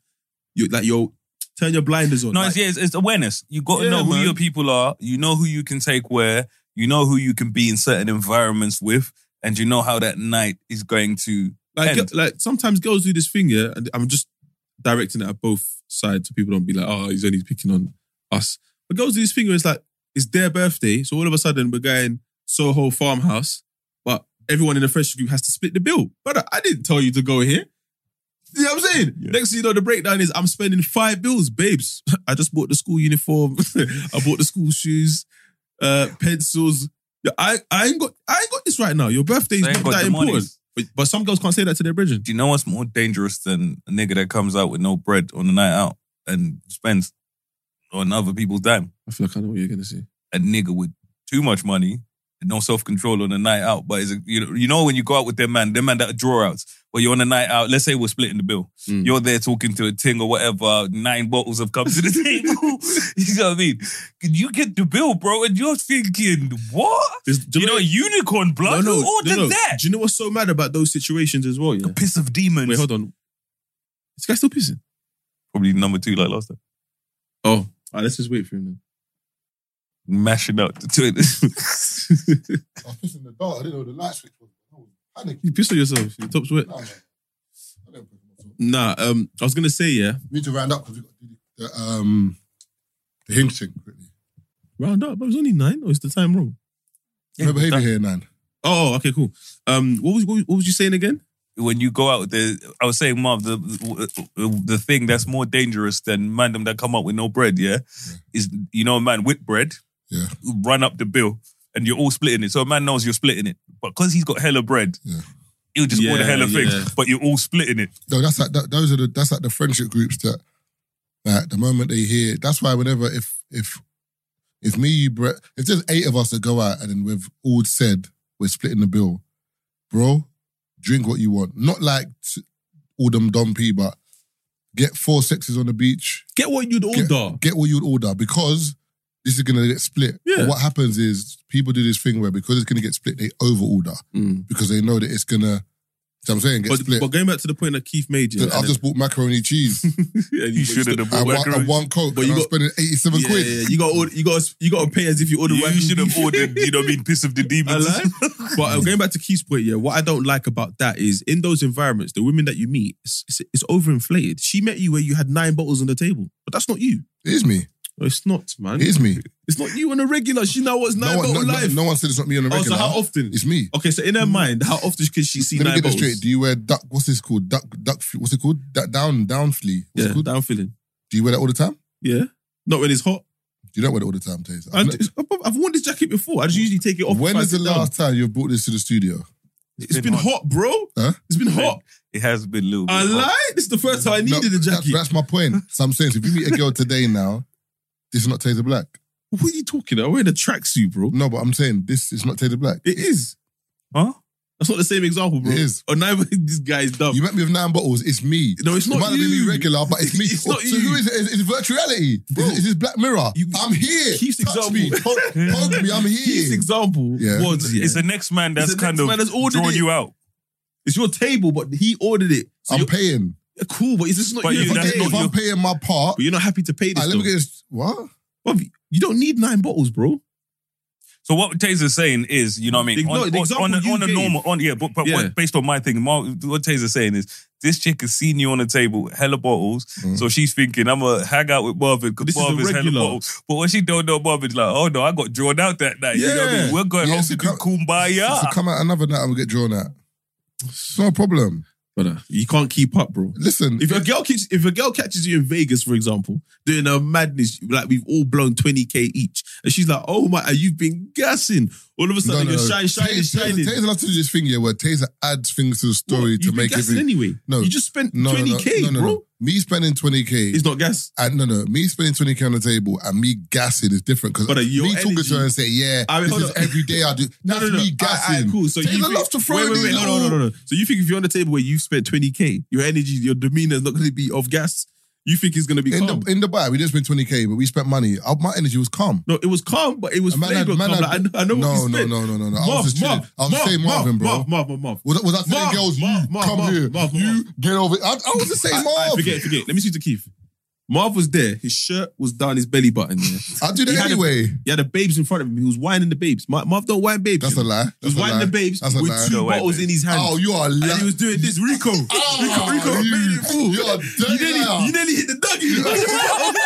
[SPEAKER 5] you like your turn your blinders on.
[SPEAKER 4] No,
[SPEAKER 5] like,
[SPEAKER 4] it's, yeah, it's, it's awareness. You got to
[SPEAKER 5] Yeah,
[SPEAKER 4] know who
[SPEAKER 5] man.
[SPEAKER 4] your people are. You know who you can take where. You know who you can be in certain environments with, and you know how that night is going to.
[SPEAKER 5] Like,
[SPEAKER 4] End.
[SPEAKER 5] ge- like sometimes girls do this thing, yeah, and I'm just directing it at both sides so people don't be like, oh, he's only picking on us. But girls do this thing where it's like, it's their birthday, so all of a sudden we're going Soho farmhouse, but everyone in the friendship group has to split the bill. Brother, I didn't tell you to go here. You know what I'm saying? Next thing you know, the breakdown is I'm spending five bills, babes. I just bought the school uniform. I bought the school shoes, uh, pencils. Yeah, I, I ain't got I ain't got this right now. Your birthday is
[SPEAKER 4] They ain't
[SPEAKER 5] not
[SPEAKER 4] got
[SPEAKER 5] that
[SPEAKER 4] the monies.
[SPEAKER 5] important. But, but some girls can't say that to their brethren.
[SPEAKER 4] Do you know what's more dangerous than a nigga that comes out with no bread on the night out and spends on other people's dime?
[SPEAKER 5] I feel like I know what you're gonna say.
[SPEAKER 4] A nigga with too much money and no self control on the night out. But is you know, you know when you go out with them man, them man that draw outs. Or you're on a night out. Let's say we're splitting the bill.
[SPEAKER 5] Mm.
[SPEAKER 4] You're there talking to a ting or whatever. Nine bottles have come to the table. you know what I mean? You get the bill, bro, and you're thinking what?
[SPEAKER 5] do
[SPEAKER 4] You know, unicorn blood. Who ordered that?
[SPEAKER 5] Do you know what's so mad about those situations as well? Yeah.
[SPEAKER 4] Piss of demons.
[SPEAKER 5] Wait, hold on. This guy's still pissing.
[SPEAKER 4] Probably number two like last time.
[SPEAKER 5] Oh, all right, let's just wait for him then.
[SPEAKER 4] Mashing up the toilet.
[SPEAKER 1] I was pissing in the dark. I didn't know the light switch was. I was panicking.
[SPEAKER 5] You pissed on yourself. Your top's wet.
[SPEAKER 1] Nah, man. I didn't piss myself.
[SPEAKER 5] Nah, um, I was gonna say yeah.
[SPEAKER 1] We need to round up because we got to do the, the, um, the hinge thing quickly.
[SPEAKER 5] Round up, but it was only nine. Or is the time wrong?
[SPEAKER 1] no behavior here, man.
[SPEAKER 5] Oh, okay, cool. Um, what was what, was- what was you saying again?
[SPEAKER 4] when you go out there, I was saying, Marv, the the thing that's more dangerous than man them that come up with no bread, yeah, is you know, a man with bread,
[SPEAKER 1] Yeah.
[SPEAKER 4] run up the bill, and you're all splitting it. So a man knows you're splitting it, but because he's got hella bread,
[SPEAKER 1] Yeah.
[SPEAKER 4] he'll just order
[SPEAKER 5] Yeah,
[SPEAKER 4] hella things,
[SPEAKER 5] yeah.
[SPEAKER 4] but you're all splitting it.
[SPEAKER 1] No, that's like that, those are the that's like the friendship groups that that the moment they hear that's why whenever if if if me you Brett if there's eight of us that go out and then we've all said we're splitting the bill, bro, drink what you want. Not like t- all them Dom P, but get four sexes on the beach,
[SPEAKER 5] Get what you'd order.
[SPEAKER 1] Get- get what you'd order because this is gonna get split.
[SPEAKER 5] Yeah.
[SPEAKER 1] But what happens is people do this thing where because it's gonna get split, they over order
[SPEAKER 5] Mm.
[SPEAKER 1] because they know that it's gonna. You know what I'm saying get
[SPEAKER 5] But,
[SPEAKER 1] split.
[SPEAKER 5] but going back to the point that Keith made, yeah,
[SPEAKER 1] Then I've
[SPEAKER 5] and
[SPEAKER 1] just bought macaroni cheese.
[SPEAKER 5] then- yeah,
[SPEAKER 4] You shouldn't have
[SPEAKER 1] I
[SPEAKER 4] bought
[SPEAKER 1] want, I
[SPEAKER 4] macaroni.
[SPEAKER 1] want Coke,
[SPEAKER 5] But
[SPEAKER 1] but
[SPEAKER 5] you
[SPEAKER 1] you're
[SPEAKER 5] got-
[SPEAKER 1] spending 87
[SPEAKER 5] yeah,
[SPEAKER 1] quid.
[SPEAKER 5] yeah, yeah. you got order, you got you got to pay as if you ordered.
[SPEAKER 4] You
[SPEAKER 5] wagyu
[SPEAKER 4] should have
[SPEAKER 5] beef.
[SPEAKER 4] ordered, you know, what I mean piss of the
[SPEAKER 5] I
[SPEAKER 4] demons.
[SPEAKER 5] lie. but uh, going back to Keith's point, yeah, what I don't like about that is in those environments, the women that you meet, it's, it's, it's overinflated. She met you where you had nine bottles on the table, but that's not you.
[SPEAKER 1] It is me.
[SPEAKER 5] No, it's not, man.
[SPEAKER 1] It is me.
[SPEAKER 5] It's not you on a regular. She now wants nine
[SPEAKER 1] No one,
[SPEAKER 5] bottle
[SPEAKER 1] no, no,
[SPEAKER 5] life.
[SPEAKER 1] no one said it's not me on the
[SPEAKER 5] Oh,
[SPEAKER 1] regular.
[SPEAKER 5] so how often?
[SPEAKER 1] It's me.
[SPEAKER 5] Okay, so in her mind, how often can she see
[SPEAKER 1] Let me
[SPEAKER 5] nine
[SPEAKER 1] get this
[SPEAKER 5] bottles?
[SPEAKER 1] straight. Do you wear duck? What's this called? Duck, duck. f- What's it called? Duck, down, down flea. What's
[SPEAKER 5] yeah,
[SPEAKER 1] it called?
[SPEAKER 5] down feeling.
[SPEAKER 1] Do you wear that all the time?
[SPEAKER 5] Yeah, not when it's hot.
[SPEAKER 1] You don't wear it all the time, Taze. I've
[SPEAKER 5] And
[SPEAKER 1] ne-
[SPEAKER 5] I've- I've worn this jacket before. I just usually take it off.
[SPEAKER 1] When
[SPEAKER 5] if I
[SPEAKER 1] is the
[SPEAKER 5] sit down.
[SPEAKER 1] last time you brought this to the studio?
[SPEAKER 5] It's been hot, bro.
[SPEAKER 1] Huh?
[SPEAKER 5] It's been hot.
[SPEAKER 4] It has been a little bit.
[SPEAKER 5] I
[SPEAKER 4] hot.
[SPEAKER 5] lied. This is the first time I needed
[SPEAKER 1] No,
[SPEAKER 5] a
[SPEAKER 1] that's,
[SPEAKER 5] jacket.
[SPEAKER 1] that's my point. So I'm saying, so if you meet a girl today now, this is not Taser Black.
[SPEAKER 5] What are you talking about? I'm wearing a tracksuit, bro.
[SPEAKER 1] No, but I'm saying this is not Taser Black.
[SPEAKER 5] It is.
[SPEAKER 4] Huh?
[SPEAKER 5] That's not the same example, bro.
[SPEAKER 1] It is.
[SPEAKER 5] Or neither this guy is dumb.
[SPEAKER 1] You met me with nine bottles. It's me.
[SPEAKER 5] No, it's not
[SPEAKER 1] It might not be
[SPEAKER 5] you.
[SPEAKER 1] me regular, but it's me.
[SPEAKER 5] It's not
[SPEAKER 1] so
[SPEAKER 5] you.
[SPEAKER 1] who is it? It's, it's virtuality.
[SPEAKER 5] Bro.
[SPEAKER 1] It's, it's Black Mirror.
[SPEAKER 5] You-
[SPEAKER 1] I'm here.
[SPEAKER 5] Keith's
[SPEAKER 1] Touch
[SPEAKER 5] example.
[SPEAKER 1] me. Poke, poke me. I'm
[SPEAKER 5] His
[SPEAKER 1] here.
[SPEAKER 5] example
[SPEAKER 1] Yeah.
[SPEAKER 5] was yeah,
[SPEAKER 4] It's
[SPEAKER 5] it's,
[SPEAKER 4] the next man that's
[SPEAKER 5] It's the
[SPEAKER 4] kind
[SPEAKER 5] next
[SPEAKER 4] of
[SPEAKER 5] man that's ordered
[SPEAKER 4] drawing
[SPEAKER 5] it.
[SPEAKER 4] you out.
[SPEAKER 5] your table, but he ordered it. So
[SPEAKER 1] I'm
[SPEAKER 5] you're,
[SPEAKER 1] paying.
[SPEAKER 5] Yeah, cool, but it's just not
[SPEAKER 4] But
[SPEAKER 5] you.
[SPEAKER 4] you-
[SPEAKER 1] If, I,
[SPEAKER 4] that's
[SPEAKER 1] if
[SPEAKER 4] not
[SPEAKER 1] I'm
[SPEAKER 4] you.
[SPEAKER 1] paying my part,
[SPEAKER 5] but you're not happy to pay this.
[SPEAKER 1] Alright, let
[SPEAKER 5] though.
[SPEAKER 1] me get this. What?
[SPEAKER 5] Bruv, you don't need nine bottles, bro.
[SPEAKER 4] So what Taser's saying is, you know what I mean?
[SPEAKER 5] The- no,
[SPEAKER 4] on,
[SPEAKER 5] the
[SPEAKER 4] on-
[SPEAKER 5] example
[SPEAKER 4] on, a-
[SPEAKER 5] you
[SPEAKER 4] on a
[SPEAKER 5] gave.
[SPEAKER 4] normal, on yeah, but, but
[SPEAKER 5] Yeah.
[SPEAKER 4] What, based on my thing, Mar- what Taser's saying is, this chick has seen you on the table, hella bottles, so she's thinking, I'm going to hang out with Marvin because
[SPEAKER 5] This is a
[SPEAKER 4] Marvin's hella
[SPEAKER 5] regular.
[SPEAKER 4] bottles. But when she don't know Marvin's like, oh no, I got drawn out that night. You know what I
[SPEAKER 5] Yeah.
[SPEAKER 4] mean? We're going
[SPEAKER 1] Yeah,
[SPEAKER 4] home
[SPEAKER 1] so
[SPEAKER 4] to do
[SPEAKER 1] come-
[SPEAKER 5] Ah,
[SPEAKER 1] So
[SPEAKER 4] kumbaya.
[SPEAKER 1] come out another night, I'm gonna get drawn at. It's no problem.
[SPEAKER 5] But uh, you can't keep up, bro.
[SPEAKER 1] Listen,
[SPEAKER 5] If a girl keeps, if a girl catches you in Vegas, for example, doing a madness like we've all blown twenty k each, and she's like, "Oh my, you've been gassing." All of a sudden, you're shining, shining,
[SPEAKER 1] Taser-
[SPEAKER 5] shining.
[SPEAKER 1] Taser loves to do this thing here where Taser adds things to the
[SPEAKER 5] What?
[SPEAKER 1] story
[SPEAKER 5] You've
[SPEAKER 1] to
[SPEAKER 5] been
[SPEAKER 1] make it.
[SPEAKER 5] gassing
[SPEAKER 1] be-
[SPEAKER 5] anyway.
[SPEAKER 1] No.
[SPEAKER 5] you just spent
[SPEAKER 1] No, no, no,
[SPEAKER 5] twenty k,
[SPEAKER 1] no, no,
[SPEAKER 5] bro.
[SPEAKER 1] no. Me spending 20k
[SPEAKER 5] It's not gas.
[SPEAKER 1] And no, no, me spending 20k on the table and me gassing is different because
[SPEAKER 5] But, uh, your
[SPEAKER 1] me talking
[SPEAKER 5] energy-
[SPEAKER 1] to her and say, yeah,
[SPEAKER 5] I
[SPEAKER 1] this
[SPEAKER 5] mean, hold
[SPEAKER 1] is
[SPEAKER 5] on.
[SPEAKER 1] every day I do. That's me gassing.
[SPEAKER 5] All right, cool. So
[SPEAKER 1] Taylor
[SPEAKER 5] you think-
[SPEAKER 1] loves to throw
[SPEAKER 5] wait,
[SPEAKER 1] in
[SPEAKER 5] wait,
[SPEAKER 1] these
[SPEAKER 5] wait, no, no,
[SPEAKER 1] little-
[SPEAKER 5] no, no, no. So you think if you're on the table where you've spent 20k, your energy, your demeanor is not going to be off gas. You think he's gonna be
[SPEAKER 1] in
[SPEAKER 5] calm?
[SPEAKER 1] the in Dubai, we didn't spend twenty k, but we spent money. Uh, my energy was calm.
[SPEAKER 5] no, it was calm, but it was
[SPEAKER 1] A man had-
[SPEAKER 5] flavor
[SPEAKER 1] man
[SPEAKER 5] calm.
[SPEAKER 1] had-
[SPEAKER 5] Like, I kn- I know
[SPEAKER 1] no,
[SPEAKER 5] what he
[SPEAKER 1] no,
[SPEAKER 5] said.
[SPEAKER 1] no, no, no, no. I was
[SPEAKER 5] Marv,
[SPEAKER 1] just chilling.
[SPEAKER 5] Marv,
[SPEAKER 1] I was
[SPEAKER 5] Marv,
[SPEAKER 1] saying Marvin,
[SPEAKER 5] Marv,
[SPEAKER 1] bro.
[SPEAKER 5] Marv, Marv, Marv, Marv.
[SPEAKER 1] Was, was I telling
[SPEAKER 5] Marv,
[SPEAKER 1] girls,
[SPEAKER 5] Marv,
[SPEAKER 1] you
[SPEAKER 5] Marv,
[SPEAKER 1] come
[SPEAKER 5] Marv,
[SPEAKER 1] here,
[SPEAKER 5] Marv,
[SPEAKER 1] you
[SPEAKER 5] Marv.
[SPEAKER 1] get over? I, I was just
[SPEAKER 5] I-
[SPEAKER 1] saying,
[SPEAKER 5] I,
[SPEAKER 1] Marv.
[SPEAKER 5] forget, forget. Let me speak to Keith. Marv was there. His shirt was down his belly button. Yeah.
[SPEAKER 1] I do
[SPEAKER 5] He
[SPEAKER 1] that
[SPEAKER 5] had a-
[SPEAKER 1] anyway.
[SPEAKER 5] He had the babes in front of him. He was whining the babes. Marv, Marv don't whine babes.
[SPEAKER 1] That's
[SPEAKER 5] you
[SPEAKER 1] a
[SPEAKER 5] know.
[SPEAKER 1] lie.
[SPEAKER 5] He was
[SPEAKER 1] That's a
[SPEAKER 5] whining
[SPEAKER 1] lie.
[SPEAKER 5] the babes
[SPEAKER 1] That's a
[SPEAKER 5] with
[SPEAKER 1] lie.
[SPEAKER 5] two
[SPEAKER 2] No way,
[SPEAKER 5] bottles
[SPEAKER 2] babe.
[SPEAKER 5] in his hand.
[SPEAKER 1] Oh, you are
[SPEAKER 5] and he
[SPEAKER 1] lying.
[SPEAKER 5] was doing this, Rico.
[SPEAKER 1] Oh,
[SPEAKER 5] Rico, Rico,
[SPEAKER 1] you-
[SPEAKER 5] made him fall.
[SPEAKER 1] you're a dirty
[SPEAKER 5] you nearly,
[SPEAKER 1] liar.
[SPEAKER 5] you nearly hit the doggy.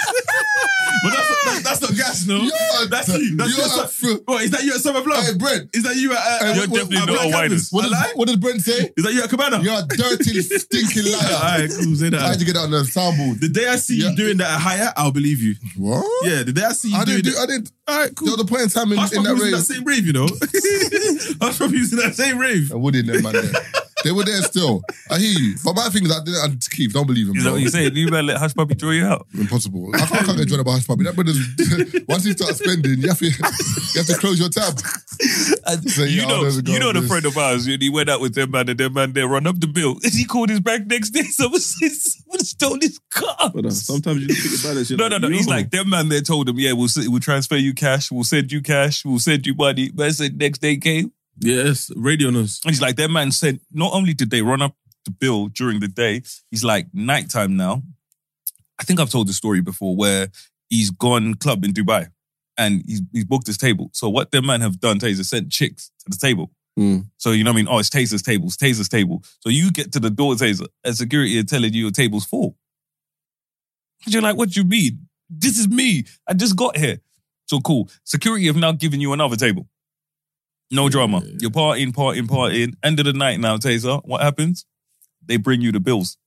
[SPEAKER 5] but that's, that's, that's not gas, no.
[SPEAKER 1] You're
[SPEAKER 5] that's
[SPEAKER 1] a-
[SPEAKER 5] you. That's
[SPEAKER 1] you're
[SPEAKER 5] your
[SPEAKER 1] a fr-
[SPEAKER 5] What, is that you at Summer Bluff?
[SPEAKER 1] Hey, Brent.
[SPEAKER 5] Is that you at uh,
[SPEAKER 1] Hey,
[SPEAKER 5] uh,
[SPEAKER 1] what- what-
[SPEAKER 4] definitely
[SPEAKER 1] what-
[SPEAKER 4] not a
[SPEAKER 1] Black
[SPEAKER 4] whiner.
[SPEAKER 1] Campus. What
[SPEAKER 5] I
[SPEAKER 1] does-
[SPEAKER 5] lie?
[SPEAKER 1] what does Brent say?
[SPEAKER 5] Is that you at Cabana?
[SPEAKER 1] You're a dirty, stinking
[SPEAKER 5] All
[SPEAKER 1] liar.
[SPEAKER 5] right, cool. Say
[SPEAKER 1] I had
[SPEAKER 5] that.
[SPEAKER 1] to get that on the soundboard.
[SPEAKER 5] The day I see
[SPEAKER 1] Yeah.
[SPEAKER 5] you doing that at higher, I'll believe you.
[SPEAKER 1] What?
[SPEAKER 5] Yeah, the day I see you
[SPEAKER 1] I
[SPEAKER 5] doing
[SPEAKER 1] didn't do.
[SPEAKER 5] that.
[SPEAKER 1] I didn't.
[SPEAKER 5] All right, cool.
[SPEAKER 1] There was a point in time in,
[SPEAKER 5] I was
[SPEAKER 1] in
[SPEAKER 5] probably
[SPEAKER 1] that
[SPEAKER 5] was in that
[SPEAKER 1] rave.
[SPEAKER 5] same rave, you know. I was probably was in that same rave.
[SPEAKER 1] I wouldn't, them man. There. They were there still. I hear you. But my thing is, I didn't. I just keep. Don't believe him.
[SPEAKER 4] Is that
[SPEAKER 1] Bro.
[SPEAKER 4] what you're saying? You better let Hush Puppy draw you out.
[SPEAKER 1] Impossible. I can't, I can't get drawn about hush puppy. That brother's once you start spending, you have to you have to close your tab. So, yeah,
[SPEAKER 4] you know,
[SPEAKER 1] I'll never go
[SPEAKER 4] you know
[SPEAKER 1] on
[SPEAKER 4] the
[SPEAKER 1] this.
[SPEAKER 4] friend of ours. He went out with them man, and them man they run up the bill. And he called his back next day. Someone says, "Someone stole his car."
[SPEAKER 5] But uh, sometimes you look at the balance. you're
[SPEAKER 4] No, no, no. He's
[SPEAKER 5] yo.
[SPEAKER 4] like, them man there told him, yeah, we'll s- we'll transfer you cash, we'll send you cash, we'll send you money. Man said next day came.
[SPEAKER 5] yes, radio knows.
[SPEAKER 4] And he's like, that man said, not only did they run up the bill during the day, he's like, nighttime now. I think I've told the story before where he's gone club in Dubai and he's, he's booked his table. So what them man have done, Taser, sent chicks to the table.
[SPEAKER 5] Mm.
[SPEAKER 4] So you know what I mean? Oh, it's Taser's table, it's Taser's table. So you get to the door, Taser, and security are telling you your table's full. And you're like, what do you mean? This is me. I just got here. So cool. Security have now given you another table. No drama.
[SPEAKER 5] Yeah.
[SPEAKER 4] You're partying, partying, partying. End of the night now, Taser. What happens? They bring you the bills.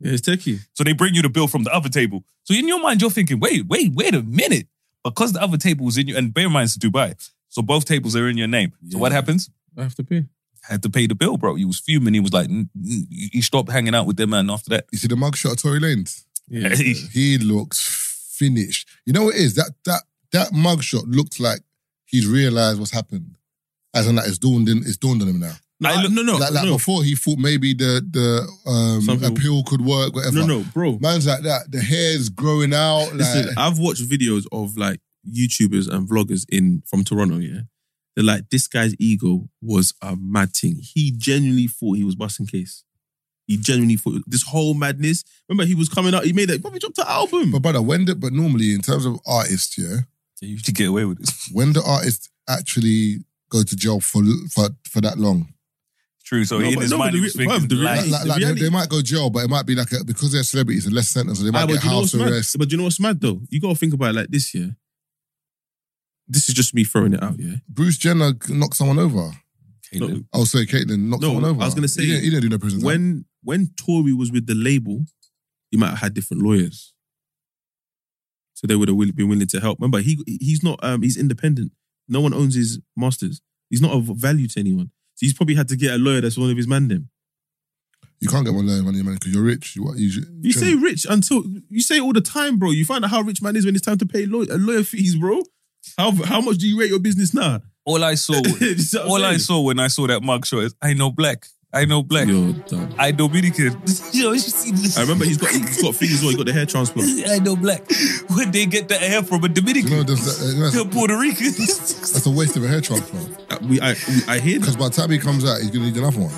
[SPEAKER 5] Yeah, it's techie.
[SPEAKER 4] So they bring you the bill from the other table. So in your mind, you're thinking, wait, wait, wait a minute. Because the other table was in you, and bear in mind it's Dubai. So both tables are in your name. So what
[SPEAKER 5] Yeah.
[SPEAKER 4] happens?
[SPEAKER 5] I have to pay.
[SPEAKER 4] Had to pay the bill, bro. He was fuming. He was like, "N- n- he stopped hanging out with them, man, after that.
[SPEAKER 1] You see the mugshot of Tory Lanez.
[SPEAKER 5] Yeah.
[SPEAKER 1] He looks finished. You know what it is? That that that mugshot looked like he's realised what's happened. As in that it's dawned in, it's dawned on him now.
[SPEAKER 5] no,
[SPEAKER 4] I
[SPEAKER 5] I-
[SPEAKER 4] look-
[SPEAKER 5] no, no,
[SPEAKER 1] like like
[SPEAKER 5] no,
[SPEAKER 1] before he thought maybe the the um,
[SPEAKER 5] Something-
[SPEAKER 1] appeal could work, whatever.
[SPEAKER 5] no, no, bro.
[SPEAKER 1] Man's like that. The hair's growing out. Like,
[SPEAKER 5] Listen, I've watched videos of like YouTubers and vloggers in from Toronto. Yeah, they're like, this guy's ego was a mad thing. He genuinely thought he was busting case. He genuinely thought this whole madness. Remember, he was coming out. He made that. Probably dropped an album.
[SPEAKER 1] but brother, when the, but normally in terms of artists, yeah,
[SPEAKER 4] You should get away with this.
[SPEAKER 1] when the artists actually go to jail for for for that long,
[SPEAKER 4] True. So
[SPEAKER 5] No,
[SPEAKER 4] he in
[SPEAKER 5] but-
[SPEAKER 4] his
[SPEAKER 5] no, but
[SPEAKER 4] mind,
[SPEAKER 5] the
[SPEAKER 4] he
[SPEAKER 5] re-
[SPEAKER 4] was thinking,
[SPEAKER 5] bruv, the re-
[SPEAKER 4] like,
[SPEAKER 1] like, like,
[SPEAKER 5] the
[SPEAKER 1] like, they,
[SPEAKER 5] reality-
[SPEAKER 1] they might go jail, but it might be like a, because they're celebrities, a less sentence. So they might
[SPEAKER 5] Ah, but
[SPEAKER 1] get
[SPEAKER 5] do you know
[SPEAKER 1] house
[SPEAKER 5] what's mad?
[SPEAKER 1] arrest.
[SPEAKER 5] But do you know what's mad though? You got to think about it like this year. This is just me throwing it out. Yeah.
[SPEAKER 1] Bruce Jenner knocked someone over.
[SPEAKER 5] No,
[SPEAKER 1] Oh, sorry, Caitlyn knocked
[SPEAKER 5] No,
[SPEAKER 1] someone over.
[SPEAKER 5] I was gonna say,
[SPEAKER 1] he didn't, he didn't do no prison. time.
[SPEAKER 5] when when Tory was with the label, he might have had different lawyers, so they would have will- been willing to help. Remember, he he's not um he's independent. No one owns his masters. He's not of value to anyone. So he's probably had to get a lawyer that's one of his man them.
[SPEAKER 1] you can't get one loan money, man, because you're rich. You, what, you,
[SPEAKER 5] You say rich until you say it all the time, bro. You find out how rich man is when it's time to pay law- uh, lawyer fees, bro. How how much do you rate your business now?
[SPEAKER 4] all I saw, all I saw when I saw that mugshot is, I know black. I know black.
[SPEAKER 5] You're dumb.
[SPEAKER 4] I Dominican. you know, you see this.
[SPEAKER 5] I remember he's got he's got things as well. He got the hair transplant.
[SPEAKER 4] I know black. When they get that hair from a Dominican,
[SPEAKER 1] You know, there's, uh, you know,
[SPEAKER 4] to
[SPEAKER 1] that's,
[SPEAKER 4] Puerto Rican.
[SPEAKER 1] that's a waste of a hair transplant.
[SPEAKER 5] Uh, We I we, I hear that.
[SPEAKER 1] Because by the time he comes out, he's gonna need another one.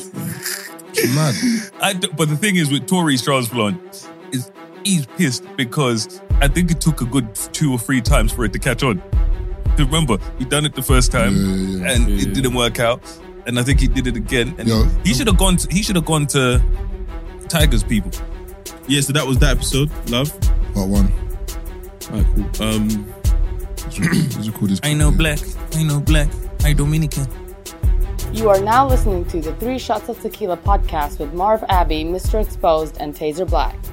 [SPEAKER 1] It's Mad.
[SPEAKER 4] I d- but the thing is with Tory's transplant is he's pissed because I think it took a good two or three times for it to catch on. 'Cause Remember, he done it the first time
[SPEAKER 1] Yeah, yeah,
[SPEAKER 4] and it didn't work out, and I think he did it again. And
[SPEAKER 1] Yo.
[SPEAKER 4] he should have gone. To, he should have gone to Tiger's people.
[SPEAKER 5] Yeah, so that was that episode. Love.
[SPEAKER 1] Part one.
[SPEAKER 5] Alright, cool. Um,
[SPEAKER 1] Let's record this.
[SPEAKER 4] I know black. I know black. I Dominican.
[SPEAKER 8] You are now listening to the Three Shots of Tequila podcast with Marv Abbey, Mr. Exposed, and Taser Black.